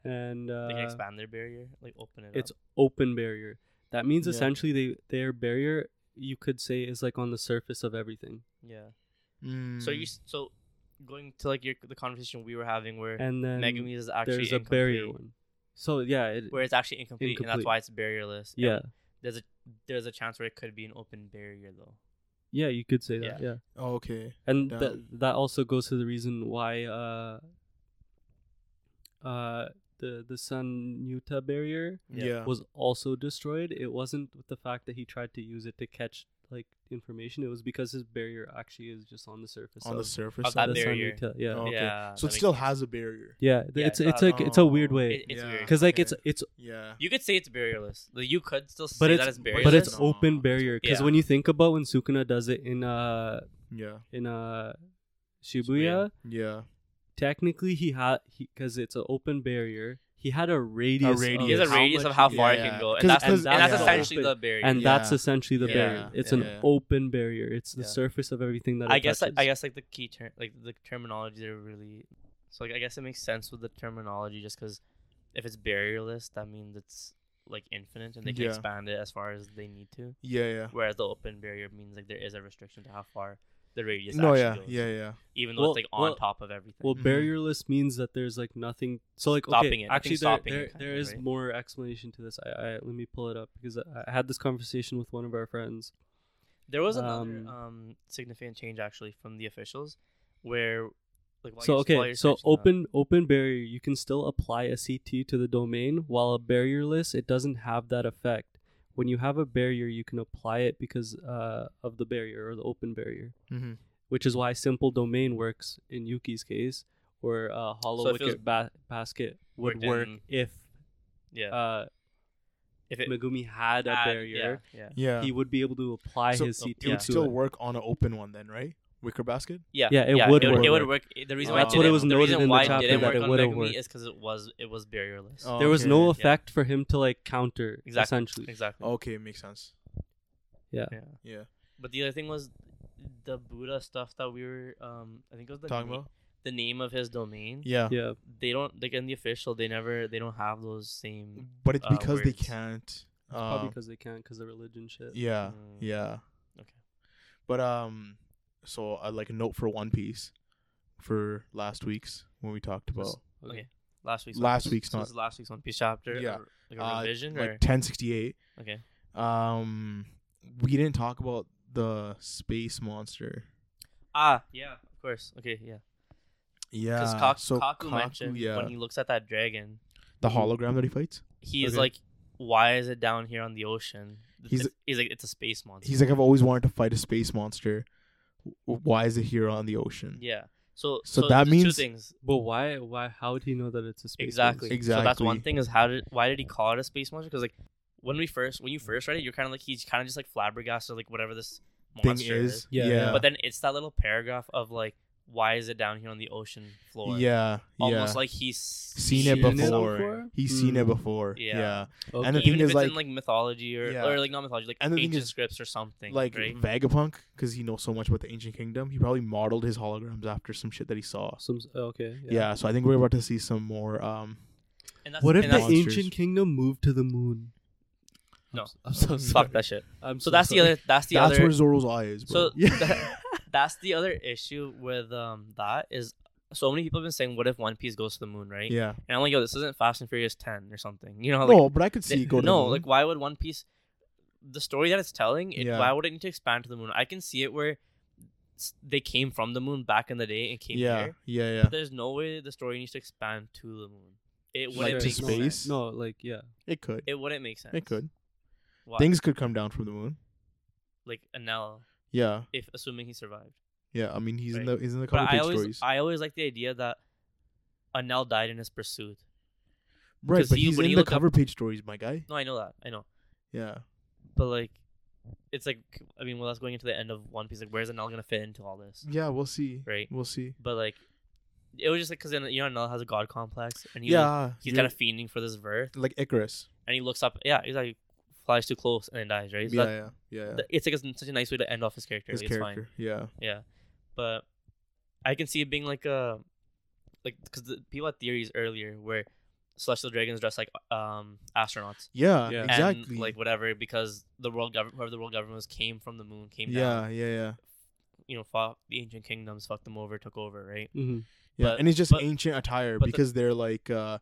Speaker 3: and uh,
Speaker 2: they can expand their barrier, like open it.
Speaker 3: it's
Speaker 2: up.
Speaker 3: open barrier. That means
Speaker 1: Yeah.
Speaker 3: essentially they their barrier you could say is like on the surface of everything.
Speaker 2: yeah.
Speaker 1: Mm.
Speaker 2: So you s- so going to like your the conversation we were having where
Speaker 3: And then
Speaker 2: Megumi is actually
Speaker 3: there's a
Speaker 2: incomplete,
Speaker 3: barrier one. So yeah, it,
Speaker 2: where it's actually incomplete, and that's
Speaker 3: Incomplete.
Speaker 2: why it's barrierless. and
Speaker 3: yeah,
Speaker 2: there's a there's a chance where it could be an open barrier though.
Speaker 3: yeah, you could say that. Yeah,
Speaker 1: Oh, okay.
Speaker 3: and
Speaker 1: Damn.
Speaker 3: that that also goes to the reason why uh uh the the Sun Yuta barrier
Speaker 1: Yeah.
Speaker 3: was also destroyed. It wasn't with the fact that he tried to use it to catch like information. It was because his barrier actually is just on the surface.
Speaker 1: On the
Speaker 3: of
Speaker 1: surface.
Speaker 2: of that
Speaker 1: of it.
Speaker 3: the Sun
Speaker 2: barrier.
Speaker 3: Yuta. Yeah.
Speaker 1: Oh, okay.
Speaker 2: Yeah.
Speaker 1: So it
Speaker 2: that makes
Speaker 1: still
Speaker 2: sense.
Speaker 1: has a barrier.
Speaker 3: Yeah, th-
Speaker 2: Yeah,
Speaker 3: it's
Speaker 2: it's
Speaker 3: it's
Speaker 2: not-
Speaker 3: like it's a weird
Speaker 1: Oh.
Speaker 3: way
Speaker 2: It- it's
Speaker 1: Yeah.
Speaker 2: weird.
Speaker 3: because like
Speaker 1: okay.
Speaker 3: it's it's
Speaker 1: Yeah.
Speaker 2: You could say it's barrierless. Like, you could still say
Speaker 3: but
Speaker 2: that it's
Speaker 3: it's
Speaker 2: barrierless.
Speaker 3: but it's
Speaker 1: barriers.
Speaker 3: open
Speaker 1: No.
Speaker 3: barrier because
Speaker 2: Yeah.
Speaker 3: when you think about when Sukuna does it in uh
Speaker 1: Yeah.
Speaker 3: in uh
Speaker 2: Shibuya.
Speaker 3: Shibuya,
Speaker 1: Yeah.
Speaker 3: technically he had because it's an open barrier. He had a radius.
Speaker 1: radius.
Speaker 2: he has
Speaker 3: Of
Speaker 2: a
Speaker 3: how
Speaker 2: radius
Speaker 3: much
Speaker 2: of how
Speaker 3: he-
Speaker 2: far
Speaker 1: yeah.
Speaker 2: it can go, and
Speaker 1: 'Cause-
Speaker 2: that's,
Speaker 1: because
Speaker 2: and, that's
Speaker 1: that's
Speaker 2: essentially
Speaker 3: open.
Speaker 2: the barrier.
Speaker 3: and that's
Speaker 1: Yeah.
Speaker 3: essentially the
Speaker 2: Yeah.
Speaker 3: barrier. It's an
Speaker 1: Yeah.
Speaker 3: open barrier. It's the
Speaker 2: Yeah.
Speaker 3: surface of everything that.
Speaker 2: I
Speaker 3: it
Speaker 2: guess like,
Speaker 3: touches.
Speaker 2: I guess like the key term like the terminology they're really so like I guess it makes sense with the terminology just because if it's barrierless that means it's like infinite and they can
Speaker 1: Yeah.
Speaker 2: expand it as far as they need to
Speaker 1: Yeah. Yeah.
Speaker 2: whereas the open barrier means like there is a restriction to how far the radius
Speaker 1: No.
Speaker 2: actually
Speaker 1: Yeah. Yeah.
Speaker 2: goes
Speaker 1: Yeah.
Speaker 2: even though
Speaker 3: Well-
Speaker 2: it's like on
Speaker 3: well-
Speaker 2: top of everything
Speaker 3: Well,
Speaker 1: Mhm.
Speaker 3: barrierless means that there's like nothing. So like
Speaker 2: Mm-hmm. Stopping
Speaker 3: okay,
Speaker 2: it, nothing
Speaker 3: actually
Speaker 2: stopping
Speaker 3: there
Speaker 2: it,
Speaker 3: there,
Speaker 2: kind
Speaker 3: there
Speaker 2: of,
Speaker 3: is
Speaker 2: right?
Speaker 3: more explanation to this. I, I let me pull it up because I, I had this conversation with one of our friends.
Speaker 2: there was
Speaker 3: um,
Speaker 2: another um significant change actually from the officials where like while you're-
Speaker 3: so
Speaker 2: while
Speaker 3: okay,
Speaker 2: you're
Speaker 3: so
Speaker 2: searching that-
Speaker 3: open open barrier, you can still apply a CT to the domain, while a barrierless, it doesn't have that effect. When you have a barrier, you can apply it because uh, of the barrier or the open barrier,
Speaker 1: Mm-hmm.
Speaker 3: which is why simple domain works in Yuki's case, or uh, hollow
Speaker 2: So if it was
Speaker 3: wicket ba- basket would
Speaker 2: worked in-
Speaker 3: work if
Speaker 2: yeah
Speaker 3: uh,
Speaker 2: if it
Speaker 3: Megumi had a
Speaker 2: add-
Speaker 3: barrier,
Speaker 2: yeah, yeah
Speaker 1: Yeah.
Speaker 3: he would be able to apply
Speaker 1: So
Speaker 3: his
Speaker 2: it
Speaker 3: CT
Speaker 1: it would
Speaker 3: to
Speaker 1: still
Speaker 3: it.
Speaker 1: work on an open one then, right? Wicker basket.
Speaker 2: Yeah,
Speaker 3: Yeah, it would
Speaker 2: it Would, it
Speaker 1: work.
Speaker 2: would work. The reason
Speaker 1: Oh.
Speaker 2: why
Speaker 1: That's what it
Speaker 2: didn't-
Speaker 1: was
Speaker 2: the
Speaker 3: noted
Speaker 2: reason
Speaker 3: in the
Speaker 2: why it
Speaker 3: chapter
Speaker 2: didn't
Speaker 3: that
Speaker 2: work
Speaker 3: it
Speaker 2: on
Speaker 3: would've
Speaker 2: Megumi
Speaker 3: worked.
Speaker 2: is because it was it was barrierless.
Speaker 1: Oh.
Speaker 3: There was no
Speaker 1: Okay,
Speaker 2: yeah.
Speaker 3: effect for him to like counter
Speaker 2: Exactly.
Speaker 3: essentially. Oh.
Speaker 2: Exactly.
Speaker 1: Okay, makes sense.
Speaker 2: Yeah.
Speaker 1: Yeah.
Speaker 2: But the other thing was the Buddha stuff that we were um I think it was the
Speaker 1: Talking
Speaker 2: ni-
Speaker 1: about.
Speaker 2: the name of his domain.
Speaker 1: Yeah.
Speaker 3: Yeah.
Speaker 2: They don't like in the official. They never. They don't have those same.
Speaker 1: But it's
Speaker 2: Uh,
Speaker 1: because they
Speaker 2: words.
Speaker 1: can't.
Speaker 3: Probably
Speaker 1: Um,
Speaker 3: because they can't because of religion shit.
Speaker 1: yeah.
Speaker 2: Mm.
Speaker 1: Yeah.
Speaker 2: Okay.
Speaker 1: But um, so uh, like a note for One Piece, for last week's when we talked
Speaker 3: Just-
Speaker 1: about
Speaker 2: Okay. Last week's.
Speaker 1: Last
Speaker 2: One Piece.
Speaker 1: week's
Speaker 2: So
Speaker 1: not-
Speaker 2: this is last week's One Piece chapter.
Speaker 1: Yeah.
Speaker 2: or, Like a
Speaker 1: Uh,
Speaker 2: revision or
Speaker 1: like ten sixty eight.
Speaker 2: okay.
Speaker 1: Um, we didn't talk about the space monster.
Speaker 2: Ah, yeah, of course. Okay, yeah.
Speaker 1: Yeah.
Speaker 2: Because Kak-
Speaker 1: so
Speaker 2: Kaku,
Speaker 1: Kaku,
Speaker 2: mentioned
Speaker 1: yeah,
Speaker 2: when he looks at that dragon,
Speaker 1: the hologram that he fights.
Speaker 2: he's
Speaker 1: Okay.
Speaker 2: like, "Why is it down here on the ocean?"
Speaker 1: He's-
Speaker 2: It's- he's like, "It's a space monster."
Speaker 1: He's like, I've always wanted to fight a space monster. W- Why is it here on the ocean?
Speaker 2: Yeah. So
Speaker 1: So that
Speaker 2: there's
Speaker 1: means-
Speaker 2: two things
Speaker 3: But why? Why? How would he know that it's a space?
Speaker 2: exactly.
Speaker 3: monster?
Speaker 2: So that's one
Speaker 1: Exactly.
Speaker 2: thing is how did why did he call it a space monster? Because like when we first when you first read it, you're kind of like he's kind of just like flabbergasted like whatever this
Speaker 1: Thing
Speaker 2: monster is.
Speaker 1: is,
Speaker 3: Yeah,
Speaker 1: yeah,
Speaker 3: yeah.
Speaker 2: But then it's that little paragraph of like, why is it down here on the ocean floor?
Speaker 1: yeah,
Speaker 2: Almost
Speaker 1: yeah.
Speaker 2: like he's
Speaker 1: seen it
Speaker 3: Seen it
Speaker 1: before.
Speaker 3: before?
Speaker 1: He's seen it
Speaker 3: Hmm.
Speaker 1: before.
Speaker 2: Yeah.
Speaker 1: yeah.
Speaker 3: Okay.
Speaker 1: And the
Speaker 2: even
Speaker 1: thing
Speaker 2: if
Speaker 1: is,
Speaker 2: it's in
Speaker 1: like-
Speaker 2: like mythology or,
Speaker 1: Yeah.
Speaker 2: or like not mythology, like
Speaker 1: And the thing
Speaker 2: ancient
Speaker 1: is,
Speaker 2: scripts or something.
Speaker 1: like
Speaker 2: right?
Speaker 1: Vagapunk, because he knows so much about the ancient kingdom, he probably modeled his holograms after some shit that he saw.
Speaker 3: Some, oh, okay.
Speaker 1: Yeah, so I think we're about to see some more. Um,
Speaker 2: And that's,
Speaker 3: What if
Speaker 2: and
Speaker 3: the
Speaker 2: that's,
Speaker 1: Monsters.
Speaker 3: ancient kingdom moved to the moon?
Speaker 2: No.
Speaker 3: I'm so, I'm so sorry.
Speaker 2: fuck that shit?
Speaker 3: I'm
Speaker 2: So that's the other. That's the
Speaker 1: that's
Speaker 2: other.
Speaker 1: where Zoro's eye is, bro.
Speaker 2: So that's the other issue with um that is so many people have been saying, what if One Piece goes to the moon, right?
Speaker 1: yeah,
Speaker 2: And I'm like, yo, this isn't Fast and Furious Ten or something. You know, like
Speaker 1: no, but I could see it go to the
Speaker 2: no,
Speaker 1: moon.
Speaker 2: like why would One Piece, the story that it's telling, it,
Speaker 1: Yeah.
Speaker 2: why would it need to expand to the moon? I can see it where s- they came from the moon back in the day and came
Speaker 1: yeah,
Speaker 2: here.
Speaker 1: yeah, yeah.
Speaker 2: But there's no way the story needs to expand to the moon. It
Speaker 1: Like
Speaker 2: wouldn't
Speaker 1: to
Speaker 2: make
Speaker 1: space?
Speaker 2: sense.
Speaker 3: No, like yeah.
Speaker 1: It could, it,
Speaker 2: It wouldn't make sense.
Speaker 1: could.
Speaker 2: Why?
Speaker 1: Things could come down from the moon.
Speaker 2: like Anel,
Speaker 1: Yeah,
Speaker 2: if assuming he survived.
Speaker 1: yeah. I mean, he's in the
Speaker 2: Right.
Speaker 1: he's in the
Speaker 2: But
Speaker 1: comic
Speaker 2: I
Speaker 1: page
Speaker 2: always
Speaker 1: stories,
Speaker 2: I always like the idea that Anel died in his pursuit.
Speaker 1: right?
Speaker 2: 'cause
Speaker 1: But
Speaker 2: he-
Speaker 1: he's
Speaker 2: when
Speaker 1: in
Speaker 2: you
Speaker 1: the
Speaker 2: look up-
Speaker 1: cover page stories, my guy.
Speaker 2: No, I know that. I know.
Speaker 1: Yeah,
Speaker 2: But like it's like I mean, well that's going into the end of One Piece, like where's Anel gonna fit into all this?
Speaker 1: yeah. We'll see.
Speaker 2: Right.
Speaker 1: We'll see.
Speaker 2: But like it was just like because you know Anel has a god complex and he like,
Speaker 1: yeah,
Speaker 2: he's
Speaker 1: you're-
Speaker 2: kind of fiending for this Verth
Speaker 1: like Icarus.
Speaker 2: and he looks up yeah, he's like flies too close and then dies, right? So
Speaker 1: Yeah,
Speaker 2: that-
Speaker 1: yeah, yeah, yeah.
Speaker 2: th- it's like it's such a nice way to end off his character.
Speaker 1: His
Speaker 2: like, it's fine.
Speaker 1: character. Yeah.
Speaker 2: Yeah, but I can see it being like a like because the people had theories earlier where celestial dragons dress like um astronauts
Speaker 1: Yeah,
Speaker 3: Yeah.
Speaker 1: exactly.
Speaker 2: and like whatever because the world government whoever the world government was came from the moon came down
Speaker 1: yeah, yeah, yeah,
Speaker 2: you know fought the ancient kingdoms fucked them over took over right
Speaker 3: Mm-hmm.
Speaker 1: yeah.
Speaker 2: But-
Speaker 1: and it's just
Speaker 2: but-
Speaker 1: ancient attire
Speaker 2: but the-
Speaker 1: because they're like uh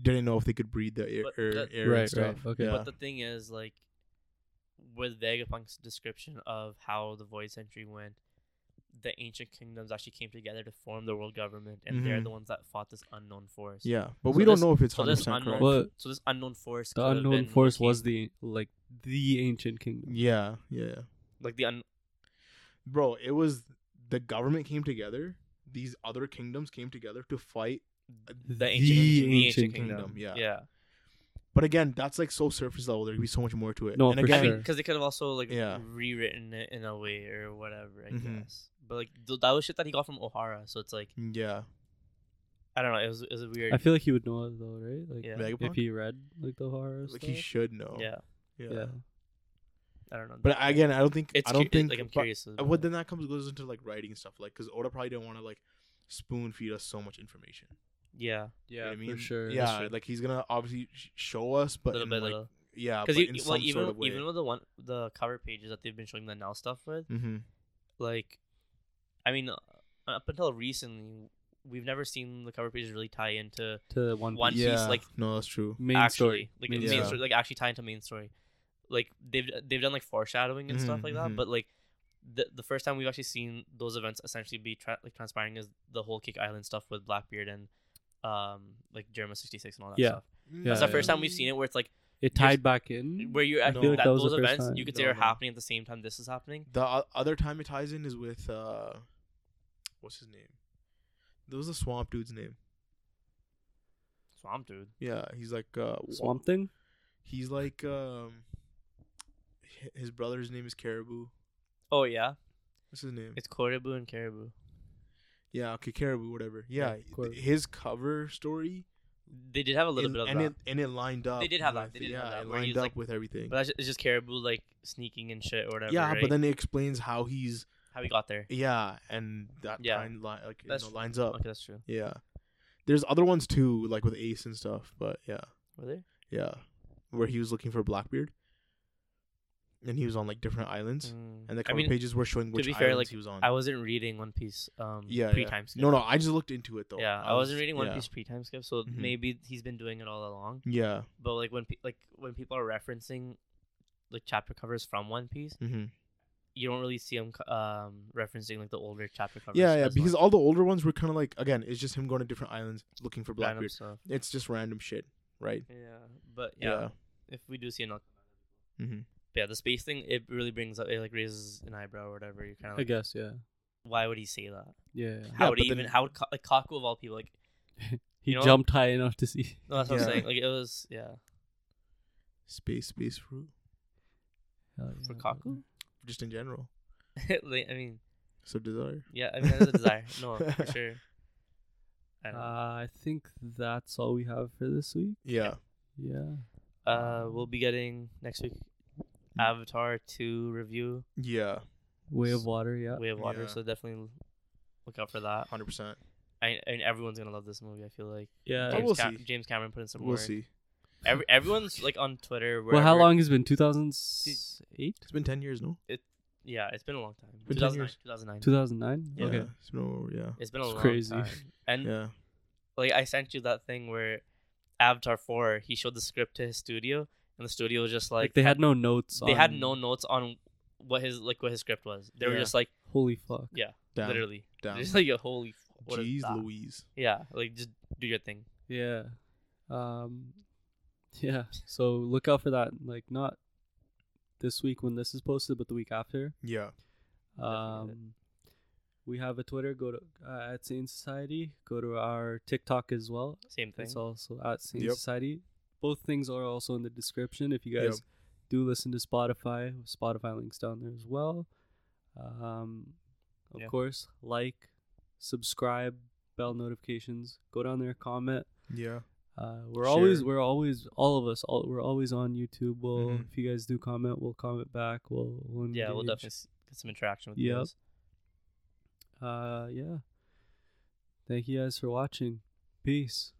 Speaker 1: didn't know if they could breathe the air,
Speaker 2: But
Speaker 1: air,
Speaker 2: the-
Speaker 1: air and
Speaker 3: Right,
Speaker 1: stuff.
Speaker 3: right, okay.
Speaker 1: Yeah.
Speaker 2: but the thing is like with Vegapunk's description of how the Void Century went, the ancient kingdoms actually came together to form the world government, and they're
Speaker 1: Mhm.
Speaker 2: the ones that fought this unknown force.
Speaker 1: yeah, but
Speaker 2: So
Speaker 1: we don't
Speaker 2: this-
Speaker 1: know if it's
Speaker 2: so
Speaker 1: hundred
Speaker 2: this
Speaker 1: percent correct.
Speaker 2: unknown-
Speaker 3: But
Speaker 2: So this unknown force.
Speaker 3: the
Speaker 2: could have
Speaker 3: unknown
Speaker 2: been
Speaker 3: force
Speaker 2: came-
Speaker 3: was the like the ancient kingdom.
Speaker 1: yeah, yeah,
Speaker 2: like the un-
Speaker 1: bro. It was the government came together. These other kingdoms came together to fight.
Speaker 2: the ancient, the ancient
Speaker 3: ancient
Speaker 2: kingdom.
Speaker 1: kingdom, yeah.
Speaker 2: yeah.
Speaker 1: But again, that's like so surface level. There could be so much more to it.
Speaker 3: No,
Speaker 1: and
Speaker 3: for
Speaker 1: again,
Speaker 2: I mean,
Speaker 3: sure.
Speaker 2: because they could have also like
Speaker 1: Yeah.
Speaker 2: rewritten it in a way or whatever, I
Speaker 1: Mhm.
Speaker 2: guess. But like th- that was shit that he got from O'Hara, so it's like
Speaker 1: yeah,
Speaker 2: I don't know. It was it was a weird.
Speaker 3: I feel like he would know it though, right? Like
Speaker 2: yeah,
Speaker 1: Vegapunk?
Speaker 3: if he read like the horror
Speaker 1: like
Speaker 3: stuff.
Speaker 1: he should know.
Speaker 2: yeah.
Speaker 1: yeah.
Speaker 3: yeah.
Speaker 2: I don't know.
Speaker 1: But again, I don't think
Speaker 2: it's
Speaker 1: I don't
Speaker 2: cu-
Speaker 1: think
Speaker 2: like I'm
Speaker 1: but-
Speaker 2: curious.
Speaker 1: Uh, Well, then that comes goes into like writing and stuff, like because Oda probably didn't want to like spoon feed us so much information.
Speaker 2: yeah,
Speaker 1: You know what I mean,
Speaker 3: for sure.
Speaker 1: Yeah, like he's gonna obviously sh- show us, but
Speaker 2: little
Speaker 1: in,
Speaker 2: bit,
Speaker 1: like
Speaker 2: little.
Speaker 1: yeah, but
Speaker 2: Because
Speaker 1: in
Speaker 2: well,
Speaker 1: some
Speaker 2: even
Speaker 1: sort of way.
Speaker 2: even with the one the cover pages that they've been showing the Nell stuff with,
Speaker 1: mm-hmm.
Speaker 2: like, I mean, uh, up until recently, we've never seen the cover pages really tie into
Speaker 3: to one,
Speaker 2: One
Speaker 3: piece.
Speaker 2: Piece,
Speaker 1: yeah,
Speaker 2: like,
Speaker 1: no, that's true.
Speaker 3: main
Speaker 2: actually,
Speaker 3: story.
Speaker 2: like
Speaker 3: main
Speaker 2: main
Speaker 1: story.
Speaker 2: story, like actually tie into main story. Like they've they've done like foreshadowing and stuff
Speaker 1: Mhm,
Speaker 2: like
Speaker 1: mhm.
Speaker 2: that, but like the the first time we've actually seen those events essentially be tra- like transpiring is the whole Kick Island stuff with Blackbeard and um like Jeremiah sixty six and all that
Speaker 3: Yeah.
Speaker 2: stuff.
Speaker 3: Mm, Yeah,
Speaker 2: That's the first time we've seen it where it's like
Speaker 3: It
Speaker 2: Here's-
Speaker 3: tied back in.
Speaker 2: where you're at
Speaker 1: No. I feel like
Speaker 2: that,
Speaker 3: that was
Speaker 2: those
Speaker 3: the first
Speaker 2: events
Speaker 3: time.
Speaker 2: you could
Speaker 1: No,
Speaker 2: say are
Speaker 1: no.
Speaker 2: happening at the same time this is happening.
Speaker 1: The o- other time it ties in is with uh, what's his name? There was the swamp dude's name.
Speaker 2: Swamp dude.
Speaker 1: Yeah, he's like uh, wa-
Speaker 3: Swamp Thing.
Speaker 1: He's like um, hi- his brother's name is Caribou.
Speaker 2: Oh yeah,
Speaker 1: What's his name?
Speaker 2: it's Koribu and Caribou.
Speaker 1: yeah, okay, Caribou, whatever.
Speaker 3: Yeah,
Speaker 1: Yeah, th-
Speaker 3: Caribou.
Speaker 1: his cover story
Speaker 2: They did have a little
Speaker 1: It-
Speaker 2: bit of
Speaker 1: and
Speaker 2: that,
Speaker 1: it and it lined up.
Speaker 2: They did have
Speaker 1: with-
Speaker 2: that, they did
Speaker 1: yeah,
Speaker 2: have that,
Speaker 1: it
Speaker 2: where
Speaker 1: lined
Speaker 2: he's
Speaker 1: up
Speaker 2: like-
Speaker 1: with everything.
Speaker 2: but that's ju- it's just Caribou like sneaking and shit or whatever.
Speaker 1: yeah,
Speaker 2: right?
Speaker 1: but then it explains how he's
Speaker 2: how we got there.
Speaker 1: Yeah, and that
Speaker 2: Yeah.
Speaker 1: kind li- like you
Speaker 2: That's
Speaker 1: know,
Speaker 2: true.
Speaker 1: lines up.
Speaker 2: Okay, that's true.
Speaker 1: Yeah, there's other ones too, like with Ace and stuff. But yeah,
Speaker 2: Were there?
Speaker 1: yeah, where he was looking for Blackbeard, and he was on like different islands,
Speaker 2: Mm.
Speaker 1: and the
Speaker 2: I
Speaker 1: cover
Speaker 2: mean,
Speaker 1: pages were showing which
Speaker 2: be
Speaker 1: islands
Speaker 2: fair, like,
Speaker 1: he was on.
Speaker 2: I wasn't reading One Piece. Um,
Speaker 1: yeah,
Speaker 2: pre
Speaker 1: yeah.
Speaker 2: time skip.
Speaker 1: No, no, I just looked into it though.
Speaker 2: Yeah, I, wasn't reading One
Speaker 1: yeah.
Speaker 2: Piece pre time skip, so
Speaker 1: Mhm.
Speaker 2: maybe he's been doing it all along.
Speaker 1: Yeah.
Speaker 2: But like when pe- like when people are referencing like chapter covers from One Piece,
Speaker 1: hmm
Speaker 2: you don't really see him um referencing like the older chapter covers.
Speaker 1: Yeah, yeah,
Speaker 2: as
Speaker 1: because
Speaker 2: much.
Speaker 1: all the older ones were kind of like again, it's just him going to different islands looking for
Speaker 2: Random
Speaker 1: Blackbeard.
Speaker 2: stuff.
Speaker 1: It's just random shit, right?
Speaker 2: Yeah, but yeah, if we do see an
Speaker 1: Mhm.
Speaker 2: But yeah, the space thing it really brings up it like raises an eyebrow or whatever. You're kind of
Speaker 3: I
Speaker 2: like,
Speaker 3: guess, yeah.
Speaker 2: why would he say that?
Speaker 3: Yeah.
Speaker 2: How would
Speaker 1: but
Speaker 2: he even?
Speaker 1: then-
Speaker 2: How would Ka- like Kaku of all people? Like
Speaker 3: He
Speaker 2: You know-
Speaker 3: jumped high enough to see.
Speaker 2: no, that's what I'm
Speaker 1: Yeah.
Speaker 2: saying. Like it was yeah
Speaker 1: Space, space fruit,
Speaker 2: for Kaku.
Speaker 1: just in general.
Speaker 2: like, I mean,
Speaker 1: So desire.
Speaker 2: yeah, I mean that's a desire. No, for sure. I
Speaker 3: Uh,
Speaker 2: don't know.
Speaker 3: I think that's all we have for this week.
Speaker 1: Yeah.
Speaker 3: Yeah.
Speaker 2: Uh, we'll be getting next week Avatar 2 review,
Speaker 1: Yeah.
Speaker 3: Way of Water, yeah.
Speaker 2: Way of Water,
Speaker 1: Yeah.
Speaker 2: so definitely look out for that.
Speaker 1: Hundred percent.
Speaker 2: I, I mean, everyone's gonna love this movie. I feel like
Speaker 3: Yeah.
Speaker 1: But
Speaker 2: James,
Speaker 1: we'll
Speaker 2: Ca-
Speaker 1: see.
Speaker 2: James Cameron put in some
Speaker 1: We'll
Speaker 2: work.
Speaker 1: see.
Speaker 2: Every, everyone's like on Twitter.
Speaker 3: Well, how
Speaker 2: wherever-
Speaker 3: long has it been? 2008?
Speaker 1: It's been ten years, no?
Speaker 2: Yeah, it's been a long time.
Speaker 1: Been 10
Speaker 2: 2009.
Speaker 1: years.
Speaker 2: 2009.
Speaker 3: 2009?
Speaker 1: Yeah.
Speaker 3: Okay.
Speaker 1: It's been over, yeah.
Speaker 2: It's been a
Speaker 3: It's
Speaker 2: long
Speaker 3: crazy.
Speaker 2: time. And
Speaker 1: Yeah.
Speaker 2: like I sent you that thing where Avatar 4, he showed the script to his studio, and the studio was just
Speaker 3: Like,
Speaker 2: like
Speaker 3: they had no notes
Speaker 2: they had
Speaker 3: on-
Speaker 2: no notes on what his like what his script was. They were
Speaker 1: Yeah.
Speaker 2: just like
Speaker 3: Holy fuck.
Speaker 1: Down.
Speaker 2: literally
Speaker 1: Down.
Speaker 2: Just like a holy. f- What is
Speaker 1: Jeez
Speaker 2: that?
Speaker 1: Louise.
Speaker 2: Yeah, like just do your thing.
Speaker 3: Yeah. Um yeah, so look out for that like not this week when this is posted but the week after.
Speaker 1: Yeah.
Speaker 2: Definitely.
Speaker 3: Um we have a Twitter go to uh, at Sane Society, go to our TikTok as well.
Speaker 2: Same thing.
Speaker 3: It's also at Sane
Speaker 1: Yep.
Speaker 3: Society. Both things are also in the description if you
Speaker 1: Yep.
Speaker 3: guys do listen to Spotify. Spotify links down there as well. Um, of
Speaker 2: Yeah.
Speaker 3: course, like, subscribe, bell notifications. Go down there, comment.
Speaker 1: Yeah.
Speaker 3: Uh, we're always,
Speaker 1: Share.
Speaker 3: we're always, all of us, all, we're always on YouTube. We'll,
Speaker 1: Mhm.
Speaker 3: if you guys do comment, we'll comment back. We'll, we'll
Speaker 2: Mm-hmm. yeah, we'll
Speaker 3: engage.
Speaker 2: definitely s- get some interaction with you
Speaker 3: Yep.
Speaker 2: guys.
Speaker 3: Uh, yeah. Thank you guys for watching. Peace.